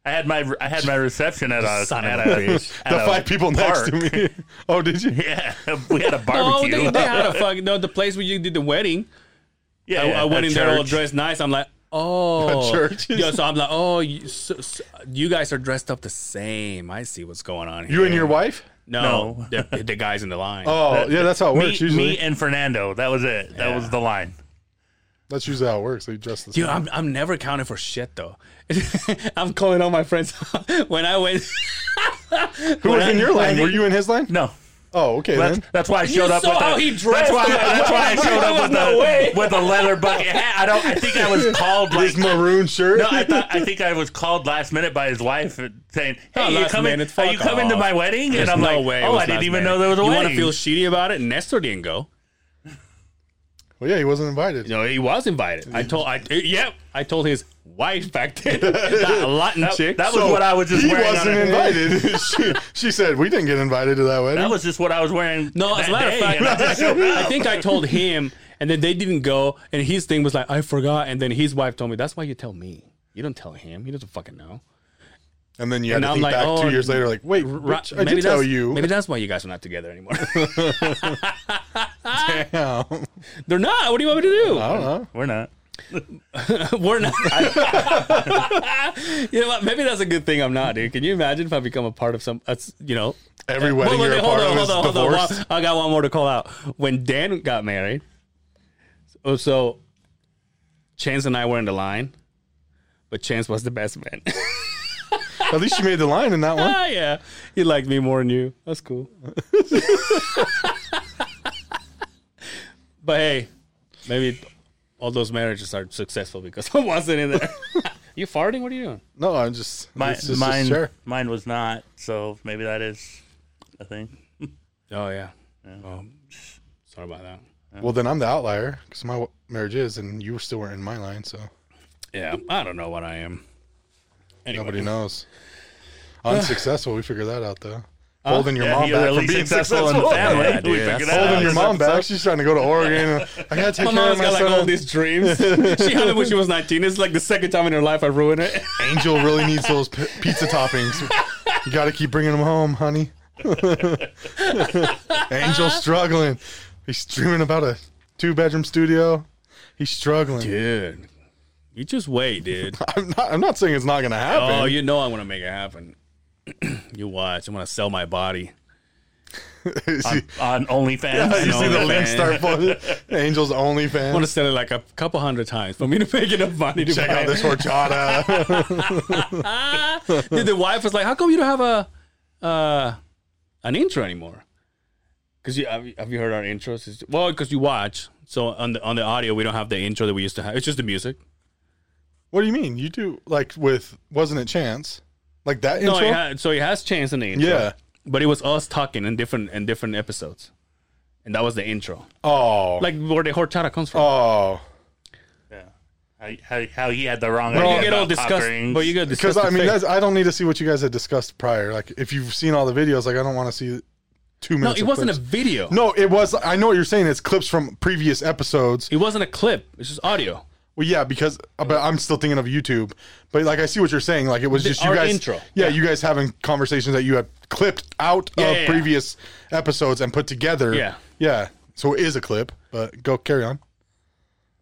Speaker 5: I had my I had my reception at a
Speaker 3: Son of
Speaker 5: at
Speaker 3: a
Speaker 5: a,
Speaker 3: bitch.
Speaker 5: at
Speaker 4: The
Speaker 5: a
Speaker 4: five people next to
Speaker 5: park.
Speaker 4: me. Oh, did you?
Speaker 5: (laughs) Yeah, we had a
Speaker 3: No,
Speaker 5: barbecue.
Speaker 3: Oh, they, they had a fuck. No, the place where you did the wedding.
Speaker 5: (laughs) yeah,
Speaker 3: I, I went
Speaker 5: a
Speaker 3: in there all
Speaker 5: church.
Speaker 3: dressed nice. I'm like, oh,
Speaker 4: At churches.
Speaker 3: Yo, so I'm like, oh, you, so, so- you guys are dressed up the same. I see what's going on here.
Speaker 4: You and your wife?
Speaker 3: no,
Speaker 5: No.
Speaker 3: The, the guys in the line.
Speaker 4: Oh,
Speaker 5: That-
Speaker 4: yeah, that's how it
Speaker 5: Me,
Speaker 4: works usually.
Speaker 5: me and Fernando. That was it. That
Speaker 3: Yeah.
Speaker 5: was the line.
Speaker 4: that's usually how it works. They dress the
Speaker 3: Dude,
Speaker 4: same.
Speaker 3: I'm I'm never counting for shit though. (laughs) I'm calling all my friends (laughs) when I went. (laughs)
Speaker 4: Who was in your line?
Speaker 5: I-
Speaker 4: Were you in his line?
Speaker 5: No,
Speaker 4: Oh, okay
Speaker 5: that's,
Speaker 4: then.
Speaker 5: that's why I showed
Speaker 3: You
Speaker 5: up.
Speaker 3: saw
Speaker 5: with
Speaker 3: how
Speaker 5: the,
Speaker 3: he dressed.
Speaker 5: That's why, that's why I showed
Speaker 3: There
Speaker 5: up
Speaker 3: was (laughs)
Speaker 5: with
Speaker 3: no
Speaker 5: the
Speaker 3: way.
Speaker 5: with the leather bucket hat. I don't. I think I was called like
Speaker 4: His maroon shirt.
Speaker 5: No, I thought I think I was called last minute by his wife saying,
Speaker 3: Not
Speaker 5: "Hey, you
Speaker 3: Oh, last
Speaker 5: coming?
Speaker 3: minute,
Speaker 5: are
Speaker 3: fuck
Speaker 5: you coming to
Speaker 3: off.
Speaker 5: my wedding?"
Speaker 3: There's
Speaker 5: and I'm
Speaker 3: no
Speaker 5: like,
Speaker 3: way it
Speaker 5: "Oh,
Speaker 3: was
Speaker 5: I didn't
Speaker 3: last
Speaker 5: even
Speaker 3: minute.
Speaker 5: know there was a
Speaker 3: you
Speaker 5: wedding."
Speaker 3: want to feel shitty about it? Nestor didn't go.
Speaker 4: well, yeah, he wasn't invited.
Speaker 3: No, he was invited. I told. I yep. I told his wife back then. (laughs) that Latin (laughs) chick.
Speaker 5: that was what I was just
Speaker 4: he
Speaker 5: wearing. on
Speaker 4: wasn't
Speaker 5: it.
Speaker 4: invited.
Speaker 5: (laughs)
Speaker 4: (laughs) she, she said we didn't get invited to that wedding.
Speaker 5: That was just what I was wearing.
Speaker 3: No, as
Speaker 5: that
Speaker 3: a matter
Speaker 5: day,
Speaker 3: of
Speaker 5: (laughs)
Speaker 3: fact,
Speaker 5: and I just
Speaker 3: (laughs)
Speaker 5: showed
Speaker 3: I
Speaker 5: up.
Speaker 3: think I told him, and then they didn't go, and his thing was like, I forgot, and then his wife told me, that's why you tell me. You don't tell him. He doesn't fucking know.
Speaker 4: and then you had
Speaker 3: and
Speaker 4: to
Speaker 3: I'm
Speaker 4: think
Speaker 3: like,
Speaker 4: back
Speaker 3: oh,
Speaker 4: two years later, like, wait, bitch, I
Speaker 3: maybe
Speaker 4: did tell
Speaker 3: that's-
Speaker 4: you.
Speaker 3: Maybe that's why you guys are not together anymore. (laughs)
Speaker 4: Yeah.
Speaker 3: They're not. What do you want me to
Speaker 4: I don't know.
Speaker 5: we're not.
Speaker 3: do? (laughs) We're not. you know what? Maybe that's a good thing I'm not, dude. Can you imagine if I become a part of some, uh, you know,
Speaker 4: Every
Speaker 3: Well,
Speaker 4: wedding
Speaker 3: wait,
Speaker 4: you're a
Speaker 3: hold
Speaker 4: part
Speaker 3: on,
Speaker 4: of is
Speaker 3: hold on, hold on.
Speaker 4: divorced.
Speaker 3: Well, I got one more to call out. When Dan got married, so, so Chance and I were in the line, but Chance was the best man.
Speaker 4: At least you made the line in that one.
Speaker 3: Ah, (laughs) yeah, he liked me more than you. That's cool. but hey, maybe all those marriages are successful because (laughs) I wasn't in there. you farting? What are you doing?
Speaker 4: No, I'm just
Speaker 5: Mine,
Speaker 4: it's just-
Speaker 5: mine,
Speaker 4: just share.
Speaker 5: mine was not. So maybe that is a thing.
Speaker 3: Oh yeah. Oh, sorry about that.
Speaker 4: Well, then I'm the outlier because my w- marriage is, and you still weren't in my line, so
Speaker 3: Yeah, I don't know what I am. Anyway.
Speaker 4: nobody
Speaker 3: (sighs)
Speaker 4: knows.
Speaker 3: Ah.
Speaker 4: Unsuccessful, we figured that out though. Holding your mom
Speaker 5: you're
Speaker 4: back
Speaker 5: at
Speaker 4: from
Speaker 5: least
Speaker 4: being
Speaker 5: successful,
Speaker 4: successful. (laughs)
Speaker 5: in the family.
Speaker 3: Yeah, dude,
Speaker 5: (laughs) we
Speaker 3: that's
Speaker 5: figured
Speaker 3: all
Speaker 5: that
Speaker 4: Holding
Speaker 5: out.
Speaker 4: your
Speaker 5: This
Speaker 4: mom back.
Speaker 5: episode.
Speaker 4: She's trying to go to (laughs) Oregon. I gotta take
Speaker 3: My
Speaker 4: care
Speaker 3: mom's
Speaker 4: of my
Speaker 3: got like all
Speaker 4: son.
Speaker 3: these
Speaker 4: (laughs)
Speaker 3: dreams. she had it when she was 19. It's like the second time in her life I ruined it.
Speaker 4: Angel really needs those p- pizza toppings. You gotta keep bringing them home, honey. (laughs) Angel's struggling. He's dreaming about a two-bedroom studio. He's struggling.
Speaker 3: Dude, you just wait, dude.
Speaker 4: I'm not. I'm not saying it's not gonna happen. (laughs)
Speaker 3: oh, you know I'm gonna make it happen. (clears throat) you watch. I'm gonna sell my body.
Speaker 4: See-
Speaker 5: on OnlyFans.
Speaker 4: you
Speaker 5: and
Speaker 4: see the
Speaker 5: OnlyFans.
Speaker 4: link start for Angel's
Speaker 3: I'm gonna
Speaker 4: OnlyFans.
Speaker 3: sell it like a couple hundred times for me to (laughs) make enough money to
Speaker 4: Check
Speaker 3: buy
Speaker 4: out
Speaker 3: (laughs)
Speaker 4: this horchata.
Speaker 3: it. Dude, the wife was like, "How come you don't have a uh, an intro anymore?" Because you have, you- have you heard our intros? It's- well, because you watch. So on the on the audio, we don't have the intro that we used to have. It's just the music.
Speaker 4: what do you mean? You do like with wasn't it chance? Like that intro?
Speaker 3: No, it had, so it has changed in the intro.
Speaker 4: Yeah.
Speaker 3: but it was us talking in different in different episodes, and that was the intro,
Speaker 4: Oh.
Speaker 3: like where the horchata comes from.
Speaker 4: oh.
Speaker 5: How, how, how he had the wrong
Speaker 3: but
Speaker 5: idea.
Speaker 3: you get all
Speaker 5: about pop
Speaker 3: disgust.
Speaker 5: rings.
Speaker 3: But you get
Speaker 4: Because
Speaker 3: disgust.
Speaker 4: I mean, that's, I don't need to see what you guys had discussed prior. Like if you've seen all the videos, like I don't want to see two
Speaker 3: no,
Speaker 4: minutes.
Speaker 3: it
Speaker 4: of
Speaker 3: wasn't a
Speaker 4: clips.
Speaker 3: video.
Speaker 4: No, it was. I know what you're saying. It's clips from previous episodes.
Speaker 3: it wasn't a clip. It's just audio.
Speaker 4: Well, yeah, because uh, but I'm still thinking of YouTube. But like I see what you're saying. Like it was
Speaker 3: The-
Speaker 4: just you
Speaker 3: our
Speaker 4: guys.
Speaker 3: intro.
Speaker 4: Yeah, you guys having conversations that you had clipped out
Speaker 3: Yeah,
Speaker 4: of
Speaker 3: yeah, yeah.
Speaker 4: previous episodes and put together.
Speaker 3: Yeah.
Speaker 4: yeah. So it is a clip. But go carry on.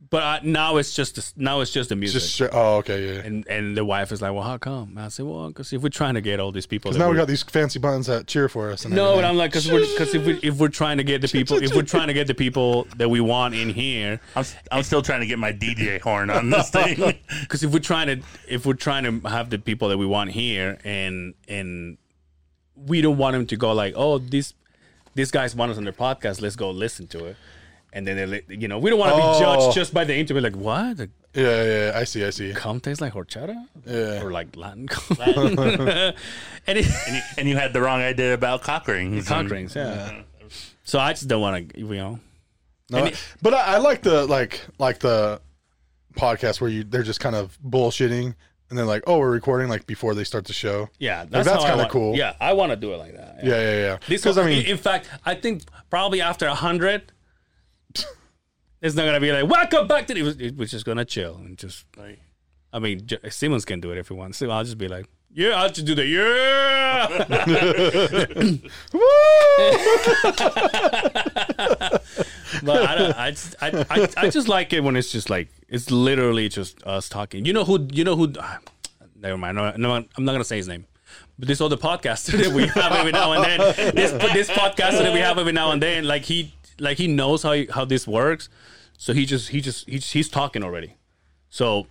Speaker 3: But uh, now it's just the, now it's just the music.
Speaker 4: Just stra- oh, okay, yeah.
Speaker 3: and and the wife is like, well, how come? And I said, well, because if we're trying to get all these people,
Speaker 4: Because
Speaker 3: that
Speaker 4: now we
Speaker 3: we're-
Speaker 4: got these fancy buttons that cheer for us. And
Speaker 3: No,
Speaker 4: everything.
Speaker 3: but I'm like, because we're because if we if we're trying to get the people if we're trying to get the people that we want in here,
Speaker 5: I'm, I'm still trying to get my DJ horn on
Speaker 4: (laughs)
Speaker 5: this thing.
Speaker 3: because if we're trying to if we're trying to have the people that we want here, and and we don't want them to go like, oh, these these guys want us on their podcast, let's go listen to it, and then they li- you know we don't want to be
Speaker 4: Oh.
Speaker 3: judged just by the interview, like what the
Speaker 4: yeah, yeah, I see, I see.
Speaker 3: cum tastes like horchata
Speaker 4: Yeah.
Speaker 3: or like Latin, (laughs) and
Speaker 4: (laughs)
Speaker 3: it,
Speaker 5: and, you, and you had the wrong idea about cock rings.
Speaker 3: cock
Speaker 5: and-
Speaker 3: rings, yeah. So I just don't want to, you know.
Speaker 4: No, Uh, but I, I like the like like the podcast where you they're just kind of bullshitting and they're like, oh, we're recording like before they start the show.
Speaker 3: Yeah,
Speaker 4: that's
Speaker 3: how I
Speaker 4: kinda
Speaker 3: want-
Speaker 4: cool.
Speaker 3: Yeah, I want to do it like that.
Speaker 4: yeah, yeah, yeah.
Speaker 3: This
Speaker 4: Because I mean,
Speaker 3: in fact, I think probably after a hundred, (laughs) it's not gonna be like welcome back to the. It was, it was just gonna chill and just. I mean, J- Simmons can do it if he wants. So I'll just be like, yeah, I'll just do the yeah. but I, don't, I, just, I, I, I just like it when it's just like it's literally just us talking. You know who? You know who? ah, Never mind. No, no, I'm not gonna say his name. But this other podcaster (laughs) that we have every now and then, this this podcaster that we have every now and then, like he like he knows how how this works, so he just he just he, he's talking already. So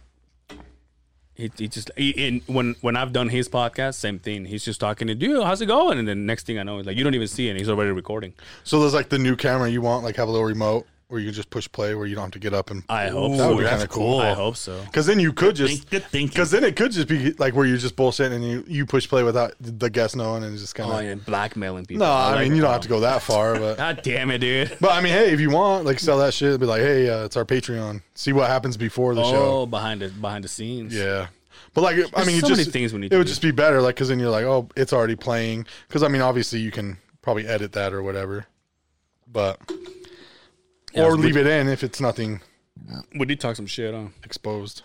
Speaker 3: he, he just he, in when when I've done his podcast, same thing. He's just talking to you. How's it going? And then next thing I know, it's like you don't even see it. And he's already recording.
Speaker 4: so there's like the new camera you want, like have a little remote where you can just push play where you don't have to get up and.
Speaker 3: I hope
Speaker 4: that
Speaker 3: so.
Speaker 4: would be kind
Speaker 5: that's
Speaker 4: of cool.
Speaker 5: cool.
Speaker 3: I hope so.
Speaker 4: Because then you could just.
Speaker 5: Think- Good thinking.
Speaker 4: Because then it could just be like where you're just bullshitting and you, you push play without the guest knowing and it's just kind
Speaker 3: Oh,
Speaker 4: of.
Speaker 3: and blackmailing people.
Speaker 4: No, I mean you don't have to go that far,
Speaker 3: (laughs)
Speaker 4: but
Speaker 3: God damn it, dude.
Speaker 4: but I mean hey, if you want, like sell that shit, be like hey, uh, it's our Patreon. See what happens before the show.
Speaker 3: Oh, behind the behind the scenes.
Speaker 4: Yeah. But like, I mean, you
Speaker 3: so
Speaker 4: just,
Speaker 3: many things we need
Speaker 4: It
Speaker 3: to
Speaker 4: would
Speaker 3: do.
Speaker 4: just be better, like, because then you're like, oh, it's already playing. Because I mean, obviously, you can probably edit that or whatever, but
Speaker 3: Yeah,
Speaker 4: or
Speaker 3: we-
Speaker 4: leave it in if it's nothing
Speaker 3: We did talk some shit on.
Speaker 4: exposed.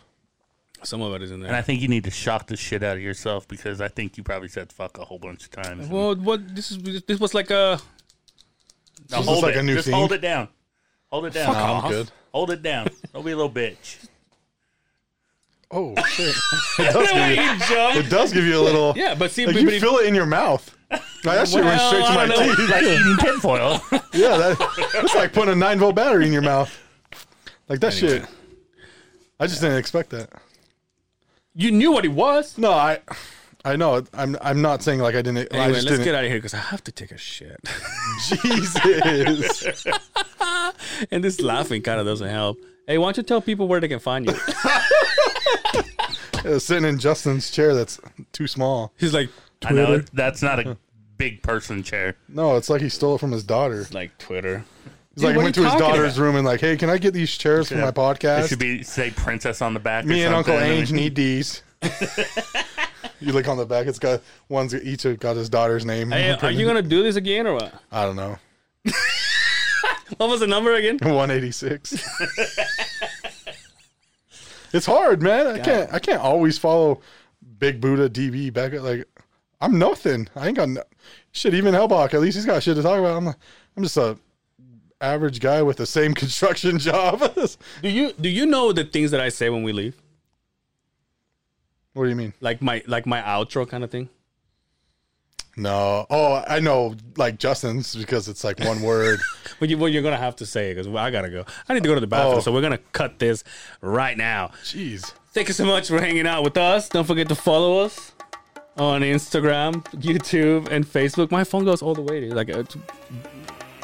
Speaker 3: Some of it is in
Speaker 5: And I
Speaker 3: there.
Speaker 5: think you need to shock the shit out of yourself because I think you probably said fuck a whole bunch of times.
Speaker 3: Well, what this is this was like a
Speaker 4: This
Speaker 5: Now
Speaker 4: is
Speaker 5: hold
Speaker 4: like
Speaker 5: it.
Speaker 4: a new
Speaker 5: Just
Speaker 4: theme.
Speaker 5: hold it down. Hold it down.
Speaker 4: Nah,
Speaker 3: Uh-huh.
Speaker 4: I'm good.
Speaker 5: Hold it down. Don't be a little bitch.
Speaker 4: (laughs)
Speaker 3: (laughs)
Speaker 4: Oh shit! It does, give you, it does give you a little.
Speaker 3: yeah, but see,
Speaker 4: like
Speaker 3: but-
Speaker 4: you
Speaker 3: but if-
Speaker 4: feel it in
Speaker 3: (laughs)
Speaker 4: your mouth. Like, that shit went
Speaker 3: Well,
Speaker 4: straight to
Speaker 3: I don't
Speaker 4: my
Speaker 3: know.
Speaker 4: teeth.
Speaker 5: like eating tinfoil.
Speaker 4: (laughs) Yeah, that, it's like putting a nine volt battery in your mouth. Like that shit. I just didn't expect that.
Speaker 3: you knew what it was.
Speaker 4: No, I, I know. I'm. I'm not saying like I didn't. I
Speaker 3: Anyway,
Speaker 4: just
Speaker 3: let's
Speaker 4: didn't. (laughs)
Speaker 3: get out of here because I have to take a shit. (laughs)
Speaker 4: Jesus.
Speaker 3: and (laughs) this laughing kind of doesn't help. Hey, why don't you tell people where they can find (laughs) you?
Speaker 4: Uh, sitting in Justin's chair that's too small.
Speaker 3: He's like,
Speaker 5: (laughs) I know it- that's not a big person chair.
Speaker 4: No, it's like he stole it from his daughter.
Speaker 3: like Twitter.
Speaker 4: He's like,
Speaker 3: what
Speaker 4: went
Speaker 3: are
Speaker 4: to
Speaker 3: you
Speaker 4: his
Speaker 3: talking
Speaker 4: daughter's room and like, hey, can I get these chairs for my
Speaker 5: It
Speaker 4: podcast?
Speaker 5: should be say princess on the back.
Speaker 4: Me
Speaker 5: or
Speaker 4: and Uncle
Speaker 5: something.
Speaker 4: Ange
Speaker 3: (laughs)
Speaker 4: need these. you look on the back; it's got one's each have got his daughter's name.
Speaker 3: Hey, are you gonna do this again or what?
Speaker 4: I don't know.
Speaker 3: What was the number again?
Speaker 4: One eighty six. it's hard, man. I can't. I can't always follow Big Buddha DB back at like. I'm nothing. I ain't got no, shit. Even Hellbach, at least he's got shit to talk about. I'm. I'm just a average guy with the same (laughs) construction job. (laughs) what
Speaker 3: Do you do you know the things that I say when we leave?
Speaker 4: do you mean?
Speaker 3: Like my like my outro kind of thing.
Speaker 4: No. Oh, I know. Like Justin's because it's like one word.
Speaker 3: But you, well, you're gonna have to say it because I gotta go. I need to go to the bathroom,
Speaker 4: Oh.
Speaker 3: so we're gonna cut this right now.
Speaker 4: Jeez.
Speaker 3: Thank you so much for hanging out with us. Don't forget to follow us on Instagram, YouTube, and Facebook. My phone goes all the way, dude. Like it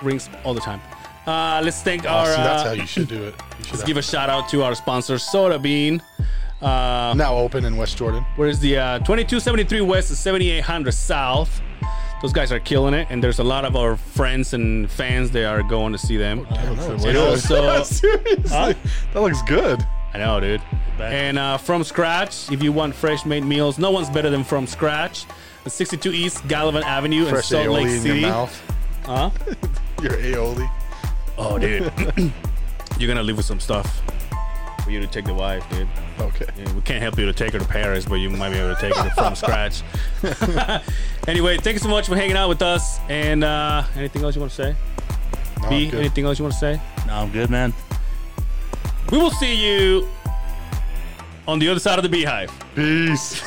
Speaker 3: rings all the time. Uh, let's thank our.
Speaker 4: Austin, Oh, that's
Speaker 3: Uh,
Speaker 4: how you should do it. You should
Speaker 3: let's give a shout out to our sponsor, Soda Bean. Uh,
Speaker 4: now open in West Jordan.
Speaker 3: where is the uh, 2273 West and 7800 South? Those guys are killing it, and there's a lot of our friends and fans that are going to see them.
Speaker 4: Oh, It
Speaker 3: also-
Speaker 4: Seriously, that looks good.
Speaker 3: I know, dude. And uh, from scratch, if you want fresh made meals, no one's better than from scratch. At 62 East Gallivan Avenue
Speaker 4: Fresh
Speaker 3: in Salt Lake
Speaker 4: aioli in your
Speaker 3: City.
Speaker 4: mouth.
Speaker 3: Huh?
Speaker 4: (laughs) Your aioli. (laughs)
Speaker 3: Oh, dude, you're gonna leave with some stuff. for you to take the wife, dude.
Speaker 4: Okay.
Speaker 3: Yeah, we can't help you to take her to Paris, but you might be able to take her from
Speaker 4: (laughs)
Speaker 3: scratch. (laughs) anyway, thank you so much for hanging out with us. And uh, anything else you want to say?
Speaker 4: No, I'm
Speaker 3: B,
Speaker 4: good.
Speaker 3: anything else you want to say?
Speaker 5: No, I'm good, man.
Speaker 3: We will see you on the other side of the beehive.
Speaker 4: Peace.